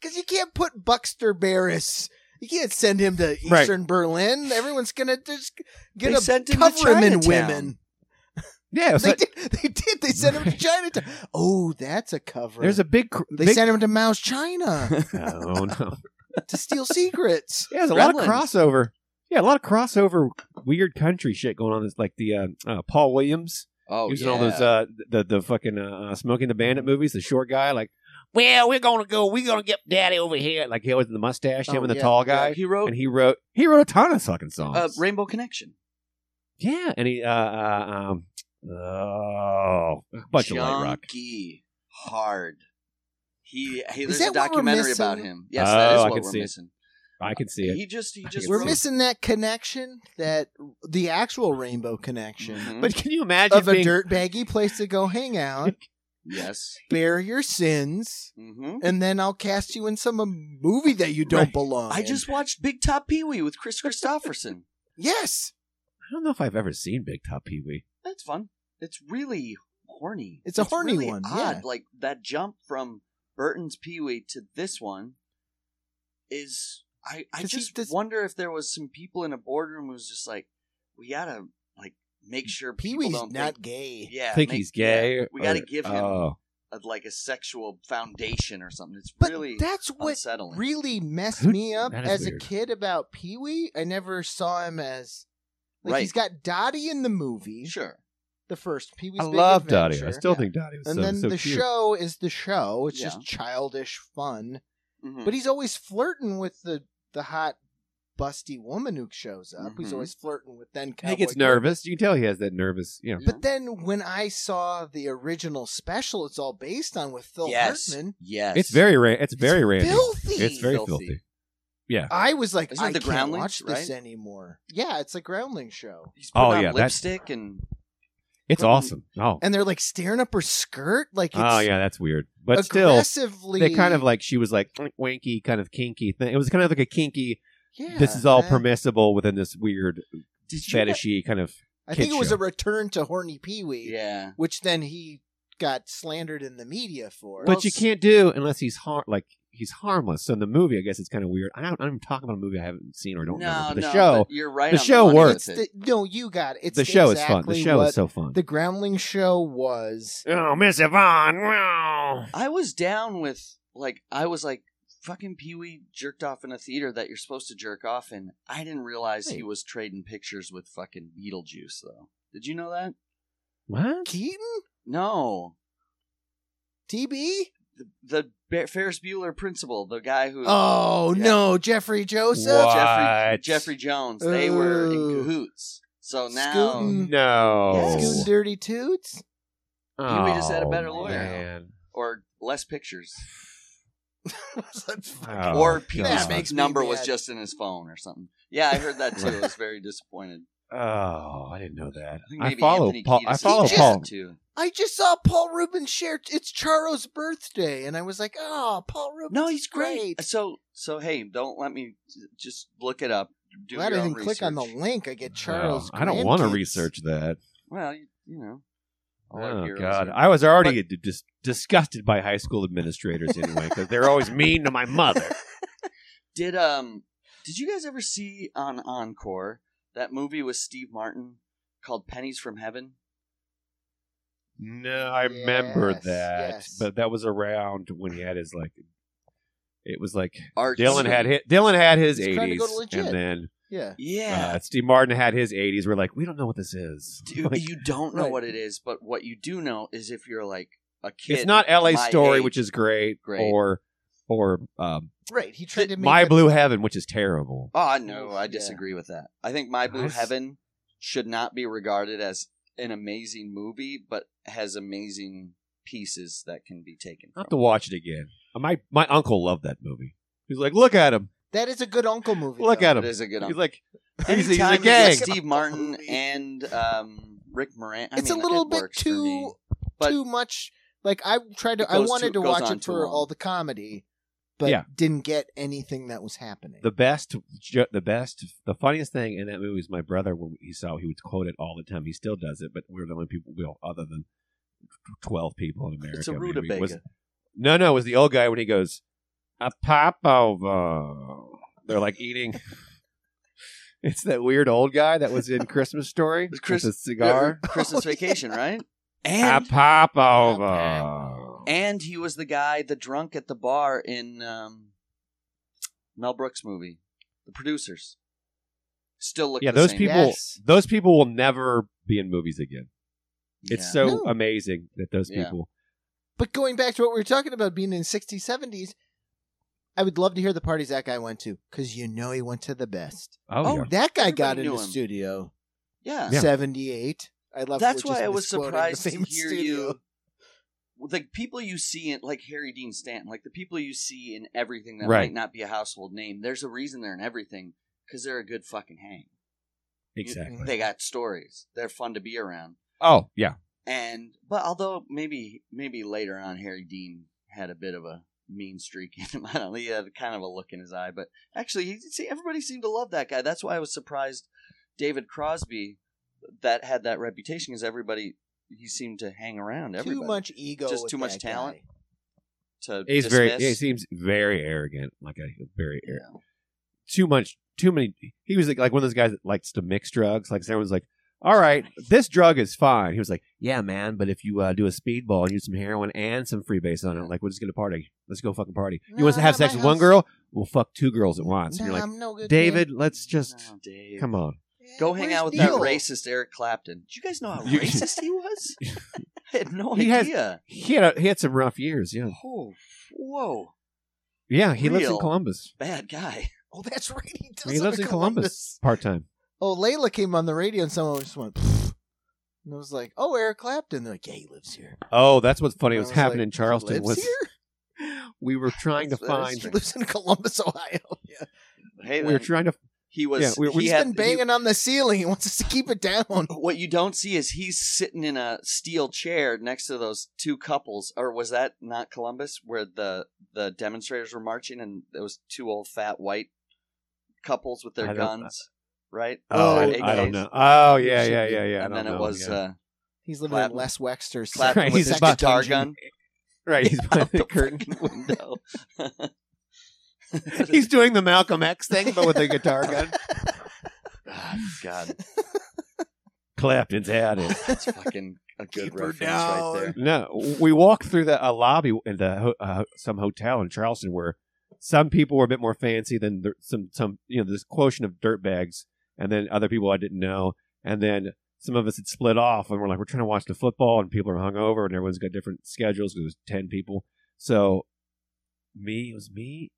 C: Because you can't put Buckster Barris. You can't send him to
B: Right.
C: Eastern Berlin. Everyone's gonna just get
A: They
C: a
A: sent him to
C: cover him in
A: Chinatown.
C: women.
B: Yeah, so
C: They did. They did. They sent him to Chinatown. Oh, that's a cover.
B: there's a big. cr-
C: They
B: big,
C: sent him to Mao's China
B: Oh, no.
C: to steal secrets.
B: Yeah, there's a lot of
A: Gremlins.
B: crossover. Yeah, a lot of crossover weird country shit going on. It's like the uh, uh, Paul Williams
A: Oh,
B: using
A: yeah.
B: all those uh, the the fucking uh, uh, smoking the bandit movies. The short guy, like, well, we're gonna go, we're gonna get daddy over here. Like he always in the mustache, him
C: Oh,
B: and the
C: yeah,
B: tall
A: Yeah,
B: guy,
A: he wrote
B: and he wrote he wrote a ton of fucking songs.
A: uh, Rainbow Connection.
B: Yeah, and he uh, uh um oh a bunch of light rock.
A: Junkie hard. He, he
C: Is
A: there's a
C: that what we're
A: documentary about
C: missing?
A: him. Yes, that is
B: Oh, I
A: what
B: can
A: we're
B: see it.
A: missing.
B: I can see it.
A: He just he just
B: It's
C: We're
B: true.
A: wrote-
C: missing that connection, that the actual rainbow connection
A: Mhm.
B: But can you imagine
C: of a
B: being
C: dirtbaggy place to go hang out,
A: yes.
C: bear your sins,
A: hmm
C: and then I'll cast you in some uh, movie that you don't
B: Right.
C: belong.
A: I
C: in.
A: just watched Big Top Pee Wee with Chris Christopherson.
C: yes,
B: I don't know if I've ever seen Big Top Pee Wee.
A: That's fun. It's really horny.
C: It's a horny
A: really
C: one,
A: Odd.
C: yeah.
A: Like that jump from Burton's Pee Wee to this one is. I I
C: 'Cause he
A: just
C: does-
A: wonder if there was some people in a boardroom who's just like, we gotta like make sure
C: Pee
A: people
C: Wee's
A: don't
C: not
A: think,
C: gay.
A: yeah
B: think
A: make-
B: he's gay.
A: yeah, we gotta
B: or-
A: give him
B: Oh,
A: a, like a sexual foundation or something. It's
C: But
A: really Oh,
C: that's what
A: unsettling.
C: really messed
B: Who-
C: me up
B: that is
C: as
B: weird.
C: a kid about Pee Wee. I never saw him as like
A: Right.
C: he's got Dottie in the movie,
A: sure.
C: the first Pee Wee's.
B: I
C: Big
B: love Dottie. I
C: Adventure.
B: still
A: Yeah.
B: think Dottie was
C: and
B: so,
C: then
B: so
C: the
B: cute.
C: show is the show. It's just
A: Yeah.
C: childish fun,
A: Mhm.
C: but he's always flirting with the the hot busty woman who shows up. He's
A: Mhm.
C: always flirting with then.
B: he gets
C: Cowboy
B: nervous. You can tell he has that nervous. You know,
C: Bill. But then when I saw the original special, it's all based on with Phil
A: yes.
C: Hartman.
A: Yes.
B: it's very ra- it's very random.
C: Filthy.
B: It's very
A: Filthy.
B: filthy.
C: I was like,
A: Isn't it
C: I
A: the
C: can't
A: Groundlings,
C: watch this
A: right?
C: anymore. Yeah, it's a groundling show.
A: He's putting
B: Oh,
A: on
B: yeah, that's-
A: lipstick and
B: It's
A: But-
B: awesome. Oh,
C: And they're like staring up her skirt, like it's
B: oh yeah, that's weird. But still,
C: aggressively.
B: they kind of like she was like wanky, kind of kinky thing. It was kind of like a kinky.
C: Yeah,
B: this is all
C: that-
B: permissible within this weird
A: did you
B: fetishy kind of
C: I think
B: kid
C: it was
B: show.
C: a return to horny Pee Wee,
A: Yeah.
C: which then he got slandered in the media for.
B: But you can't do unless he's har- like he's harmless. So in the movie, I guess it's kind of weird. I don't, I'm talking about a movie I haven't seen or don't remember.
A: No,
B: But the
A: no,
B: show,
A: but you're right.
B: the
A: on
B: show
A: money
B: works.
A: with
C: It's
A: it.
C: the, no, you got it. It's
B: the show is fun.
C: exactly
B: The show
C: what
B: is so fun.
C: The Groundling show was.
B: oh, Miss Yvonne. wow.
A: I was down with like I was like fucking Pee Wee jerked off in a theater that you're supposed to jerk off in. I didn't realize he was trading pictures with fucking Beetlejuice though. Did you know that?
B: What?
C: Keaton?
A: No,
C: TB?
A: the, the Be- Ferris Bueller principal, the guy who
C: Oh,
A: Yeah.
C: no. Jeffrey Joseph?
B: What?
A: Jeffrey
B: What?
A: Jeffrey Jones, they were in
C: Ooh.
A: cahoots. So now
C: Scootin'.
B: No.
A: Yes.
C: Scootin' Dirty Toots?
A: You would've just had a
B: Oh,
A: better lawyer.
B: man.
A: or less pictures,
C: That's fucking-
B: Oh,
A: or
B: God.
A: Pete's
C: makes me
A: number was
C: mad.
A: just in his phone or something. Yeah, I heard that too. I was very disappointed.
B: Oh, I didn't know that.
A: I, think
B: I
A: maybe
B: follow
A: Anthony
B: Paul.
A: Kiedis
B: I
A: was
B: follow
A: involved
B: Paul.
A: too.
C: I just saw Paul Rubin share it's Charo's birthday, and I was like, oh, Paul Rubin.
A: No, he's great. So, so hey, don't let me just look it up. Do
C: Glad I
A: your own
C: didn't click on the
A: research.
C: link. I get Charo's.
B: Oh, I don't want to
C: grandkids.
B: research that.
A: Well, you, you know. all our
B: Oh
A: heroes
B: God,
A: are-
B: I was already d dis- disgusted by high school administrators anyway because they're always mean to my mother.
A: did um did you guys ever see on Encore that movie with Steve Martin called Pennies from Heaven?
B: No, I remember
C: Yes,
B: that,
C: yes.
B: but that was around when he had his like. It was like
A: Art
B: Dylan had his, Dylan had his
C: He's trying to
B: eighties,
C: go to legit.
B: and then
C: Yeah.
A: Yeah.
B: uh, Steve Martin had his eighties. We're like, we don't know what this is.
A: Dude,
B: Like,
A: you don't know
C: right.
A: what it is, but what you do know is if you're like a kid.
B: it's not L.A.
A: my
B: Story,
A: age-
B: which is great,
A: Great.
B: or or um,
C: Right. He tried to make
B: My
C: it-
B: Blue Heaven, which is terrible.
A: Oh no, I
C: Yeah.
A: disagree with that. I think My Blue
B: Nice.
A: Heaven should not be regarded as an amazing movie, but has amazing pieces that can be taken.
B: I have to
A: from
B: watch it again. My my uncle loved that movie. He's like, look at him,
C: That is a good uncle movie.
B: look
C: though.
B: at
A: it.
B: him.
A: It is a good. um,
B: He's like, he's, he's
A: Anytime
B: a
A: you get
B: gang.
A: Steve Martin and um, Rick Moran. I
C: it's
A: mean,
C: a little
A: it
C: bit
A: works for me.
C: too
A: but-
C: too much. Like I tried to,
A: It
C: I
A: goes
C: wanted
A: too-
C: to
A: goes
C: watch
A: on
C: it
A: too
C: for
A: long.
C: all the comedy, but
B: Yeah.
C: didn't get anything that was happening.
B: The best, ju- the best, the funniest thing in that movie is my brother. When he saw, it, he would quote it all the time. He still does it, but we're the only people, well, other than twelve people in America.
A: It's a
B: maybe.
A: rutabaga.
B: Was- no, no, it was the old guy when he goes a pop over. They're like eating. it's that weird old guy that was in Christmas Story
A: The Chris-
B: with a cigar. Oh,
A: Christmas Vacation, right?
B: A
A: And
B: pop uh," over.
C: Popover.
A: and he was the guy, the drunk at the bar in um, Mel Brooks movie, The Producers. Still look
B: Yeah,
A: the
B: those
A: same.
B: people,
C: Yes.
B: those people will never be in movies again. It's
A: Yeah.
B: so
C: No.
B: amazing that those
A: Yeah.
B: people.
C: But going back to what we were talking about being in 60s, 70s, I would love to hear the parties that guy went to because you know he went to the best.
A: Oh,
B: yeah.
C: That guy
A: Everybody
C: got in
A: knew
C: the
A: him.
C: studio
A: yeah.
C: 78. I love
A: That's
C: we're just
A: why I was
C: misquoting the
A: surprised to
C: famous
A: hear
C: studio.
A: you. The people you see in, like Harry Dean Stanton, like the people you see in everything that
B: Right.
A: might not be a household name, there's a reason they're in everything because they're a good fucking hang. You-
B: exactly.
A: They got stories. They're fun to be around.
B: Oh, yeah.
A: And but although maybe maybe later on Harry Dean had a bit of a mean streak in him. I don't know. He had kind of a look in his eye, but actually, he, see, everybody seemed to love that guy. That's why I was surprised David Crosby that had that reputation because everybody he seemed to hang around everybody.
C: Too much ego.
A: Just
C: with
A: too much
C: that
A: talent.
C: guy.
A: to
B: He's very.
A: dismiss.
B: He seems very arrogant. Like a very
A: Yeah.
B: ar- too much. Too many. He was like, like one of those guys that likes to mix drugs. Like everyone's like, all right, this drug is fine. He was like, yeah, man, but if you uh, do a speedball and use some heroin and some freebase on it, like we're just gonna party. Let's go fucking party. you want to
C: Nah,
B: have sex
C: my
B: with one
C: house-
B: girl? We'll fuck two girls at once.
C: Nah,
B: and you're like,
C: I'm no good.
B: David,
C: man.
B: let's just
A: No, Dave.
B: come on.
A: Go hang
C: Oh, Where's
A: out with
C: Neil?
A: that racist Eric Clapton. Did you guys know how
B: You-
A: racist he was? I had no
B: He has-
A: idea.
B: He had a, he had some rough years. Yeah,
A: Oh, whoa,
B: yeah. He lives in
A: Real.
B: Columbus.
A: bad guy.
C: Oh, that's right. He, does
B: He
C: live
B: lives in Columbus part time.
C: Oh, Layla came on the radio and someone just went, "Pfft." and I was like, "Oh, Eric Clapton." They're like, "Yeah, he lives here."
B: Oh, that's what's funny.
C: I
B: was,
C: was
B: happening
C: like,
B: in Charleston
C: lives
B: was
C: here?
B: we were trying to
A: That's very
B: find
C: He
A: strange.
C: lives in Columbus, Ohio. Yeah,
A: Hey,
B: we were
A: then,
B: trying to
A: he was.
B: yeah, we- we-
A: he
C: he's
A: had,
C: been
A: he-
C: banging on the ceiling. He wants us to keep it down.
A: what you don't see is he's sitting in a steel chair next to those two couples or was that not columbus where the the demonstrators were marching and there was two old fat white couples with
B: I
A: their
B: don't-
A: guns right
B: oh
A: Or
B: I
A: AKs.
B: don't know oh
C: It
B: yeah
C: should
B: yeah
C: be.
B: yeah yeah I
A: and
B: don't
A: then it
B: know,
A: was
B: yeah.
A: uh
C: He's living
A: Clapton.
C: in Les Wexter's
A: clapping
B: Right,
A: with
B: he's
A: his
B: about-
A: guitar gun
B: Right, he's behind the
A: the
B: curtain.
A: window.
B: He's doing the Malcolm X thing, but with a guitar gun.
A: Ah, God,
B: Clapton's had it.
A: that's fucking a good
C: Keep her
A: reference
C: down.
A: right there.
B: No, we walked through the a lobby in the ho- uh, some hotel in Charleston where some people were a bit more fancy than the, some some you know this quotient of dirtbags, and then other people I didn't know, and then some of us had split off and we're like we're trying to watch the football, and people are hungover, and everyone's got different schedules. 'cause It was ten people, so me it was me,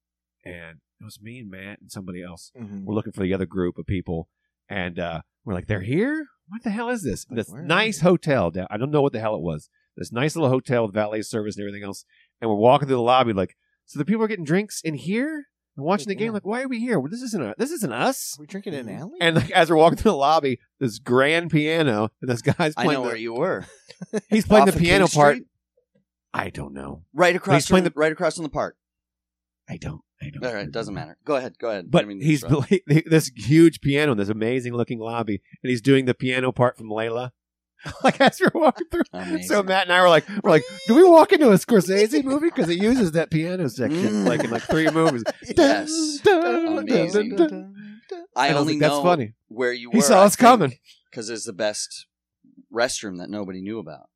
B: and it was me and Matt and somebody else
C: Mhm.
B: we're looking for the other group of people, and uh, we're like, they're here. What the hell is this?
C: Like,
B: this
C: where are
B: nice hotel. Down, I don't know what the hell it was. This nice little hotel with valet service and everything else. And we're walking through the lobby, like, so the people are getting drinks in here and watching the
C: Like,
B: game.
C: yeah.
B: Like, why are we here? Well, this isn't a, this isn't us. Mm-hmm.
C: Are we drinking in an
A: Mm-hmm.
C: alley?
B: And like, as we're walking through the lobby, this grand piano and this guy's
A: I
B: playing.
A: know
B: the,
A: where you were.
B: he's playing the
A: Off of King
B: piano part.
A: Street?
B: I don't know.
A: Right across,
B: He's playing
A: from, right across from the park.
B: I don't. I don't.
A: All right, doesn't matter. Go ahead, go ahead. I
B: But
A: didn't mean to
B: he's
A: interrupt.
B: play- this huge piano in this amazing looking lobby, and he's doing the piano part from Layla. like as we're walking through,
A: Amazing.
B: so Matt and I were like, we're like, do we walk into a Scorsese movie because it uses that piano section
A: Mm.
B: like in like three movies?
A: Yes. Amazing. I,
B: And was
A: only know
B: like, that's funny.
A: where you were.
B: He saw us coming.
A: because it's the best restroom that nobody knew about.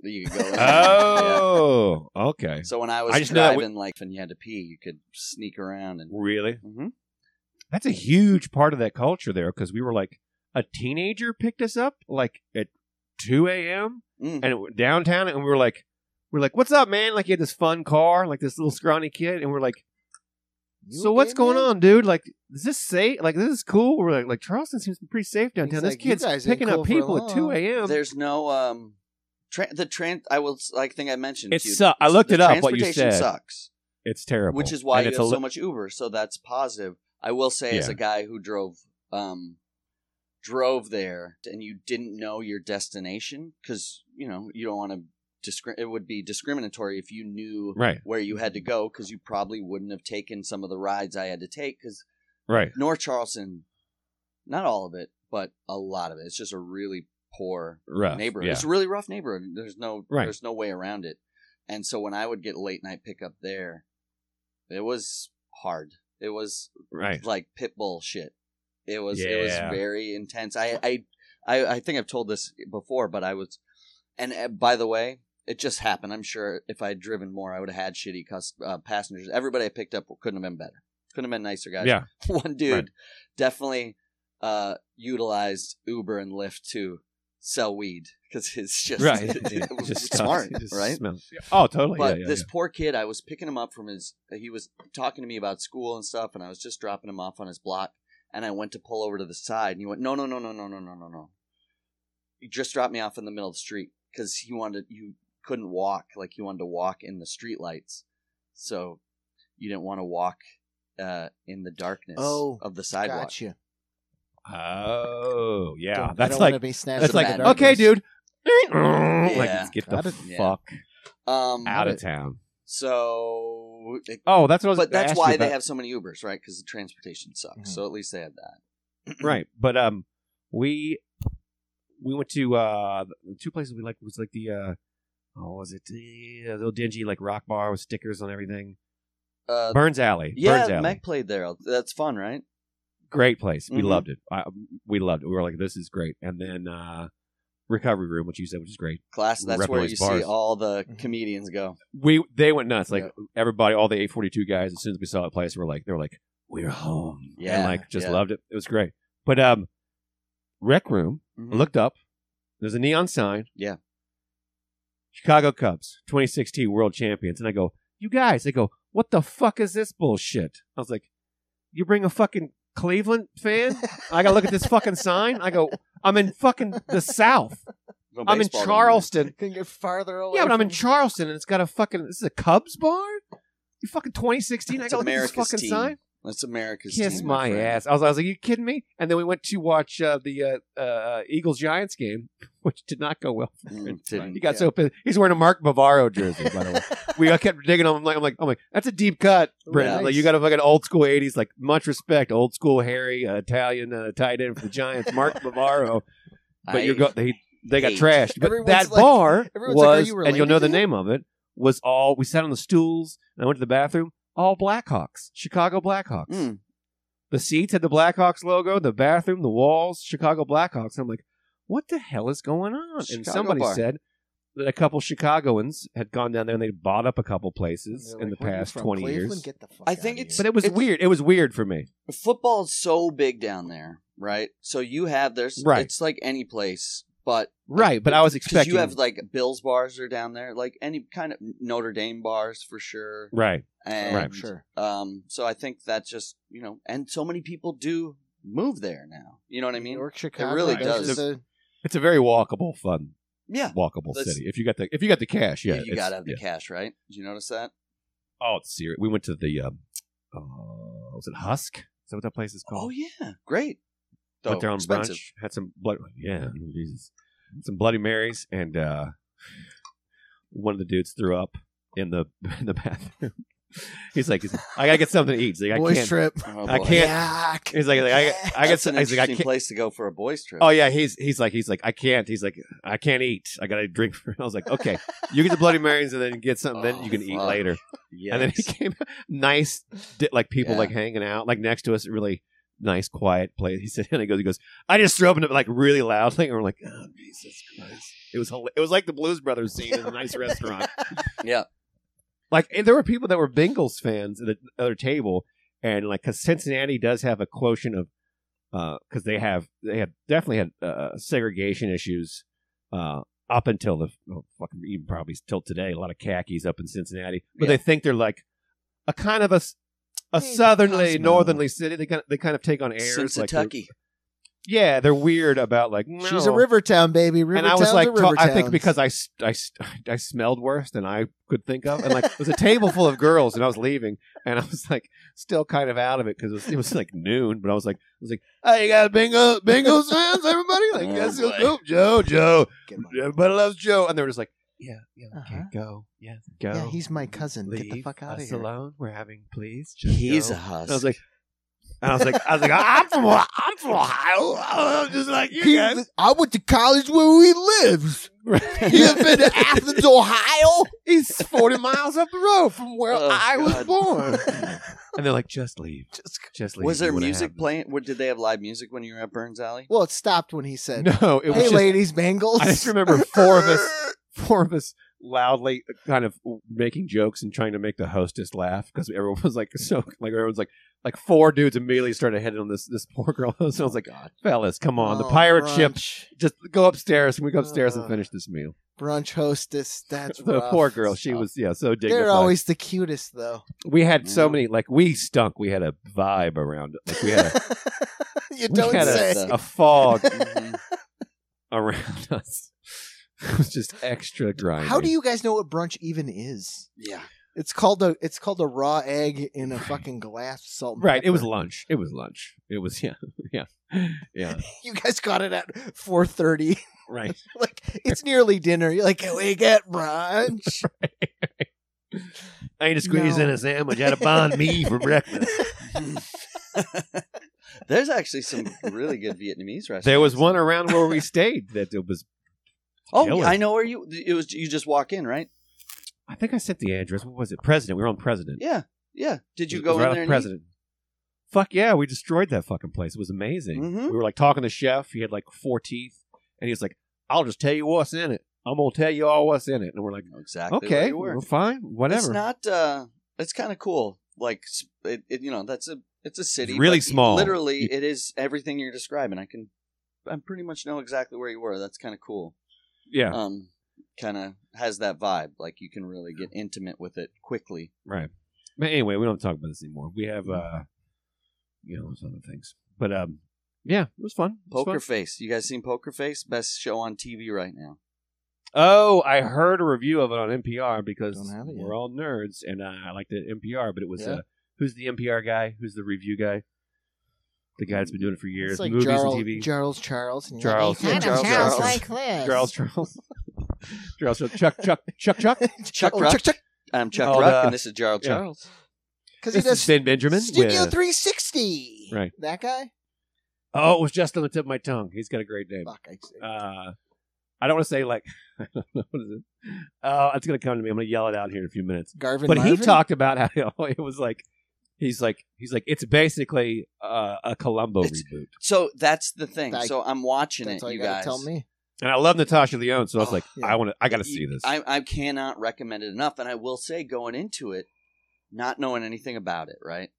A: That you could go. in.
B: Oh, okay.
A: Yeah. So when I was
B: I just know that we-
A: driving, like when you had to pee, you could sneak around and.
B: Really?
A: Mhm.
B: That's a huge part of that culture there because we were like a teenager picked us up like at two a.m.
A: Mm.
B: and it, downtown, and we were like, we are like, what's up, man? Like, he had this fun car, like this little scrawny kid, and we are like,
C: You
B: so what's
C: okay,
B: going
C: man?
B: on, dude? Like, is this safe? Like, this is cool. We're like, like Charleston seems pretty safe downtown.
C: He's
B: This
C: like, "You
B: kid's
C: guys ain't
B: picking
C: cool
B: up
C: for
B: people at
C: long."
B: two a.m.
A: There's no um, tra- the trans. I will. s- I think I mentioned
B: It
A: to you,
B: su- I looked
A: the
B: it up, what you
A: transportation
B: said.
A: sucks,
B: It's terrible,
A: which is why
B: And
A: you
B: it's
A: have
B: a li-
A: so much Uber. So that's positive. I will say, as
B: Yeah.
A: a guy who drove um, drove there, and you didn't know your destination because you know you don't want to. Discri- it would be discriminatory if you knew
B: Right,
A: where you had to go because you probably wouldn't have taken some of the rides I had to take because
B: right.
A: North Charleston, not all of it, but a lot of it. It's just a really poor
B: Rough.
A: neighborhood.
B: Yeah.
A: It's a really rough neighborhood. There's no
B: Right.
A: there's no way around it. And so when I would get late night pickup there, it was hard. It was
B: Right.
A: like pit bull shit. It was it was
B: Yeah.
A: very intense. I, I I I think I've told this before, but I was and uh, by the way, it just happened. I'm sure if I had driven more, I would have had shitty cus- uh, passengers. Everybody I picked up couldn't have been better. Couldn't have been nicer guys.
B: Yeah.
A: One dude
B: Right.
A: definitely uh, utilized Uber and Lyft to sell weed because it's just
B: Right.
A: it was
B: Just stuff.
A: smart,
B: It just
A: right?
B: smells. Oh, totally.
A: But
B: yeah, yeah,
A: this
B: yeah.
A: poor kid, I was picking him up from his. uh, He was talking to me about school and stuff, and I was just dropping him off on his block. And I went to pull over to the side, and he went, "No, no, no, no, no, no, no, no, no. You just dropped me off in the middle of the street because he wanted you couldn't walk, like he wanted to walk in the street lights, so you didn't want to walk uh, in the darkness
C: Oh,
A: of the sidewalk.
C: Gotcha.
B: Oh, yeah.
C: Don't- I
B: that's
C: don't
B: like
C: wanna be snatched
B: that's
A: Doesn't
C: up
B: like
C: in the
A: matter.
B: okay,
C: darkness.
B: dude. Like
A: Yeah.
B: get the
C: Got it.
A: Yeah.
B: fuck
A: Um,
B: out of town.
A: so it
B: Oh, that's what I was.
A: but
B: gonna
A: that's
B: ask
A: why
B: you
A: they
B: about. Mm-hmm.
A: have so many Ubers, right? Because the transportation sucks.
C: Mhm.
A: So at least they had that.
B: right but um we we went to uh the two places we liked was like the uh oh was it the little dingy like rock bar with stickers on everything
A: Uh,
B: burns alley burns
A: yeah,
B: alley
A: Meg played there. That's fun, right?
B: great place we
A: Mhm.
B: loved it I, we loved it we were like this is great and then uh recovery room which you said which is great
A: Class.
B: We
A: That's
B: rep
A: where
B: those
A: you
B: bars.
A: see all the
B: Mm-hmm.
C: Mhm.
A: comedians go.
B: we they went nuts like everybody all the 842 guys as soon as we saw that place were like they were like we're home and
A: Yeah,
B: like just
A: yeah.
B: loved it it was great but um rec room I looked up. There's a neon sign.
A: Mm-hmm. Yeah.
B: Chicago Cubs, 2016 World Champions. And I go, you guys. They go, what the fuck is this bullshit? I was like, you bring a fucking Cleveland fan? I gotta look at this fucking sign. I go, I'm in fucking the South.
A: No
B: I'm in
A: baseball down
B: Charleston.
C: Couldn't get farther away.
B: Yeah, but I'm in
C: from-
B: Charleston, and it's got a fucking. This is a Cubs bar. You fucking 2016. I
A: It's
B: gotta look at this
A: America's
B: fucking
A: team.
B: sign.
A: there. That's America's
B: Kiss
A: team,
B: my
A: friend.
B: ass. I was, I was like, you kidding me? And then we went to watch uh, the uh, uh, Eagles Giants game, which did not go well.
A: Mm,
B: He
A: didn't.
B: got so pissed. He's wearing a Mark Bavaro jersey, by the way. We I kept digging on him. Like, I'm like, I'm like, that's a deep cut, Brent.
A: Oh, Yeah.
B: Like, you got a fucking old school '80s, like much respect, old school Harry uh, Italian uh, tight end for the Giants, Mark Bavaro. But
A: I-
B: you go, they they got
A: hate-
B: trashed. But
C: Everyone's
B: that
C: like-
B: bar
C: everyone's like, "Are
B: was,
C: you
B: and you'll
C: related
B: know
C: to
B: the
C: him?"
B: name of it, was all we sat on the stools and I went to the bathroom, all Blackhawks. Chicago Blackhawks.
C: Hmm.
A: Mm.
B: The seats had the Blackhawks logo, the bathroom, the walls, Chicago Blackhawks. And I'm like, what the hell is going on? and
A: Chicago
B: somebody
A: bar.
B: said that a couple Chicagoans had gone down there and they bought up a couple places
C: They're
B: in
C: like,
B: the
C: "Where are you
B: past
C: from,
B: 20
C: Cleveland?
B: years.
C: Get the fuck
A: I
C: outta
A: think
C: here."
A: it's-
B: But it was
A: It's-
B: weird. It was weird for me.
A: Football's so big down there, right? So you have there's
B: Right.
A: it's like any place, but
B: Right, but I was
A: because
B: expecting
A: you have like Bills bars are down there, like any kind of Notre Dame bars for sure.
B: Right.
A: And,
B: Right.
C: Sure.
A: Um, so I think that's just you know, and so many people do move there now. You know what I
C: New
A: mean?
C: York, Chicago.
A: really
C: that's
A: does.
C: just a-
B: It's a very walkable, fun,
A: Yeah.
B: walkable
A: That's-
B: city. If you got the if you got the cash, yeah,
A: You- you
B: it's-
A: gotta have the
B: yeah.
A: cash, right? Did you notice that?
B: Oh, it's serious. We went to the um, uh, was it Husk? Is that what that place is
A: Oh
B: called?
A: yeah, great. Though
B: Went there on
A: expensive.
B: brunch. Had some blood. Yeah, Jesus. Some Bloody Marys, and uh, one of the dudes threw up in the in the bathroom. He's like, he's like, I gotta get something to eat. He's like, I
C: Boys
B: can't.
C: trip.
A: Oh,
B: I
A: boy.
B: can't-
C: Yuck.
B: He's like, I, I
A: That's
B: got.
A: an
B: He's like, I
A: interesting
B: can't.
A: place to go for a boys trip.
B: Oh yeah, he's he's like he's like I can't. He's like I can't eat. I gotta drink. For I was like, okay, you get the Bloody Marys and then get something. then
A: Oh,
B: you can eat
A: fuck.
B: later.
A: yeah.
B: And then he came nice, di- like people
A: Yeah.
B: like hanging out, like next to us, really nice, quiet place. He said, and he goes, he goes, I just threw up in it like really loudly, and we're like, oh Jesus Christ! It was hila- it was like the Blues Brothers scene in a nice restaurant.
A: Yeah.
B: Like and there were people that were Bengals fans at the other table, and like because Cincinnati does have a quotient of because uh, they have they have definitely had uh, segregation issues uh, up until the oh, fucking even probably till today. A lot of khakis up in Cincinnati, but
A: Yeah.
B: they think they're like a kind of a s- a
C: Hey,
B: southerly
C: Cosmo.
B: northernly city. They kind of, they kind of take on airs like they're-
A: Kentucky.
B: yeah, they're weird about like no.
C: She's a river town baby. River
B: And I was like, ta-
C: river
B: I think because I, s- I, s- I smelled worse than I could think of, and like it was a table full of girls, and I was leaving, and I was like still kind of out of it because it was, it was like noon, but I was like, I was like, hey, you got bingo, bingo fans, everybody, like
A: Oh,
B: that's
A: boy.
B: so cool, Joe, Joe,
C: Get my-
B: everybody loves Joe, and they were just like, yeah, yeah, okay,
C: Uh-huh.
B: go, yeah, go,
C: yeah, he's my cousin. Get the
B: Leave
C: fuck out of
B: us
C: here.
B: alone. We're having, please. Just
A: He's
B: go.
A: a husk.
B: And I was like, and I was like, I was like, I'm from, I'm from Ohio. I'm just like you
C: He-
B: guys.
C: I went to college where he lives. You have been to Athens, Ohio.
B: He's 40 miles up the road from where
A: Oh,
B: I was
A: God.
B: born. And they're like, just leave. Just, leave.
A: was
B: You
A: there
B: wanna
A: music
B: have
A: playing? What, did they have live music when you were at Burns Alley?
C: Well, it stopped when he
B: this."
C: said,
B: No, it was
C: "Hey,
B: just,
C: ladies, Bengals."
B: I just remember four of us, four of us loudly kind of making jokes and trying to make the hostess laugh because everyone was like, so, like, everyone's like, like four dudes immedially started heading on this this poor girl. So I was
A: Oh,
B: like, fellas, come on, the
C: Oh,
B: pirate ship.
C: brunch.
B: Just go upstairs, and we go upstairs and
A: Uh.
C: Ugh.
B: finish this meal.
C: brunch hostess. That's
B: the
C: rough.
B: poor girl, she was yeah, so dignified.
C: They're always the cutest though.
B: we had so
A: Mhm.
B: many like we stunk. We had a vibe around it. Like we had a
C: you
B: we
C: don't
B: had
C: say.
B: a, a fog
A: Mhm.
B: around us. It was just extra grimy.
C: How do you guys know what brunch even is?
A: Yeah.
C: It's called a it's called a raw egg in a fucking glass of salt. and
B: Right, it was
C: pepper.
B: lunch. It was lunch. It was yeah, yeah, yeah.
C: You guys got it at four thirty.
B: Right.
C: like it's nearly dinner. You're like, we get brunch.
B: I need to
C: squeeze in a
B: sandwich. I had a bond me for breakfast.
A: There's actually some really good Vietnamese restaurants.
B: There was one around where we stayed that it was.
A: Oh,
B: Killer.
A: I know where you. It was you just walk in, right?
B: I think I sent the address. What was it? President. We were on President.
A: Yeah, yeah. Did you
B: It was
A: go
B: right
A: in
B: off
A: there? and eat?
B: President. Fuck yeah, we destroyed that fucking place. It was amazing.
A: Mhm.
B: We were like talking to chef. He had like four teeth, and he was like, "I'll just tell you what's in it. I'm gonna tell you all what's in it." And we're like,
A: Exactly. where
B: "Okay,
A: you were.
B: we're fine, whatever."
A: It's not. uh It's kind of cool. Like s- it, it, you know, that's a it's a city.
B: It's really
A: but
B: small.
A: Literally,
B: You-
A: it is everything you're describing. I can, I pretty much know exactly where you were. That's kind of cool.
B: yeah,
A: Um, kind of has that vibe. Like you can really get intimate with it quickly.
B: right. But anyway, we don't talk about this anymore. We have, uh you know, some other things. But um, yeah, it was fun. It was
A: Poker
B: fun.
A: Face. You guys seen Poker Face? Best show on TV right now.
B: Oh, I heard a review of it on NPR because
C: Don't have it yet.
B: we're all nerds, and uh, I like the NPR. But it was
C: Yeah.
B: uh, who's the NPR guy? Who's the review guy? The guy that's been doing it for years,
C: it's like
B: movies
C: Charles,
B: and TV.
C: Charles Charles. And you're
B: Charles.
C: Like,
G: Kind
C: "Hey,
G: of
A: Charles-
G: sounds
A: Charles.
G: like this.
B: Charles Charles. Charles Charles. Chuck Chuck Chuck Chuck.
A: Chuck
C: oh,
A: Ruck.
C: Chuck Chuck.
A: I'm Chuck
B: Oh,
A: Ruck,
B: the-
A: and this is Gerald
B: yeah.
A: Charles.
C: Because he
B: This is
C: does
B: Sid Benjamin.
C: Studio
B: with-
C: 360.
B: Right.
C: That guy?
B: Oh, it was just on the tip of my tongue. He's got a great name.
C: Fuck. I,
B: Uh, I don't want to say like I don't know what is it. Uh, it's gonna come to me. I'm gonna yell it out here in a few minutes.
C: Garvin.
B: But he
C: Marvin?
B: talked about how it was like he's like he's like it's basically uh, a Columbo
A: It's-
B: reboot.
A: So that's the thing.
C: I-
A: so I'm watching
C: That's
A: it,
C: all
A: you
C: you gotta
A: guys.
C: tell me.
B: And I love Natasha Leone, so I was
A: Oh,
B: like,
C: yeah.
B: I want to, I got to see this.
A: I, I cannot recommend it enough. And I will say, going into it, not knowing anything about it, right?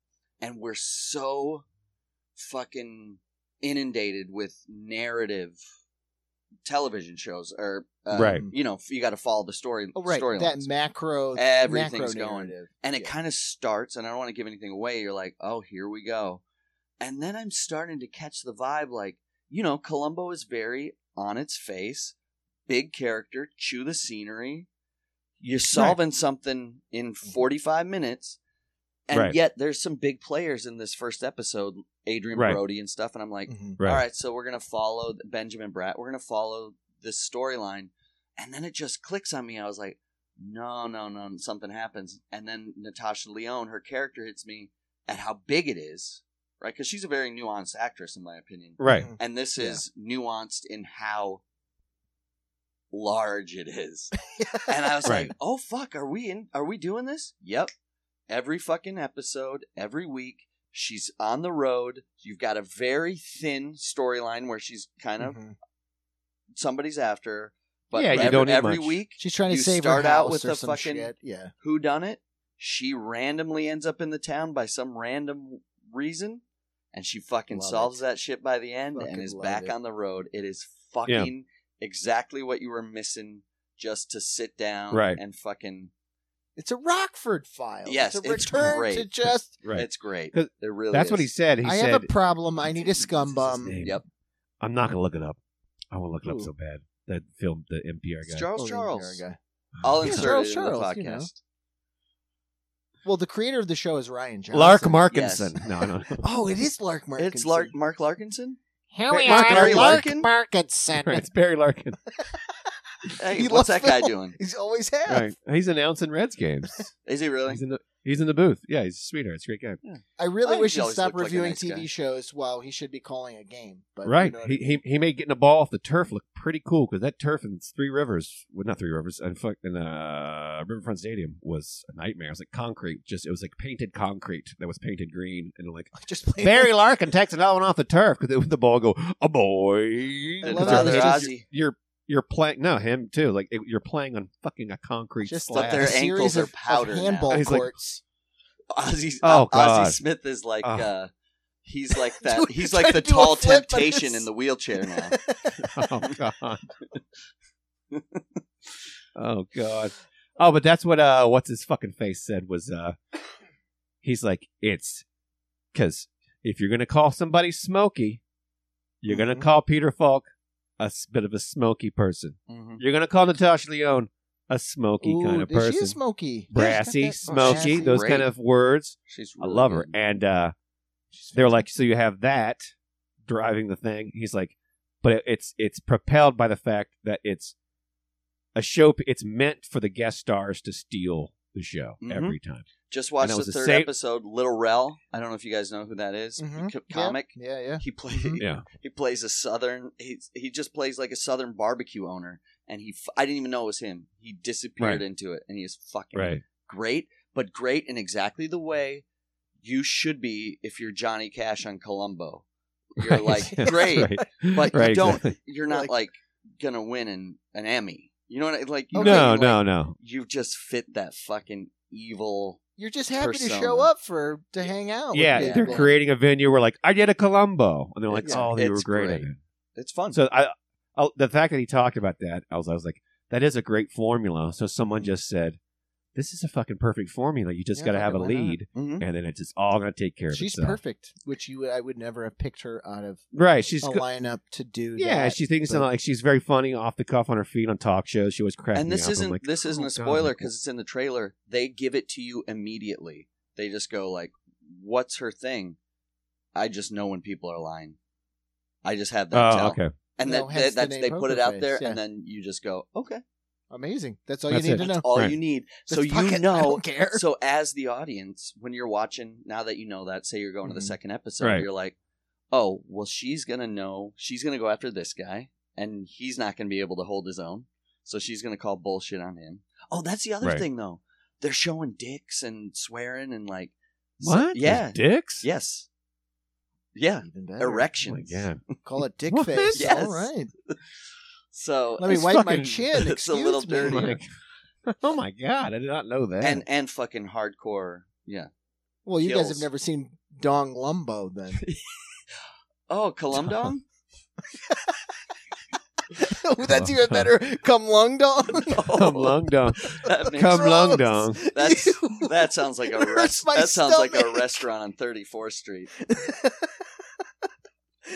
A: And we're so fucking inundated with narrative television shows, or uh,
B: Right.
A: You know, you got to follow the story.
C: Oh, right. That
A: storylines.
C: macro.
A: Everything's
C: macro
A: going.
C: narrative.
A: and it
C: Yeah.
A: kind of starts and i don't want to give anything away you're like oh here we go and then i'm starting to catch the vibe like you know columbo is very on its face big character chew the scenery you're solving something in 45 minutes and
B: Mm-hmm. Right.
A: yet there's some big players in this first episode adrian
B: Right.
A: brody and stuff and i'm like
C: Mhm.
B: right.
A: all right so we're gonna follow th- benjamin bratt we're gonna follow this storyline and then it just clicks on me i was like no no no something happens and then natasha leone her character hits me at how big it is right because she's a very nuanced actress in my opinion
B: right,
C: Mhm.
A: and this
C: Yeah.
A: is nuanced in how large it is
C: Mm-hmm.
A: and i was
B: Right.
A: like oh fuck are we in are we doing this yep every fucking episode every week she's on the road you've got a very thin storyline where she's kind of
C: Mhm.
A: somebody's after her, but
B: Mm-hmm. Yeah, you
A: every,
B: don't need
A: every
B: much.
A: week
C: She's trying to
A: You
C: save
A: start
C: her
A: out
C: house
A: with
C: or
A: the
C: some
A: fucking-
C: shit. Yeah.
A: who done it she randomly ends up in the town by some random reason and she fucking
C: Love
A: solves
C: it.
A: that shit by the end
C: Fucking
A: and is
C: love
A: back
C: it.
A: on the road it is fucking exactly what you were missing just to sit down
B: Right.
A: and fucking
C: It's a Rockford file.
A: Yes,
C: It's a
A: it's
C: return
A: great.
C: to just.
B: right.
A: it's great
B: 'Cause
A: Mm-hmm. it really
B: That's what
A: is.
B: he said. He
C: I
B: said,
C: have a problem. I need a
B: What's
C: scum
B: his
C: bum.
B: name?
A: Yep.
B: I'm not gonna look it up. I want to look it up
C: Who?
B: so bad. That film, the NPR
A: It's
B: guy. Uh,
A: charles
C: Oh,
A: charles
C: there we go.
A: i'll
C: Yeah,
A: insert
C: Charles
A: it
C: Charles,
A: in
C: you
A: the
C: know.
A: podcast
C: Well, the creator of the show is Ryan Johnson.
B: Lark Markinson. No, no, no.
C: Oh, it is Lark Markinson.
A: it's Lark- mark larkinson
G: Here
B: we Mark are, Larry
A: Lark Larkin?
G: Markinson.
B: Right, it's Barry Larkin.
A: hey
C: He
A: what's
C: loves
A: that guy
C: Phil.
A: doing
C: He's always have.
B: Right. He's announcing Reds games.
A: is he really
B: He's in the he's in the booth. Yeah, he's a sweetheart. It's a great guy.
C: I
A: I
C: really
A: think
C: wish
A: he
C: he'd
A: always
C: stop
A: looked like a
C: reviewing
A: nice
C: TV
A: guy.
C: shows while he should be calling a game. But
B: right.
C: You know what I
B: he,
C: mean?
B: he he made getting a ball off the turf look pretty cool because that turf in Three Rivers, well, not Three Rivers, and fucking uh, Riverfront Stadium was a nightmare. It was like concrete, just it was like painted concrete that was painted green, and like
C: just playing.
B: Barry Larkin takes another one off the turf because the ball go a boy.
A: Did
C: love
B: Just-
C: it.
A: Father
B: just-
A: Ozzy.
B: You're you're playing no him too. Like it, you're playing on fucking a concrete
C: just
A: But
B: slab.
C: like
A: their
C: a series
A: ankles are
C: of,
A: powder
C: of
A: now.
C: handball
B: He's like-
C: courts.
A: Ozzy,
B: Oh,
A: oh, Ozzy
B: God.
A: Smith is like
B: Oh.
A: uh, he's like
C: Do-
A: that. He's
C: try
A: like
C: to
A: the
C: do a
A: tall
C: flip on
A: temptation
C: this.
A: in the wheelchair now.
B: oh god. oh god. Oh, but that's what uh what's his fucking face said was uh he's like it's cuz if you're going to call somebody smoky, you're going
C: Mhm.
B: to call Peter Falk a s- bit of a smoky person.
A: Mm-hmm.
B: You're going to call Natasha Leone a smoky
C: Ooh,
B: kind of
C: is
B: person.
C: she a smoky?
B: Brassy,
C: Yeah, she's got that- oh,
B: smoky,
C: she's
B: those
A: great.
B: kind of words.
A: She's
B: I
A: really
B: love her.
A: good.
B: And uh
C: she's
B: they're like, so you have that driving the thing. He's like, but it, it's it's propelled by the fact that it's a show. It's meant for the guest stars to steal the show
A: Mhm.
B: every time.
A: Just watched
B: and it
A: the
B: was the
A: third
B: same-
A: episode, Little Rel. I don't know if you guys know who that is.
C: Mhm.
A: Co-
C: Yeah.
A: comic.
C: Yeah, yeah.
A: He plays.
C: Mhm.
B: Mm-hmm. Yeah.
A: He plays a southern. He he just plays like a southern barbecue owner, and he. f- I didn't even know it was him. He disappeared
B: Right.
A: into it, and he is fucking great, but great in exactly the way you should be if you're Johnny Cash on Columbo. You're
B: Right.
A: like
B: That's
A: great,
B: right.
A: but you
B: Right,
A: don't.
B: exactly.
A: You're not
C: Like-
A: like, gonna win an an Emmy. You know what I like? You
B: No,
A: like,
B: no, no.
A: You just fit that fucking evil.
C: You're just happy to
A: Persona.
C: show up for to hang out. with
B: Yeah,
A: Oh, yeah,
B: they're
C: people.
B: creating a venue where like I did a Columbo, and they're like,
C: It's-
B: oh, they were
A: it's
B: great. at
A: great.
B: it.
A: It's fun.
B: So I, I, the fact that he talked about that, I was, I was like, that is a great formula. So someone just said, this is a fucking perfect formula. You just
C: Yeah,
B: got to have a
C: fucking why not?
B: lead,
A: Mhm.
B: and then it's just all gonna take care of
C: She's
B: itself.
C: perfect, which you I would never have picked her out of
B: Right. She's
C: a
B: go-
C: lineup to do.
B: yeah.
C: that.
B: she thinks
C: but-
B: like she's very funny, off the cuff, on her feet on talk shows. She always cracks.
A: And this
B: me up. I'm
A: isn't
B: like,
A: this isn't
B: "Oh,
A: a spoiler
B: God."
A: because it's in the trailer. They give it to you immediately. They just go like, "What's her thing?" I just know when people are lying. I just have that.
B: Oh,
A: tell.
B: okay.
A: And
C: No,
A: that,
C: hence
A: that,
C: the
A: that's
C: name
A: they put
C: Poker
A: it out
C: Face,
A: there,
C: yeah.
A: and then you just go, "Okay,
C: amazing. That's all
B: That's
C: you need
B: it.
C: to know.
A: all
B: Right.
A: you need." So
C: Just fuck it,
A: you
C: I
A: know
C: don't care.
A: So as the audience, when you're watching, now that you know that, say you're going to
C: Mhm.
A: the second episode,
B: Right.
A: you're like, oh, well, she's gonna know, she's gonna go after this guy, and he's not going to be able to hold his own. So she's going to call bullshit on him. Oh, that's the other
B: Right.
A: thing though. They're showing dicks and swearing and like so-
B: What? There's
A: yeah.
B: dicks.
A: Yes. Yeah.
C: Even better.
B: Oh my
A: Erections.
B: god.
C: Call it dick
B: What?
C: face.
A: Yes.
C: All right.
A: So
C: Let me
B: It's
C: wipe my
B: fucking-
C: chin.
A: it's a
C: Excuse
A: little
C: me.
A: dirty.
B: Like, oh my god! I did not know that.
A: and and fucking hardcore. Yeah.
C: Well, you guys
A: Kills.
C: have never seen Dong Lumbo then.
A: Oh, Columdong?
C: That's even
B: Uh-huh.
C: better. Come Lung Dong.
B: Come lung dong.
A: Oh, That makes-
B: Come lung
C: Gross.
B: dong.
A: That's-
C: You-
A: that sounds like a
C: It hurts
A: rest-
C: my
A: that sounds like a
C: stomach.
A: restaurant on 34th Street.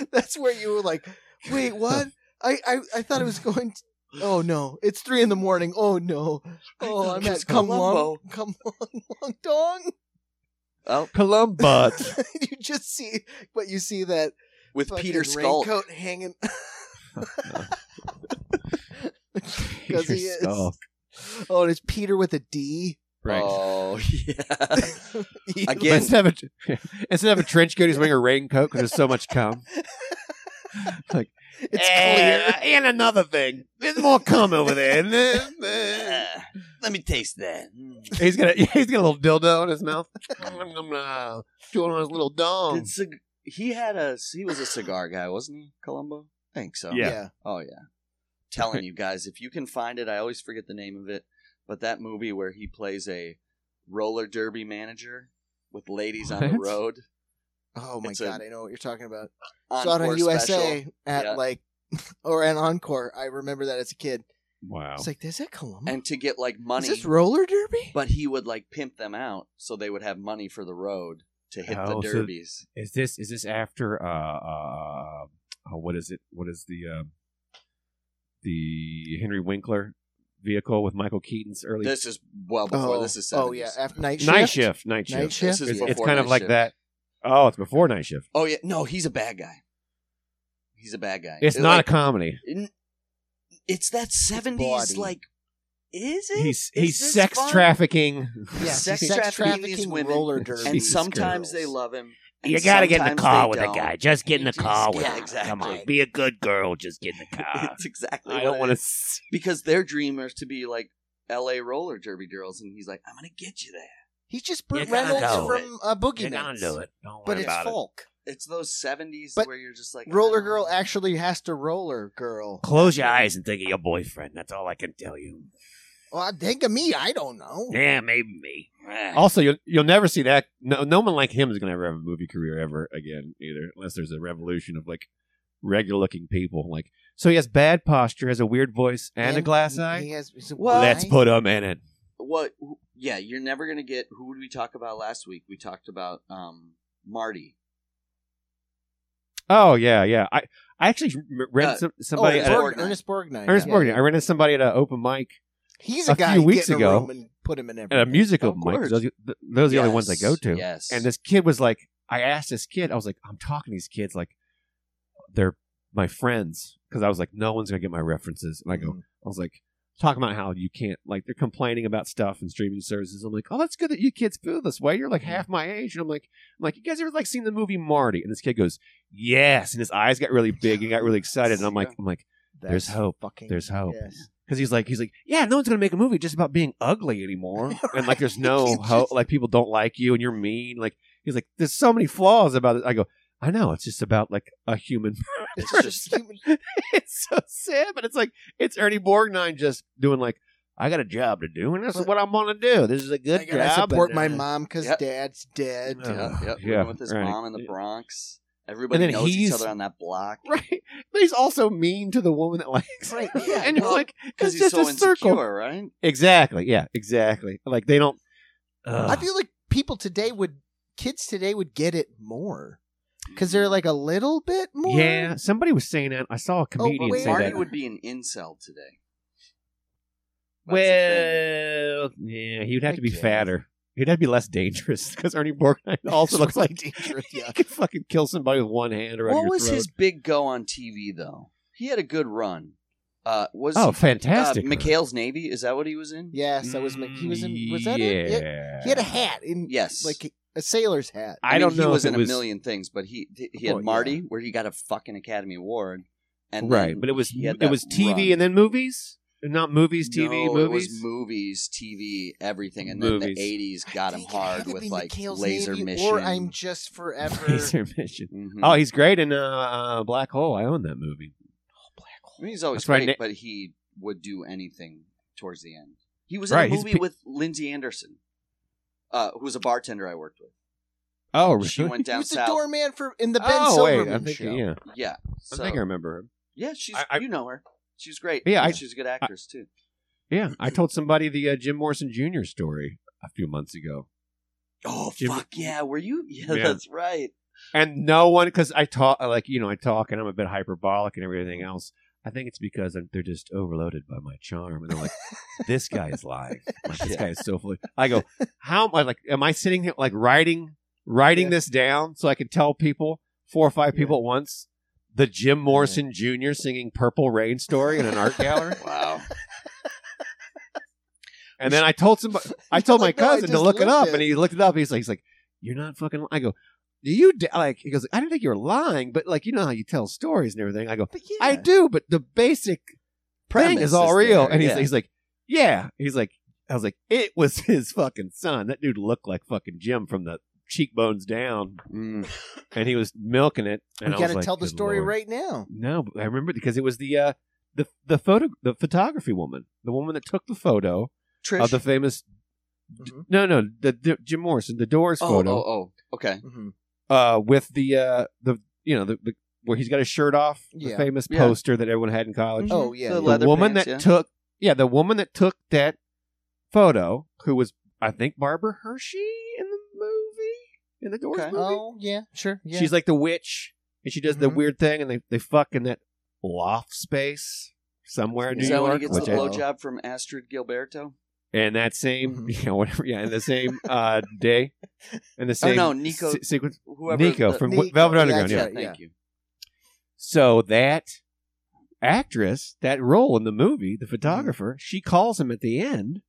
C: That's where you were like, wait, what? I, I, I thought it was going to. Oh no! It's three in the morning. Oh no! Oh,
A: thought
C: I'm
A: it was
C: at Come Lung,
A: Columbo.
C: Come Lung, Lung Dong.
A: Oh,
B: Columbus.
C: you just see, but you see that
A: with
C: fucking
A: Peter Skull.
C: raincoat hanging.
B: Your
C: Because he is.
B: skull.
C: Oh, and it's Peter with a D.
B: Right.
A: Oh, yeah. Again.
B: Instead of, a, instead of a trench coat, he's wearing a raincoat because there's so much cum. like
C: It's
B: "Eh,
C: clear.
B: And another thing, there's more cum over there. And then- then-
A: Ah, let me taste that. Mm.
B: he's got a he's got a little dildo in his mouth. Chewing on his little dong.
A: Did cig- he had a he was a cigar guy, wasn't he, Columbo? I think so.
B: Yeah.
A: Oh yeah. Telling you guys, if you can find it, I always forget the name of it, but that movie where he plays a roller derby manager with ladies on the
B: What?
A: road.
C: Oh my
A: It's a-
C: god! I know what you're talking about. It's out on
A: Encore
C: USA
A: special.
C: at
A: Yeah.
C: like or an encore. I remember that as a kid.
B: Wow.
C: It's like, is that Columbus?
A: And to get like money,
C: Is Mm-hmm. this roller derby?
A: but he would like pimp them out so they would have money for the road to hit
B: Oh,
A: the
B: so-
A: derbies.
B: Is this is this after uh, uh, uh what is it? What is the um the Henry Winkler vehicle with Michael Keaton's early
A: this is well before this is 70s.
C: oh yeah, after night shift.
B: night shift? Night shift.
C: Night
A: This
C: shift.
A: is
B: It's,
A: before
B: it's kind of
A: Night
B: like
A: Shift.
B: that. Oh, it's before night shift.
A: Oh yeah, no, he's a bad guy. He's a bad guy.
B: It's not a comedy.
A: a. It's that seventies
C: bawdy.
A: like. Is it?
B: He's
A: Is
B: he's
A: this
B: sex
A: fun?
B: trafficking.
C: Yeah,
A: Sex trafficking these women.
C: roller derby.
A: And
B: Jesus
A: sometimes they
C: girls.
A: love him.
H: You
A: and
H: gotta get in
A: sometimes
H: the car
A: they
H: with
A: don't.
H: a guy. Just get in the
A: Just-
H: car with
A: yeah,
H: a guy. Come
A: exactly.
H: on, be a good girl. Just get in the car.
A: It's exactly.
B: I don't
A: want
B: want to.
A: because their dream is to be like L.A. roller derby girls, and he's like, "I'm gonna get you there."
C: He's just Burt
H: You're gonna
C: Reynolds
H: do
C: from uh, Boogie
H: You're gonna
C: Nights.
H: do it. Don't
C: But
H: worry
C: it's
H: about it.
C: folk.
A: It's those seventies
C: But
A: where you're just like
C: Roller
A: "Oh."
C: girl actually has to roller girl.
H: Close your eyes and think of your boyfriend. That's all I can tell you.
C: Well, I think of me. I don't know.
H: Yeah, maybe me. Ah.
B: Also, you'll you'll never see that. No, no one like him is gonna ever have a movie career ever again either, unless there's a revolution of like regular looking people. Like, so he has bad posture, has a weird voice, and, a glass
C: he- He
B: eye.
C: has, he's a
A: Well-
C: blind
B: Let's put him in it.
A: what? Yeah, you're never gonna get. Who did we talk about last week? We talked about um Marty.
B: Oh yeah, yeah. I I actually re- read
A: Uh,
B: some, somebody
A: oh,
B: at a,
A: Borg-
C: Borg- Ernest Borgnine.
B: Ernest
C: yeah.
B: Borgnine. I read somebody at an open mic
C: He's
B: a
C: a guy
B: few
C: you
B: weeks
C: get in
B: ago
C: a room and put him in
B: at a
C: everything.
B: music
A: Of
B: open mic.
A: course.
B: Those, those are the only ones I go to.
A: Yes.
B: And this kid was like, I asked this kid, I was like, I'm talking to these kids like they're my friends because I was like, no one's gonna get my references. And I
A: Mm-hmm.
B: go, I was like, talking about how you can't like they're complaining about stuff and streaming services. I'm like, oh, that's good that you kids feel this way. You're like
A: Mm-hmm.
B: half my age, and I'm like, I'm like, you guys ever like seen the movie Marty? And this kid goes, yes, and his eyes got really big and got really excited. And I'm like, I'm like, There's
C: That's
B: hope.
C: Fucking,
B: There's hope.
C: Yes.
B: because he's like, he's like, yeah, no one's gonna make a movie just about being ugly anymore, and like, there's no
C: You just-
B: hope. Like, people don't like you, and you're mean. Like, he's like, there's so many flaws about it. I go, I know. It's just about like a human.
C: It's
B: person.
C: just human.
B: it's so sad, but it's like it's Ernie Borgnine just doing like, I got a job to do, and this is
C: But-
B: what I'm gonna do. This is a good
C: I
B: job.
C: gotta support
B: and-
C: my mom because
A: Yep.
C: dad's dead.
B: Uh,
A: Yep, yep.
B: Yeah,
A: living with his
B: right.
A: mom in the Bronx. Everybody
B: then
A: knows each
B: he's-
A: other on that block
B: Right, but he's also mean to the woman that likes.
C: Right,
B: him.
C: yeah,
B: and you're
A: well,
B: like,
A: because
B: it's
A: he's
B: just
A: so
B: a
A: insecure,
B: circle.
A: right?
B: Exactly. Yeah. Exactly. Like they don't. uh,
C: I
B: Ugh.
C: feel like people today would, kids today would get it more because they're like a little bit more.
B: Yeah, somebody was saying that. I saw a comedian
C: wait.
B: say
A: Oh, Marty
B: that.
A: would be an incel today. That's
B: well, yeah, he would have
C: I
B: to be
C: guess.
B: fatter. He'd have to be less dangerous because Ernie Borgnine also looks like
C: dangerous. Yeah.
B: he could fucking kill somebody with one hand
A: the
B: around
A: thing. What
B: your
A: was
B: throat.
A: his big go on TV though? He had a good run. Uh, was
B: Oh,
A: he,
B: fantastic!
A: uh, McHale's Navy? Is that what he was in?
C: Yes, that was. Mc- He was in. Was that
B: yeah.
C: it? Yeah. He had a hat in.
A: Yes.
C: Like a sailor's hat.
B: I
A: mean,
B: don't know
A: He was
B: if
A: in
B: it was
A: a million things, but he he had
B: Oh, yeah.
A: Marty, where he got a fucking Academy Award, and
B: right,
A: then
B: but it was
A: he had
B: it
A: that
B: was TV
A: run.
B: and then movies, not movies, TV,
A: No,
B: movies.
A: It was movies, TV, everything, and then
B: Movies.
A: the eighties
C: I
A: got him
C: think it had
A: hard
C: to
A: with
C: be
A: like
C: Nikhil's
A: Laser
C: Navy
A: Mission.
C: Or I'm just forever.
B: Laser Mission.
A: Mhm.
B: Oh, he's great in uh, uh, Black Hole. I own that movie.
A: I mean, he's always
B: That's why
A: great,
B: Na-
A: but he would do anything towards the end. He was
B: Right,
A: in a
B: he's
A: movie
B: pe-
A: with Lindsay Anderson, uh, who was a bartender I worked with.
B: Oh,
A: She went
C: he
A: down
C: was the
A: south.
C: doorman for in the Ben
B: oh, wait, I
C: Silverman
B: think,
C: show.
B: yeah,
A: Yeah, so,
B: I think I remember him.
A: yeah, she's
B: I- I-
A: you know her. She's great.
B: Yeah, I-
A: she's a good actress too.
B: Yeah, I told somebody the uh, Jim Morrison Jr. story a few months ago,
A: Oh
B: Jim-
A: fuck yeah, were you? Yeah,
B: Yeah.
A: that's right.
B: and no one because I talk like you know I talk and I'm a bit hyperbolic and everything else. I think it's because I'm, they're just overloaded by my charm, and they're like, "This guy is lying. Like, this
A: Yeah.
B: guy is so full." of-" I go, "How am I like? Am I sitting here like writing writing
A: Yeah.
B: this down so I can tell people four or five people at once the Jim Morrison Jr. singing Purple Rain story in an art gallery?"
A: Wow.
B: And then I told somebody, I told my
C: Like, no, I
B: cousin to
C: just
B: look it
C: looked
B: up,
C: at
B: and he looked it up. He's like, he's like, you're not fucking. Li-. I go, do you d-? like? He goes, I didn't think you were lying, but like, you know how you tell stories and everything. I go,
A: But yeah,
B: I do, but the basic thing
A: Premise
B: is all
A: is
B: real.
A: there,
B: and he's,
A: yeah.
B: he's like, yeah. He's like, I was like, it was his fucking son. That dude looked like fucking Jim from the cheekbones down,
A: Mm.
B: and he was milking it. And
C: We
B: I
C: got
B: was
C: to
B: like,
C: tell the
B: "Good
C: story
B: Lord."
C: right now.
B: No, but I remember because it was the uh, the the photo the photography woman, the woman that took the photo
A: Trish.
B: of the famous.
C: Mhm.
B: No, no, the, the Jim Morrison, the Doors
A: Mm-hmm. oh,
B: photo
A: oh, oh, okay.
C: Mm-hmm.
B: Uh, with the uh, the you know the, the where he's got his shirt off, the
C: Yeah.
B: famous
A: Yeah.
B: poster that everyone had in college.
A: Mhm.
C: Oh yeah,
A: The
C: yeah.
A: leather
B: the woman
A: pants,
B: that
A: yeah.
B: took yeah, the woman that took that photo, who was I think Barbara Hershey in the movie in the Doors
A: Okay.
B: movie.
C: Oh yeah, sure. Yeah.
B: She's like the witch, and she does the
A: Mm-hmm.
C: Mhm.
B: weird thing, and they they fuck in that loft space somewhere in
A: Is
B: New
A: that when he
B: York, uh,
A: gets the
B: which I-
A: blowjob from Astrid Gilberto?
B: and that same
C: Mhm.
B: yeah whatever yeah in the same uh day and the same
A: no, Nico-
B: se- sequence
A: Whoever
B: Nico
A: the-
B: from
C: Nico,
B: Velvet
C: yeah,
B: Underground
C: that's
B: yeah
C: right.
A: Thank you.
B: so that actress that role in the movie the photographer she calls him at the end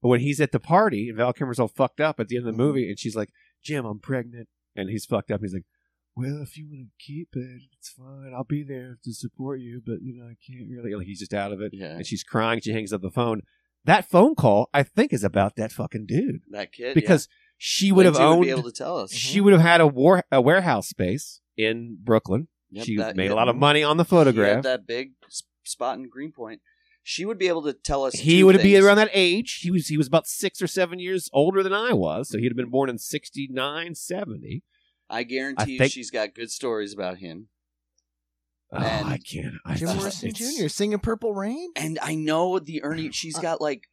B: when he's at the party and Val Kilmer's all fucked up at the end of the
C: Mhm.
B: movie and she's like Jim I'm pregnant and he's fucked up and he's like well if you want to keep it it's fine I'll be there to support you but you know I can't really like he's just out of it
A: Yeah,
B: and she's crying. She hangs up the phone. That phone call, I think, is about that fucking dude
A: that kid. yeah.
B: because she would have
A: Lindsay
B: owned.
A: be able to Mm-hmm. tell us.
B: She would have had a war a warehouse space in Brooklyn.
A: Yep,
B: she
A: that-
B: made
A: yeah.
B: a lot of money on the
A: He had
B: photograph.
A: that big s- spot in Greenpoint. She would be able to tell us.
B: He
A: two
B: would be
A: things.
B: around that age. He was he was about six or seven years older than I was, so he'd have been born in 69, 70.
A: I guarantee
B: I
A: you
B: think-
A: she's got good stories about him.
B: Oh,
A: And-
B: I can't. I
C: Jim
B: just-
C: Morrison
B: it's-
C: Jr. singing Purple Rain.
A: And I know the Ernie. She's got like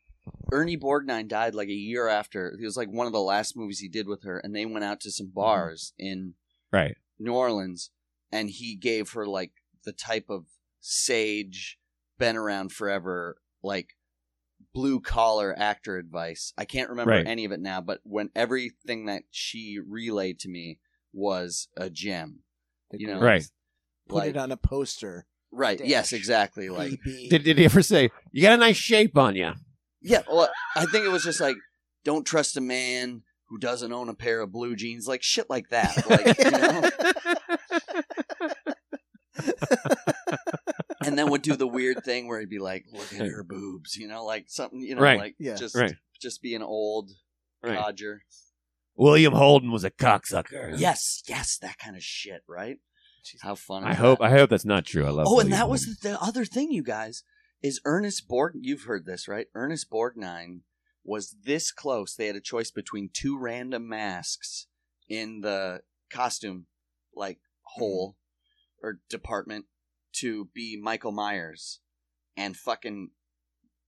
A: Ernie Borgnine died like a year after. It was like one of the last movies he did with her, and they went out to some bars in
B: Mm-hmm. Right.
A: New Orleans, and he gave her like the type of sage, been around forever, like blue collar actor advice. I can't remember
B: Right.
A: any of it now, but when everything that she relayed to me was a gem, you know,
B: Right.
C: Put
A: like-
C: it on a poster.
A: right?
C: Dash.
A: Yes, exactly. Like,
C: BB.
B: Did, did he ever say you got a nice shape on you?
A: yeah. Well, I think it was just like, don't trust a man who doesn't own a pair of blue jeans, like shit like that. Like, you know? and then would do the weird thing where he'd be like, "Look at her boobs," you know, like something, you know,
B: Right.
A: like
C: Yeah.
A: just
B: Right.
A: just be an old
B: Right.
A: codger.
H: William Holden was a cocksucker.
A: Yes, yes, that kind of shit, right? How fun!
B: I
A: is
B: hope
A: that?
B: I hope that's not true. I love.
A: oh, and
B: William
A: that was
B: Holden.
A: the, the other thing, you guys, is Ernest Borg. You've heard this, right? Ernest Borgnine was this close. They had a choice between two random masks in the costume, like hole or department, to be Michael Myers, and fucking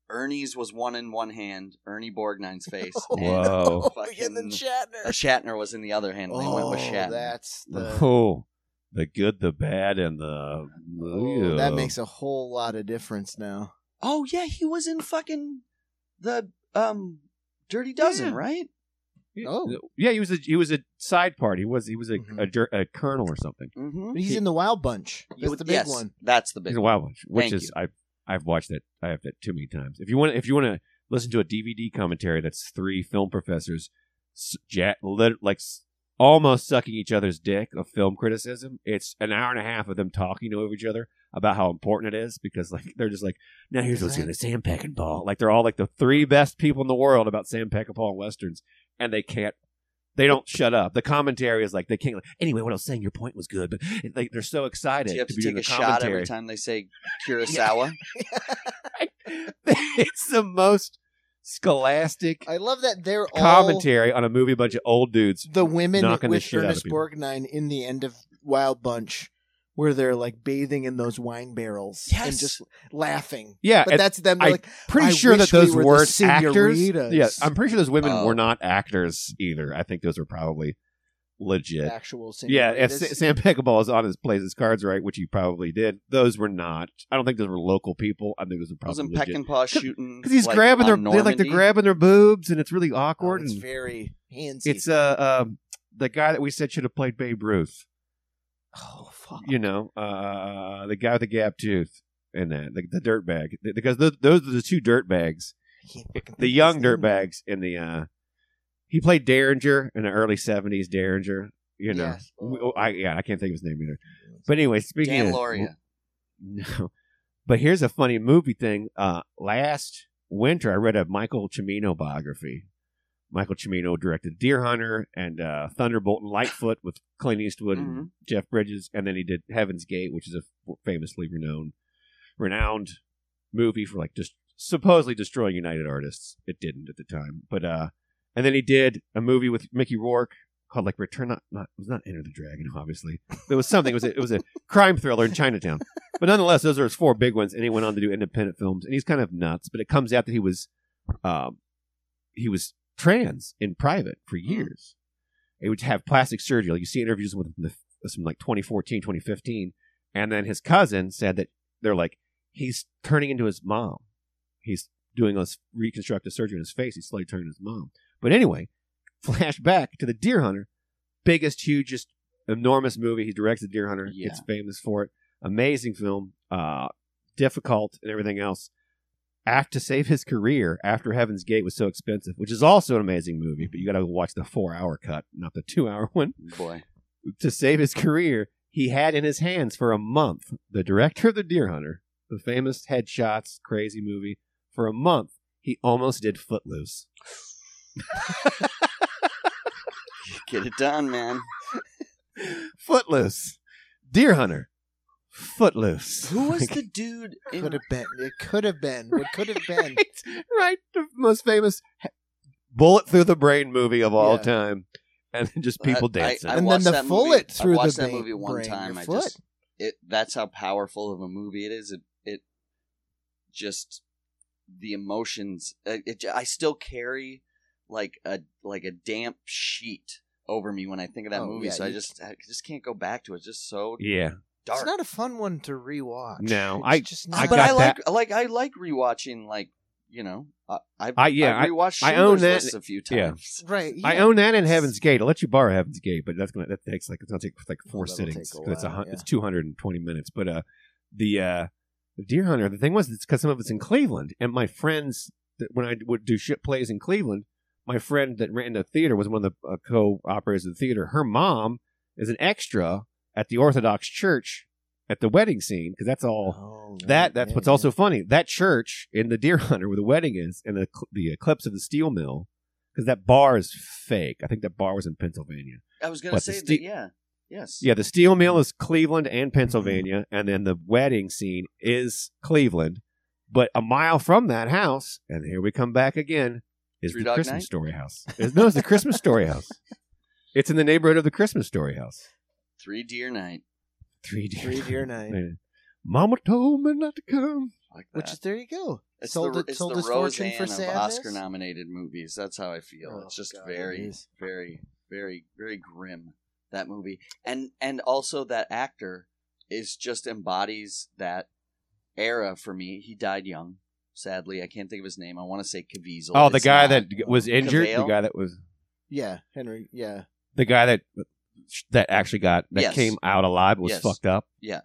A: Ernie's was one in one hand, Ernie Borgnine's face, and
B: Whoa.
A: fucking-
C: and then Shatner.
A: uh, Shatner was in the other hand. and They
C: Oh,
A: went with Shatner.
C: that's the.
B: Oh, the good, the bad, and the
C: Oh, that makes a whole lot of difference now.
A: Oh yeah, he was in fucking the um Dirty Dozen,
B: Yeah.
A: right?
C: Oh.
B: yeah. He was a he was a side part. He was he was a
C: Mhm.
B: a, jur- a colonel or something.
A: Mm-hmm.
C: But he's in the Wild Bunch. That's the big
A: yes,
C: one.
A: That's the big
B: He's a
A: one.
B: Wild Bunch, which
A: Thank
B: is
A: you.
B: I I've watched that I have that too many times. If you want if you want to listen to a DVD commentary that's three film professors, s- ja- lit, like s- almost sucking each other's dick of film criticism. It's an hour and a half of them talking to each other about how important it is because like they're just like, now here's what's going to Sam Peckinpah. Like they're all like the three best people in the world about Sam Peckinpah and westerns, and they can't. They don't shut up. The commentary is like they can't. Like, anyway, what I was saying, your point was good, but like, they're so excited
A: Do you have
B: to,
A: to
B: be
A: take
B: in the
A: a shot
B: commentary.
A: every time they say Kurosawa?
B: it's the most scholastic
C: I love that they're all
B: commentary on a movie about a bunch of old dudes.
C: the women
B: knocking the
C: with
B: shit out of
C: Ernest
B: people.
C: Borgnine in the end of Wild Bunch, where they're like bathing in those wine barrels and
G: Yes.
C: just laughing.
B: Yeah,
C: But
B: and
C: that's them. They're
B: I-
C: like,
B: pretty
C: I
B: sure that
C: wish we
B: those
C: were the
B: weren't actors.
C: senoritas.
B: Yeah, I'm pretty sure those women
A: Oh.
B: were not actors either. I think those were probably legit.
C: actual
B: Yeah, if
C: senoritas.
B: Sa- Sam Peckinpah is honest, plays his cards right, which he probably did. Those were not. I don't think those were local people. I think those were
A: Wasn't
B: probably legit.
A: Peckinpah shooting?
B: Because he's
A: like,
B: grabbing their,
A: on
B: they like they're
A: Normandy?
B: grabbing their boobs, and it's really
C: Oh,
B: awkward.
C: it's
B: and
C: very handsy.
B: it's uh, um, the guy that we said should have played Babe Ruth.
C: oh fuck.
B: you know, uh, the guy with the gap tooth and that, the, the dirt bag, because th those are the two dirt bags,
C: I can't fucking think
B: the
C: of
B: young
C: his
B: dirt
C: name.
B: bags in the. Uh, he played Derringer in the early seventies. Derringer, you know,
C: Yes.
B: We- oh, I yeah, I can't think of his name either. But anyway, speaking
A: Dan
B: of
A: Loria.
B: no, but here's a funny movie thing. Uh, last winter, I read a Michael Cimino biography. Michael Cimino directed Deer Hunter and uh, Thunderbolt and Lightfoot with Clint Eastwood and
A: Mhm.
B: Jeff Bridges, and then he did Heaven's Gate, which is a f- famously renowned, renowned movie for like just supposedly destroying United Artists. It didn't at the time, but uh, and then he did a movie with Mickey Rourke called like Return not, not it was not Enter the Dragon, obviously. It was something. It was a, it was a crime thriller in Chinatown, but nonetheless, those are his four big ones. And he went on to do independent films, and he's kind of nuts. But it comes out that he was, um, he was trans in private for years. He would have plastic surgery. Like you see interviews with him in the this from like 2014, 2015. And then his cousin said that they're like, he's turning into his mom. He's doing this reconstructive surgery on his face. He's slowly turning into his mom. But anyway, flashback to the Deer Hunter, biggest, hugest, enormous movie. He directed Deer Hunter.
A: Yeah.
B: It's famous for it. Amazing film. Uh, difficult and everything else. After to save his career after Heaven's Gate was so expensive, which is also an amazing movie, but you got to watch the four-hour cut, not the two-hour one
A: Boy,
B: to save his career, he had in his hands for a month the director of The Deer Hunter, the famous headshots, crazy movie. For a month, he almost did Footloose.
A: get it done, man.
B: Footloose. Deer Hunter. Footloose.
A: Who was the dude?
C: Could
A: In,
C: have been. It could have been. What could have been?
B: right, right, the most famous he- bullet through the brain movie of all
C: Yeah.
B: time, and then just people
A: I- I-
B: dancing.
A: I
C: and then
A: watched
C: the
A: that
C: bullet
A: movie- I
C: through the
A: watched that
C: ba-
A: movie one
C: brain,
A: time.
C: your
A: I
C: foot.
A: just it that's how powerful of a movie it is. It it just the emotions. It, it, j- I still carry like a like a damp sheet over me when I think of that
C: Oh,
A: movie.
C: yeah,
A: so I
C: you-
A: just I just can't go back to it. It's just so
B: yeah,
A: dark.
C: It's not a fun one to rewatch.
B: No,
C: It's
B: I-
C: just
B: I
C: not.
A: but
B: got
A: I like like I like rewatching like you know I I,
B: I- yeah, I-
A: rewatched
B: I own
A: Schindler's
B: that-
A: List a few
B: yeah.
A: times.
C: right.
B: I
C: yeah.
B: own that in Heaven's Gate. I'll let you borrow Heaven's Gate, but that's gonna that takes like it's gonna take like
C: Well,
B: four
C: that'll
B: sittings.
C: take a
B: 'cause It's a
C: while,
B: hun-
C: yeah.
B: it's two hundred and twenty minutes. But uh, the uh, the Deer Hunter. The thing was, it's because some of it's in Cleveland, and my friends that when I would do shit plays in Cleveland, my friend that ran the theater was one of the uh, co-operators of the theater. Her mom is an extra at the Orthodox Church at the wedding scene because that's all
C: Oh,
B: that
C: right,
B: that's
C: yeah,
B: what's
C: yeah.
B: also funny. That church in the Deer Hunter where the wedding is, and the cl- the eclipse of the steel mill, because that bar is fake. I think that bar was in Pennsylvania.
A: I was gonna
B: What, the
A: say that
B: Ste-
A: yeah yes
B: Yeah, the steel mill is Cleveland and Pennsylvania, and then the wedding scene is Cleveland, but a mile from that house, and here we come back again, is
A: Three
B: the
A: Dog
B: Christmas
A: Night?
B: Story House. It's- no, it's the Christmas Story House. It's in the neighborhood of the Christmas Story House.
A: Three Deer Night
B: Three deer,
C: Three Deer Night.
B: Mama told me not to come.
A: like that.
C: Which is there you go.
A: It's
C: sold
A: the,
C: it-
A: it's
C: sold
A: the
C: his fortune
A: Roseanne
C: for
A: of
C: sadness?
A: Oscar-nominated movies. That's how I feel.
C: Oh,
A: it's just
C: God, it
A: very,
C: is.
A: very, very, very grim that movie, and and also that actor is just embodies that era for me. He died young, sadly. I can't think of his name. I want to say Caviezel.
B: Oh, the
A: It's
B: guy
A: not.
B: that was injured. The
A: Cavale?
B: guy that was.
C: Yeah, Henry. Yeah.
B: the guy that that actually got that
A: Yes.
B: came out alive was
A: Yes.
B: fucked up.
A: Yeah.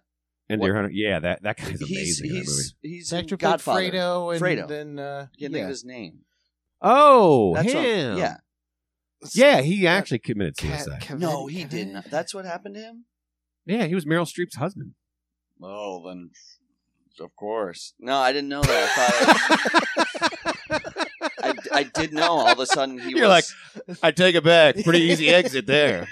B: And
A: What-
B: Deer Hunter, yeah, that that guy's
A: he's
B: amazing. in that movie.
A: he's he's
C: The
A: in
C: actor played
A: Godfather.
C: Fredo, and
A: Fredo.
C: then uh,
A: Can't think
C: yeah.
A: of his name.
B: Oh,
A: That's what-
B: him.
A: yeah.
B: Yeah, he actually committed
C: Ca-
B: suicide.
C: Kevin-
A: No, he
C: Kevin-
A: did not. That's what happened to him.
B: Yeah, he was Meryl Streep's husband.
A: Oh, then of course. No, I didn't know that. I thought I, I, I did know. All of a sudden, he
B: You're
A: was.
B: I take it back. Pretty easy exit there.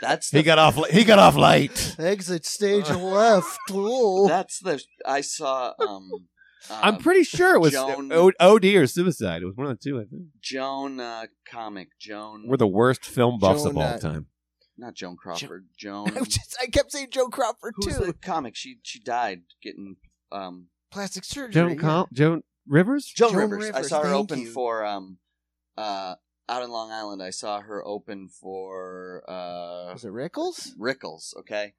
A: that's the,
B: got off. He got off light.
C: Exit stage left. Ooh.
A: that's the. I saw. Um,
B: I'm
A: uh,
B: pretty sure it was
A: Joan-
B: O- OD or suicide. It was one of the two. I think.
A: Joan uh, comic Joan.
B: We're the worst film buffs
C: Joan,
B: of all
C: uh,
B: time.
A: not Joan Crawford. Joan.
C: I, was just- I kept saying Joe Crawford
A: Who's
C: too.
A: the comic? She she died getting um
C: Plastic surgery.
B: Joan,
C: yeah.
B: Col- Joan Rivers.
A: Joan,
C: Joan
A: Rivers. I
C: Rivers,
A: saw her
C: thank
A: open
C: you.
A: for um uh out in Long Island. I saw her open for uh
C: Was it Rickles?
A: Rickles, okay?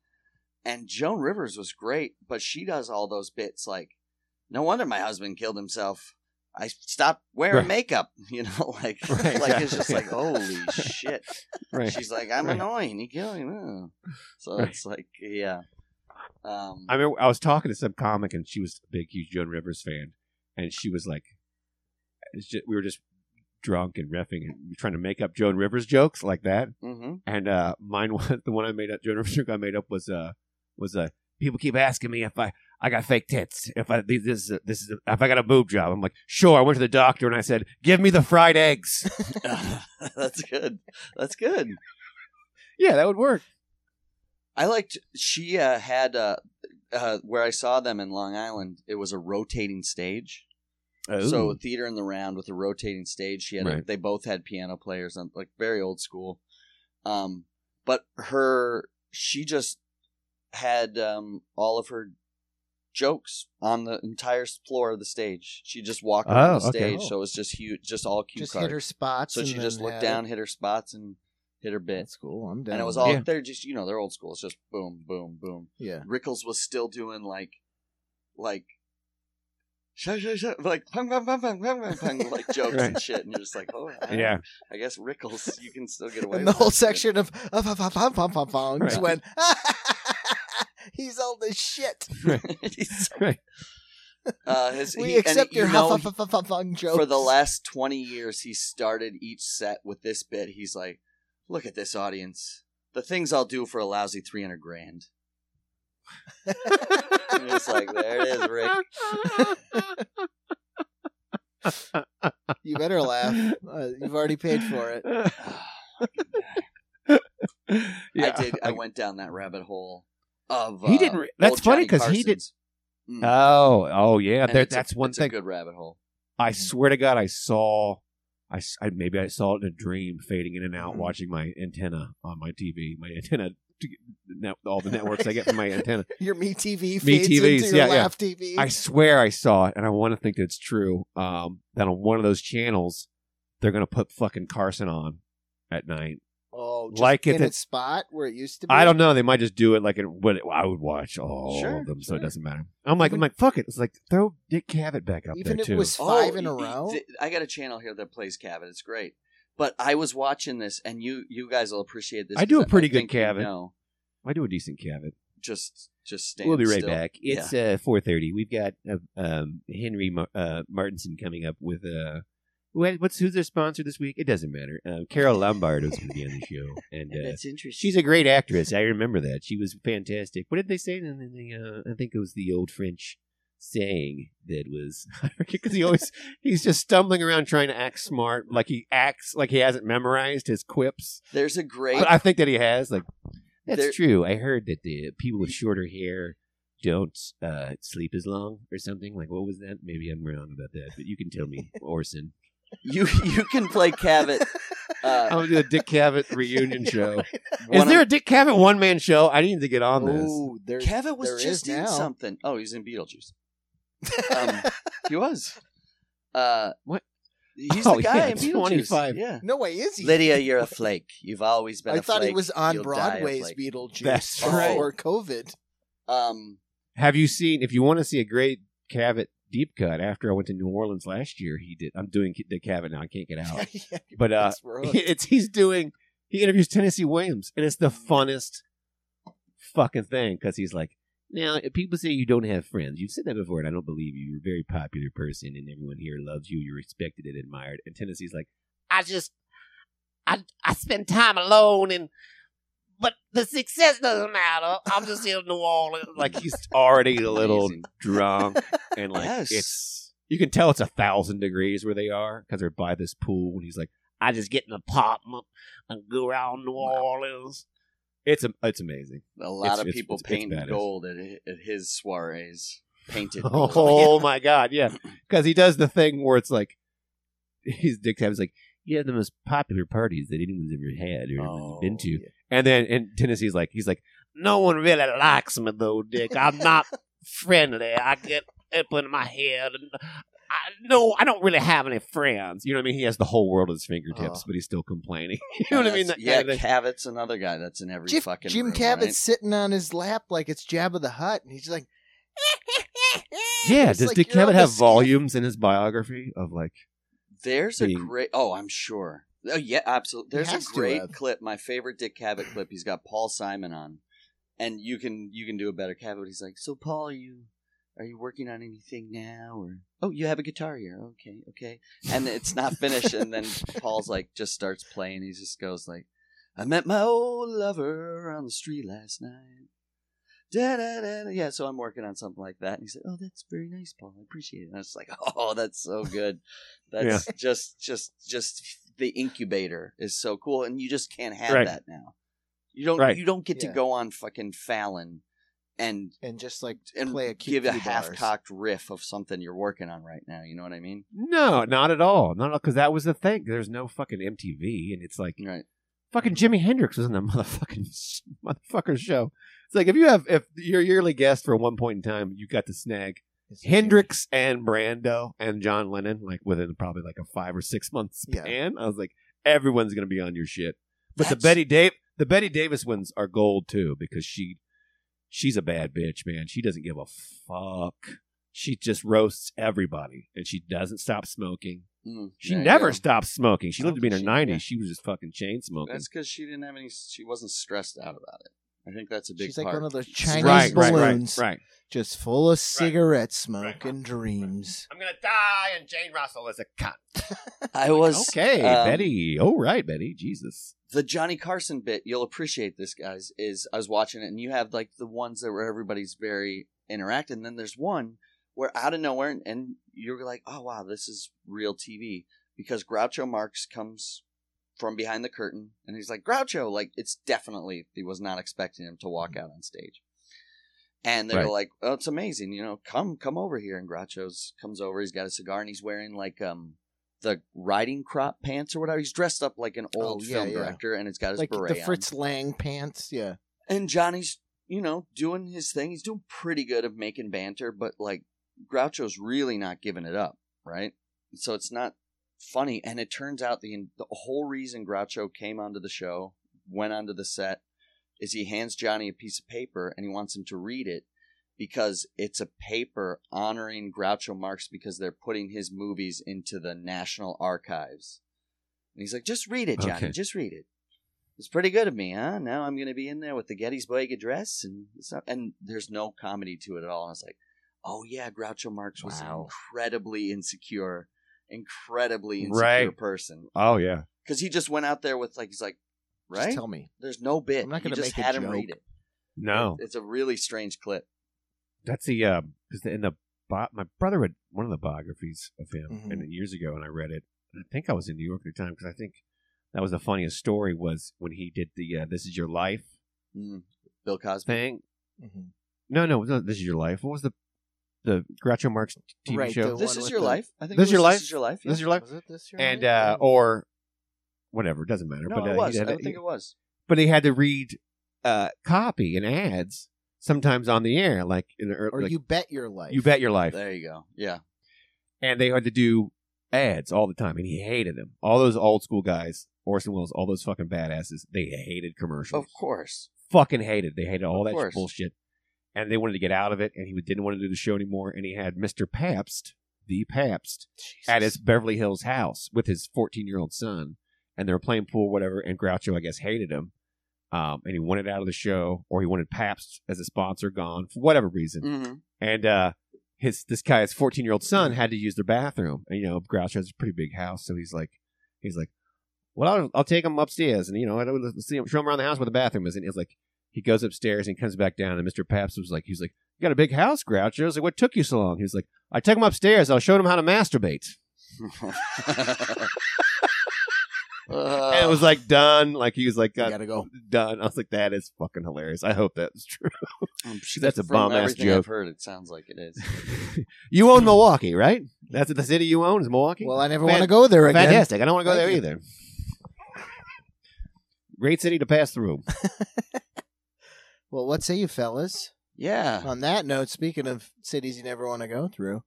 A: And Joan Rivers was great, but she does all those bits like no wonder my husband killed himself. I stopped wearing
B: Right.
A: makeup, you know, like
B: Right,
A: like it's just
B: exactly.
A: like holy shit.
B: Right.
A: She's like I'm
B: Right.
A: annoying, he killed me. Ugh. So
B: Right.
A: it's like yeah. Um
B: I mean, I was talking to some comic, and she was a big, huge Joan Rivers fan, and she was like, it's ju- "We were just drunk and refing and trying to make up Joan Rivers jokes like that."
A: mhm.
B: And uh, mine was the one I made up. Joan Rivers joke I made up was uh was uh, people keep asking me if I I got fake tits if I this is a, this is a, if I got a boob job. I'm like, sure. I went to the doctor and I said, "Give me the fried eggs."
A: That's good. That's good.
B: yeah, that would work.
A: I liked she uh, had uh, uh, where I saw them in Long Island. It was a rotating stage, so theater in the round with a rotating stage. She had
B: Right.
A: they both had piano players on like very old school. Um, but her she just had um, all of her jokes on the entire floor of the stage. She just walked around
B: Oh,
A: the
B: okay.
A: stage,
B: Oh.
A: so it was just huge, just all cue
C: Just
A: cards.
C: hit her spots.
A: so
C: and
A: she just
C: then
A: looked
C: had it.
A: down, hit her spots, and hit her bit.
C: That's cool. I'm down.
A: And it was all
B: Yeah.
A: they're just you know they're old school. It's just boom, boom, boom.
C: Yeah.
A: Rickles was still doing like, like, shuh, shuh, shuh, like, pung, pung, pung, pung, pung, pung, pung, like jokes and
B: Right.
A: shit. And you're just like, oh, I,
B: yeah.
A: I guess Rickles, you can still get away.
C: And the
A: with
C: whole
A: that shit.
C: section of of of of of of of of just
B: Right.
C: went. He's old as shit.
A: He's-
B: Right.
A: uh, his,
C: We
A: he- and
C: accept
A: you
C: your
A: know,
C: huff, huff, huff, huff, huff jokes.
A: for the last 20 years he started each set with this bit he's like look at this audience the things i'll do for a lousy 300 grand And it's like there it is rick
C: You better laugh. Uh, you've already paid for it.
A: Oh,
B: yeah,
A: i did i went down that rabbit hole of uh,
B: He didn't re- that's
A: old
B: funny
A: Johnny
B: 'cause he did-
A: Carson's. Mm.
B: Oh, oh yeah.
A: And
B: There,
A: it's a-
B: that's one
A: it's
B: thing.
A: a good rabbit hole
B: I swear to God, I saw. I, s- I- maybe I saw it in a dream, fading in and out,
A: Mm-hmm.
B: watching my antenna on my TV. My antenna, to get- net- all the networks I get from my antenna.
C: Your Me TV feeds
B: Me TVs,
C: into your
B: yeah, yeah.
C: Laugh TV.
B: I swear I saw it, and I want to think that it's true. Um, that on one of those channels, they're gonna put fucking Carson on at night.
C: oh, just
B: like it
C: in
B: that-
C: its spot where it used to be.
B: I don't know. They might just do it like it would. I would watch all
A: Sure,
B: of them, so
A: sure.
B: it doesn't matter. I'm like, I'm like, fuck it. It's like throw Dick Cavett back up
C: Even
B: there
C: if
B: too.
C: it was five
A: Oh,
C: in a
A: y- y-
C: row.
A: th- I got a channel here that plays Cabot. It's great. But I was watching this, and you you guys will appreciate this.
B: I do
A: 'cause
B: a pretty good
A: think you
B: Cabot.
A: know.
B: I do a decent Cavett.
A: just just stand.
B: We'll be right
A: still.
B: back. It's uh, four thirty. We've got uh, um, Henry Mar- uh, Martinson coming up with uh, what, what's who's their sponsor this week? It doesn't matter. Uh, Carol Lombard is going to be on the show, and uh,
A: interesting.
B: she's a great actress. I remember that she was fantastic. What did they say? In the, uh, I think it was the old French saying that was because he always he's just stumbling around trying to act smart, like he acts like he hasn't memorized his quips.
A: There's a great.
B: But I think that he has. Like that's
A: There-
B: true. I heard that the people with shorter hair don't uh, sleep as long or something. Like what was that? Maybe I'm wrong about that, but you can tell me, Orson.
A: you you can play Cabot.
B: I'm
A: Uh,
B: gonna do a Dick Cavett reunion show.
A: one
B: Is
A: of-
B: there a Dick Cavett one man show? I need to get on this.
C: Ooh, Oh, there's
A: Cabot was
C: there is
A: just in
C: now.
A: something. Oh, he's in Beetlejuice. Um, he was. Uh,
B: What?
A: He's
B: Oh,
A: the guy
B: yeah,
A: in Beetlejuice.
B: 25.
A: Yeah.
C: no way is he?
A: Lydia, you're a flake. You've always been.
C: I
A: a
C: thought he
A: flake.
C: was on
A: You'll die a
C: Broadway's
A: flake.
C: Beetlejuice
B: That's
A: right.
C: before COVID.
A: Um,
B: Have you seen? If you want to see a great Cavett deep cut, after I went to New Orleans last year, he did. I'm doing Dick Cavett now. I can't get out.
C: Yeah,
B: But uh,
C: that's where-
B: it's he's doing he interviews Tennessee Williams, and it's the funnest fucking thing because he's like, now if people say you don't have friends. You've said that before, and I don't believe you. You're a very popular person, and everyone here loves you. You're respected and admired. And Tennessee's like, I just.
G: I I spend time alone and but the success doesn't matter. I'm just in New Orleans.
B: Like he's already a little
A: Amazing.
B: drunk, and like
A: Yes.
B: it's you can tell it's a thousand degrees where they are because they're by this pool, and he's like,
G: I just get an apartment and go around New Orleans.
B: it's a, it's amazing.
A: A lot
B: It's-
A: of
B: it's-
A: people
B: it's- it's
A: painted
B: badass.
A: gold at, hi- at his soirees. Painted. gold.
B: Oh my god, yeah, because he does the thing where it's like his dick tab is like you have the most popular parties that anyone's ever had or anyone's been to, and then and Tennessee's like he's like
G: No one really likes me though, Dick. I'm not friendly. I get up in my head and I no, I don't really have any friends.
B: you know what I mean. He has the whole world at his fingertips, but he's still complaining. you know what I mean? That
A: That's-
B: kind
A: Yeah,
B: of thing.
A: Cavit's another guy that's in every
C: Jif-
A: fucking
C: Jim
A: room,
C: Cabot's
A: right?
C: sitting on his lap like it's Jabba the Hutt, and he's just like,
B: Yeah,
C: It's
B: does
C: like
B: Dick
C: you're on
B: Cavett
C: the
B: have
C: skiff.
B: volumes in his biography of like?
A: There's a
B: being-
A: great. Oh, I'm sure. Oh, yeah, absolutely.
C: He
A: There's
C: has
A: a
C: to
A: great
C: have.
A: clip. My favorite Dick Cavett clip. He's got Paul Simon on, and you can you can do a better Cavett. He's like, so Paul, are you are you working on anything now, or oh, you have a guitar here? Okay, okay. And it's not finished, and then Paul's like just starts playing. He just goes like, I met my old lover on the street last night. Da, da, da, da. Yeah, so I'm working on something like that. And he's like, "Oh, that's very nice, Paul. I appreciate it." And I was like, "Oh, that's so good. That's just, just, just the incubator is so cool, and you just can't have
B: Right.
A: that now. You don't,
B: Right.
A: you don't get
C: Yeah.
A: to go on fucking Fallon and
C: and just like
A: and
C: play a
A: give
C: cute
A: a
C: few bars.
A: half-cocked riff of something you're working on right now. You know what I mean?
B: No, not at all. Not because that was the thing. There's no fucking MTV, and it's like
C: Mm-hmm.
A: Right?
B: fucking Jimi Hendrix was in that motherfucking motherfucker show. It's like if you have if your yearly guest for one point in time, you got to snag Hendrix and Brando and John Lennon like within probably like a five or six month
C: Yeah.
B: span. I was like, everyone's gonna be on your shit. But the
C: That's-
B: Betty Dave the Betty Davis ones are gold too because she she's a bad bitch, man. She doesn't give a fuck. She just roasts everybody and she doesn't stop smoking.
A: Mm,
B: She
A: there you
B: never
A: go.
B: stopped smoking. She
A: I don't
B: lived to be in her
A: think she- yeah.
B: 90s. She was just fucking chain smoking.
A: That's because she didn't have any. She wasn't stressed out about it. I think that's a big
C: She's
A: part.
C: like one of those
A: Right,
C: Chinese
B: right, right, right,
C: balloons,
B: right.
C: just full of cigarette smoke
H: Right.
C: and dreams.
H: I'm gonna die, and Jane Russell is a cunt.
A: I was
B: Okay,
A: um,
B: Betty. All right, Betty. Jesus.
A: the Johnny Carson bit, you'll appreciate this, guys. Is I was watching it, and you have like the ones that where everybody's very interactive, and then there's one where out of nowhere, and, and you're like, oh wow, this is real TV because Groucho Marx comes from behind the curtain, and he's like, Groucho, like it's definitely he was not expecting him to walk out on stage. And they're
B: Right.
A: like, "Oh, it's amazing, you know. Come, come over here." And Groucho's comes over. He's got a cigar and he's wearing like um the riding crop pants or whatever. He's dressed up like an old
C: Oh, yeah,
A: film
C: yeah.
A: director, and it's got his
C: Like
A: beret
C: the
A: on.
C: Fritz Lang pants. Yeah.
A: And Johnny's, you know, doing his thing. He's doing pretty good of making banter, but like Groucho's really not giving it up, right? So it's not funny. And it turns out the the whole reason Groucho came onto the show, went onto the set, is he hands Johnny a piece of paper and he wants him to read it because it's a paper honoring Groucho Marx because they're putting his movies into the National Archives. And he's like, just read it, Johnny.
B: Okay.
A: Just read it. It's pretty good of me, huh? Now I'm going to be in there with the Gettysburg Address, and stuff. and there's no comedy to it at all. And I was like, oh yeah, Groucho Marx was an
C: Wow.
A: incredibly insecure, incredibly insecure
B: Right.
A: person
B: Oh yeah.
A: because he just went out there with like he's like,
C: Just
A: right?
C: tell me.
A: There's no bit.
C: I'm not
A: You
C: gonna
A: just
C: make a
A: had him
C: joke.
A: read it.
B: No,
A: It's a really strange clip.
B: that's the um 'cause in the bo- my brother had one of the biographies of him
A: Mm-hmm.
C: Mhm.
B: and years ago, and I read it. I think I was in New York at the time because I think that was the funniest story was when he did the uh, "This Is Your Life"
A: Mm. Bill Cosby.
B: thing.
C: Mhm.
B: No, no, no, "This Is Your Life." What was the the Groucho Marx TV
C: Right,
B: show?
C: the
A: This
C: one
A: is
C: with
A: your
C: the-
A: life. I think
B: This
A: it
B: Your
A: was
B: Life?
A: This is your life.
B: "This Is Your Life"
C: Was it this year?
B: and
C: Right?
B: uh, or whatever, doesn't matter.
A: No,
B: but uh,
A: it
B: he
A: was. I
B: had
A: don't
B: a-
A: think it was.
B: but he had to read uh, copy and ads sometimes on the air, like in the early,
C: or you bet your life.
B: you bet your life,
A: There you go. Yeah.
B: and they had to do ads all the time, and he hated them. All those old school guys, Orson Welles, all those fucking badasses, they hated commercials.
A: Of course.
B: Fucking hated. They hated all
A: Of
B: that
A: course.
B: bullshit, and they wanted to get out of it, and he didn't want to do the show anymore, and he had Mister Pabst, the Pabst, at his Beverly Hills house with his 14 year old son, and they were playing pool, whatever. And Groucho, I guess, hated him, um, and he wanted out of the show, or he wanted Pabst as a sponsor gone for whatever reason.
A: Mm-hmm.
B: And uh, his this guy's 14 year old son had to use their bathroom, and you know Groucho has a pretty big house, so he's like, he's like, well, I'll, I'll take him upstairs, and you know, I'll let's see him, show him around the house where the bathroom is. And it's like he goes upstairs and he comes back down, and Mister Paps was like, he's like, you got a big house, Groucho. I was like, what took you so long? He was like, I took him upstairs. I showed him how to masturbate. and it was like done. Like he was like
C: You
B: uh,
C: gotta go.
B: done. I was like, that is fucking hilarious. I hope that's true.
A: I'm sure
B: That's a
A: from
B: bomb-ass
A: everything
B: joke.
A: I've heard it sounds like it is.
B: you own Milwaukee, right? That's the city you own is Milwaukee.
C: Well, I never
B: Fan-
C: want to go there again.
B: Fantastic. I don't want to go
C: Thank
B: there either.
C: you.
B: Great city to pass through.
C: Well, what say you, fellas?
A: Yeah.
C: On that note, speaking of cities you never want to go through,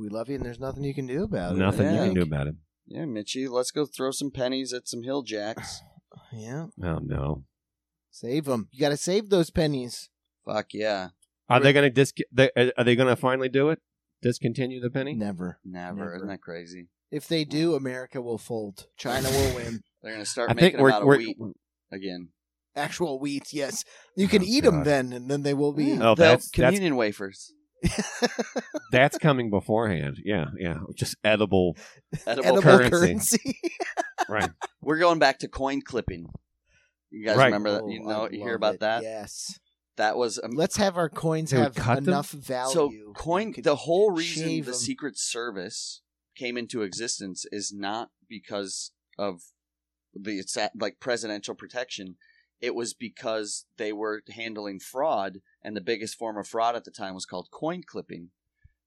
C: we love you, and there's nothing you can do about it.
B: Nothing you
A: Oh, Yeah.
B: can do about it.
A: Yeah, Mitchy, let's go throw some pennies at some hill jacks.
C: Yeah,
B: Oh no.
C: save them. You got to save those pennies.
A: Fuck yeah.
B: Are they going to dis? They, are they going to finally do it? Discontinue the penny?
C: Never.
A: Never.
C: Never.
A: Isn't that crazy?
C: If they do, America will fold. China will win.
A: They're going to start
B: I think
A: making
B: we're,
A: about
B: we're
A: a wheat again.
C: Actual wheat, yes. You can
B: Oh,
C: eat them
B: God.
C: then, and then they will be.
A: Mm.
B: Oh,
A: The
B: that's- that's-
A: communion wafers.
B: that's coming beforehand. Yeah, yeah. Just edible.
A: Edible,
C: edible
A: currency.
B: currency.
C: currency.
B: Right.
A: We're going back to coin clipping. You guys
B: Right.
A: remember that?
C: Oh,
A: You
C: I
A: know, you hear about
C: love it.
A: that?
C: Yes.
A: That was um,
C: Let's have our coins
B: They would
C: have
B: cut them?
C: enough value.
A: so coin.
C: You could-
A: The whole reason the
C: shave 'em.
A: Secret Service came into existence is not because of the it's at- like presidential protection. It was because they were handling fraud, and the biggest form of fraud at the time was called coin clipping,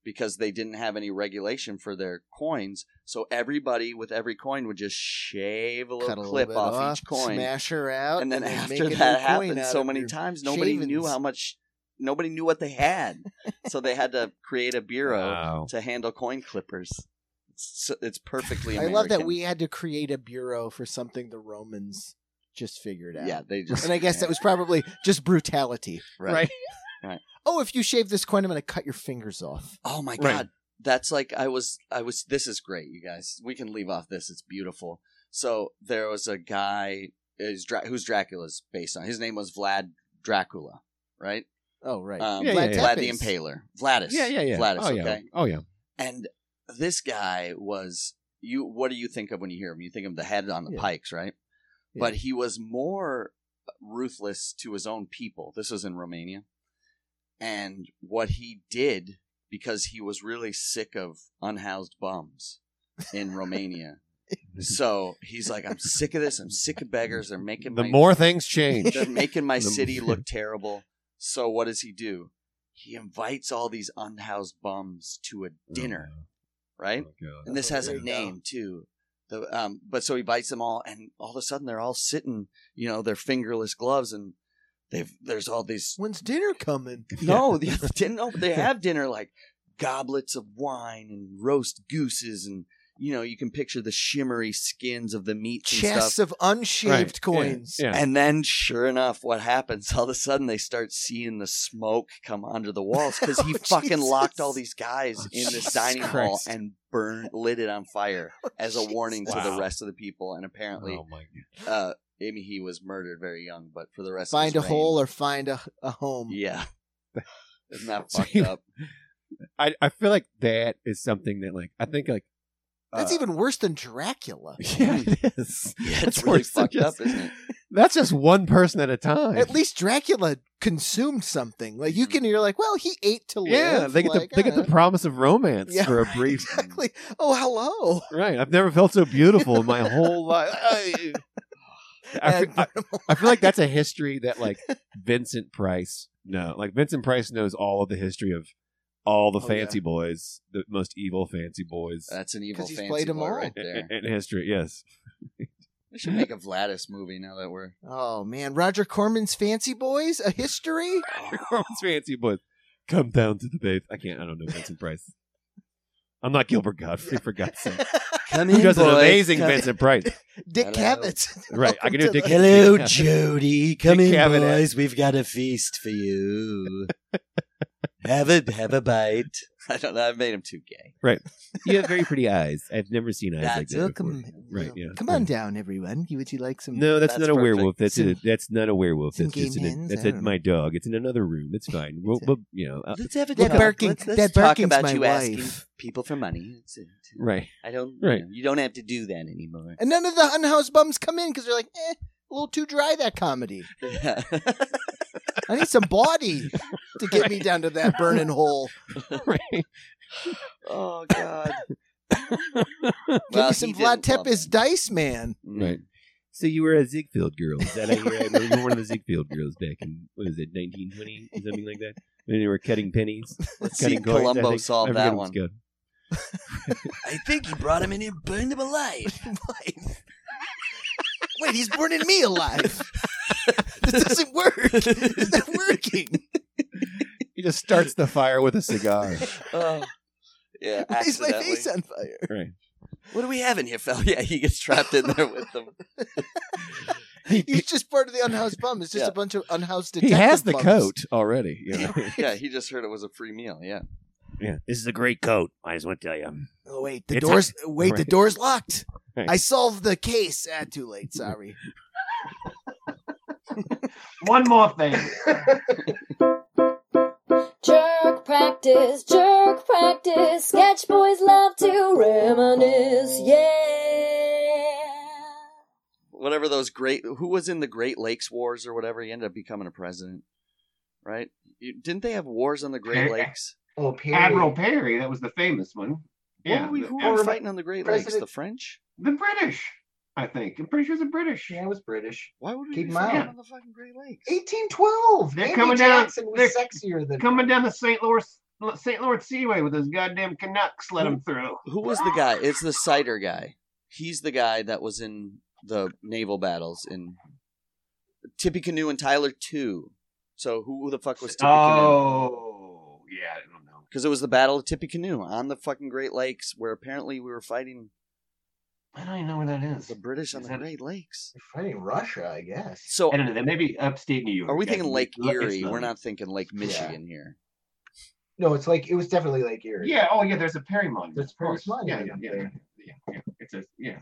A: because they didn't have any regulation for their coins. So everybody with every coin would just shave a little
C: cut a
A: clip
C: bit
A: off, each coin,
C: smash her out,
A: and then
C: Uh, make
A: after
C: a new
A: that
C: coin
A: happened
C: out
A: so
C: of
A: many
C: your
A: times nobody knew
C: shavings.
A: how much nobody knew what they had so they had to create a bureau
B: Wow.
A: to handle coin clippers it's, so- it's perfectly
C: I
A: American.
C: love that we had to create a bureau for something the Romans just figured out.
A: yeah they just
C: And I guess that was probably just brutality.
A: Right. Right.
C: Oh, if you shave this coin, I'm going to cut your fingers off.
A: oh my
B: Right.
A: god that's like i was i was this is great you guys we can leave off this it's beautiful so there was a guy is Dra- who's dracula's based on his name was vlad dracula right
C: Oh, right.
A: um,
B: Yeah,
A: vlad,
B: yeah, yeah.
A: vlad the impaler vladis
B: Yeah, yeah, yeah.
A: vladis
B: oh,
A: okay
B: yeah. Oh, yeah.
A: And this guy was you what do you think of when you hear him? You think of the head on the
C: Yeah.
A: pikes, right?
C: Yeah.
A: But he was more ruthless to his own people. This was in Romania. And what he did because he was really sick of unhoused bums in Romania. So he's like, I'm sick of this. I'm sick of beggars. They're making
B: The
A: my
B: more things change.
A: they're making my
B: The-
A: city look terrible. So what does he do? He invites all these unhoused bums to a
B: Oh,
A: dinner, right? And this has a
C: Oh, There you go.
A: name too. The um, but so he bites them all, and all of a sudden they're all sitting, you know, their fingerless gloves, and they've there's all these.
C: When's dinner coming?
A: No, the other didn't. No, but they have dinner like goblets of wine and roast gooses, and you know you can picture the shimmery skins of the meats and stuff.
C: Chests of unshaved
B: Right. Yeah,
C: coins.
B: Yeah.
A: And then, sure enough, what happens? All of a sudden, they start seeing the smoke come under the walls because he
C: Oh,
A: fucking
C: Jesus.
A: locked all these guys
B: Oh,
A: in this
B: Jesus
A: dining hall
B: Christ. Oh,
A: and burned, lit it on fire as a warning to the
B: Wow.
A: rest of the people. And apparently,
B: Oh, my God.
A: uh, Amy he was murdered very young, but for the rest,
C: Find a
A: of his reign-
C: hole or find a, a home.
A: Yeah, isn't that
B: So
A: fucked
B: you-
A: up?
B: I, I feel like that is something that, like, I think, like,
C: That's
B: uh,
C: even worse than Dracula.
B: Yeah, it is.
A: Yeah, it's
B: That's
A: really
B: worse than
A: fucked up, isn't it?
B: That's just one person at a time.
C: At least Dracula consumed something. Like
A: Mm-hmm.
C: you can, you're like, well, he ate to live.
B: yeah, they get
C: Like,
B: the they get the
C: uh,
B: promise of romance
C: Yeah,
B: for a brief.
C: exactly. Oh, hello.
B: Right, I've never felt so beautiful in my whole life. I, I,
C: And
B: I- I feel like that's a history that like Vincent Price know. Like Vincent Price knows all of the history of all the
C: Oh,
B: fancy boys, the most evil fancy boys
A: That's an evil
C: 'Cause he's
A: fancy
C: played 'em
A: boy
C: all.
A: right
B: in,
A: there.
B: in history. Yes,
A: We should make a Vladis movie now that we're.
C: oh man, Roger Corman's Fancy Boys: A History.
B: Those fancy boys come down to the base. I can't. I don't know Vincent Price. I'm not Gilbert Godfrey for God's sake.
A: Come
B: Who does an amazing
A: come-
B: Vincent Price?
C: Dick
A: Hello.
C: Cavett.
B: Right, I can do
C: Welcome to
B: Dick.
C: the-
B: Hello,
A: Jody. Come in,
B: Cavett.
A: boys. We've got a feast for you. have a have a bite. I don't know. I made him too gay.
B: You have very pretty eyes. I've never seen eyes like
A: That's
B: that. before.
C: Welcome,
B: Right, yeah.
C: Come on down, everyone. You would you like some?
B: No, that's,
A: That's
B: not a
A: perfect.
B: werewolf. That's
C: Some-
B: a, that's not a werewolf.
C: some
B: That's just
C: game
B: an,
C: hens,
B: that's
C: I
B: a,
C: don't know.
B: my dog. It's in another room. It's fine. We'll,
C: It's a-
B: we'll you know, uh,
A: Let's have a
C: That
A: talk.
C: barking-
A: let's let's
C: that
A: talk
C: barking's
A: about
C: my
A: you asking
C: wife.
A: people for money. It's, it's-
B: right.
A: I don't. You,
B: Right.
A: know, you don't have to do that anymore.
C: And none of the unhoused bums come in because they're like, eh, a little too dry that comedy.
A: Yeah.
C: I need some body to get me down to that burning hole.
B: right.
A: oh God.
C: Give me some Vlad
A: Vlad
C: Tepes Dice Man.
A: Mm.
B: Right. So you were a Ziegfeld girl. Is that how you were? I mean, you were one of the Ziegfeld girls back in what was it, nineteen twenty, something like that? When you were cutting pennies,
A: Let's see
B: cutting coins. I
A: Columbo
B: think. I
A: solve
B: forget
A: that
B: what's
A: one.
B: good.
A: I think he brought him in and burned him alive.
C: Wait, he's burning me alive. this doesn't work. It's not working.
B: He just starts the fire with a cigar.
A: oh. Yeah.
C: Why is my
A: accidentally.
C: face on fire?
B: right.
A: What do we have in here, fell? Yeah, he gets trapped in there with them.
C: He's just part of the unhoused bum. It's just
A: Yeah.
C: a bunch of unhoused
B: He
C: detective
B: has the
C: bums.
B: coat already. You know?
A: Yeah, he just heard it was a free meal. Yeah.
B: yeah.
G: This is a great coat. Might as well tell you.
C: Oh wait, the
G: It's
C: doors. wait, the
B: Right.
C: door's locked.
B: Right.
C: I solved the case. Ah, too late. Sorry.
E: One more thing.
D: Jerk practice, jerk practice. Sketch boys love to reminisce. Yeah.
A: Whatever those great, who was in the Great Lakes Wars or whatever, he ended up becoming a president, right? You, didn't they have wars on the Great
E: Yeah.
A: Lakes?
F: Oh, period.
E: Admiral Perry, that was the famous one. Yeah.
A: What were we,
E: the,
A: who
E: and
A: were
E: the-
A: fighting on the Great Lakes?
F: President-
A: The French?
E: the British, I think. I'm pretty sure it's the British.
F: Yeah, it was British.
A: Why would we
F: Keep 'em
A: be fighting
E: out.
A: on the fucking Great Lakes?
F: 1812.
E: They're
F: Andy
E: coming down-
F: Jackson
E: they're-
F: was sexier than.
E: Coming down the St. Louis St. Lawrence Seaway with those goddamn Canucks let him through.
A: Who was the guy? It's the cider guy. He's the guy that was in the naval battles in Tippecanoe and Tyler 2. So who the fuck was Tippecanoe?
E: Oh, yeah, I don't know.
A: Because it was the Battle of Tippecanoe on the fucking Great Lakes where apparently we were fighting
E: I don't even know where that is.
A: the British on
E: Is
A: the
E: that-
A: Great Lakes.
F: They're fighting Russia, I guess.
A: So
E: I don't know. That may be upstate New York.
A: are we
E: guys.
A: thinking Lake
E: Look, it's
A: Erie? We're not thinking Lake
F: Yeah.
A: Michigan here.
F: No, it's like it was definitely like Erie.
E: Yeah. Oh, yeah. There's a Perry monument.
F: There's
E: of course.
F: Perry's monument
E: Yeah,
F: up
E: yeah, yeah,
F: there.
E: yeah, yeah. It's a yeah.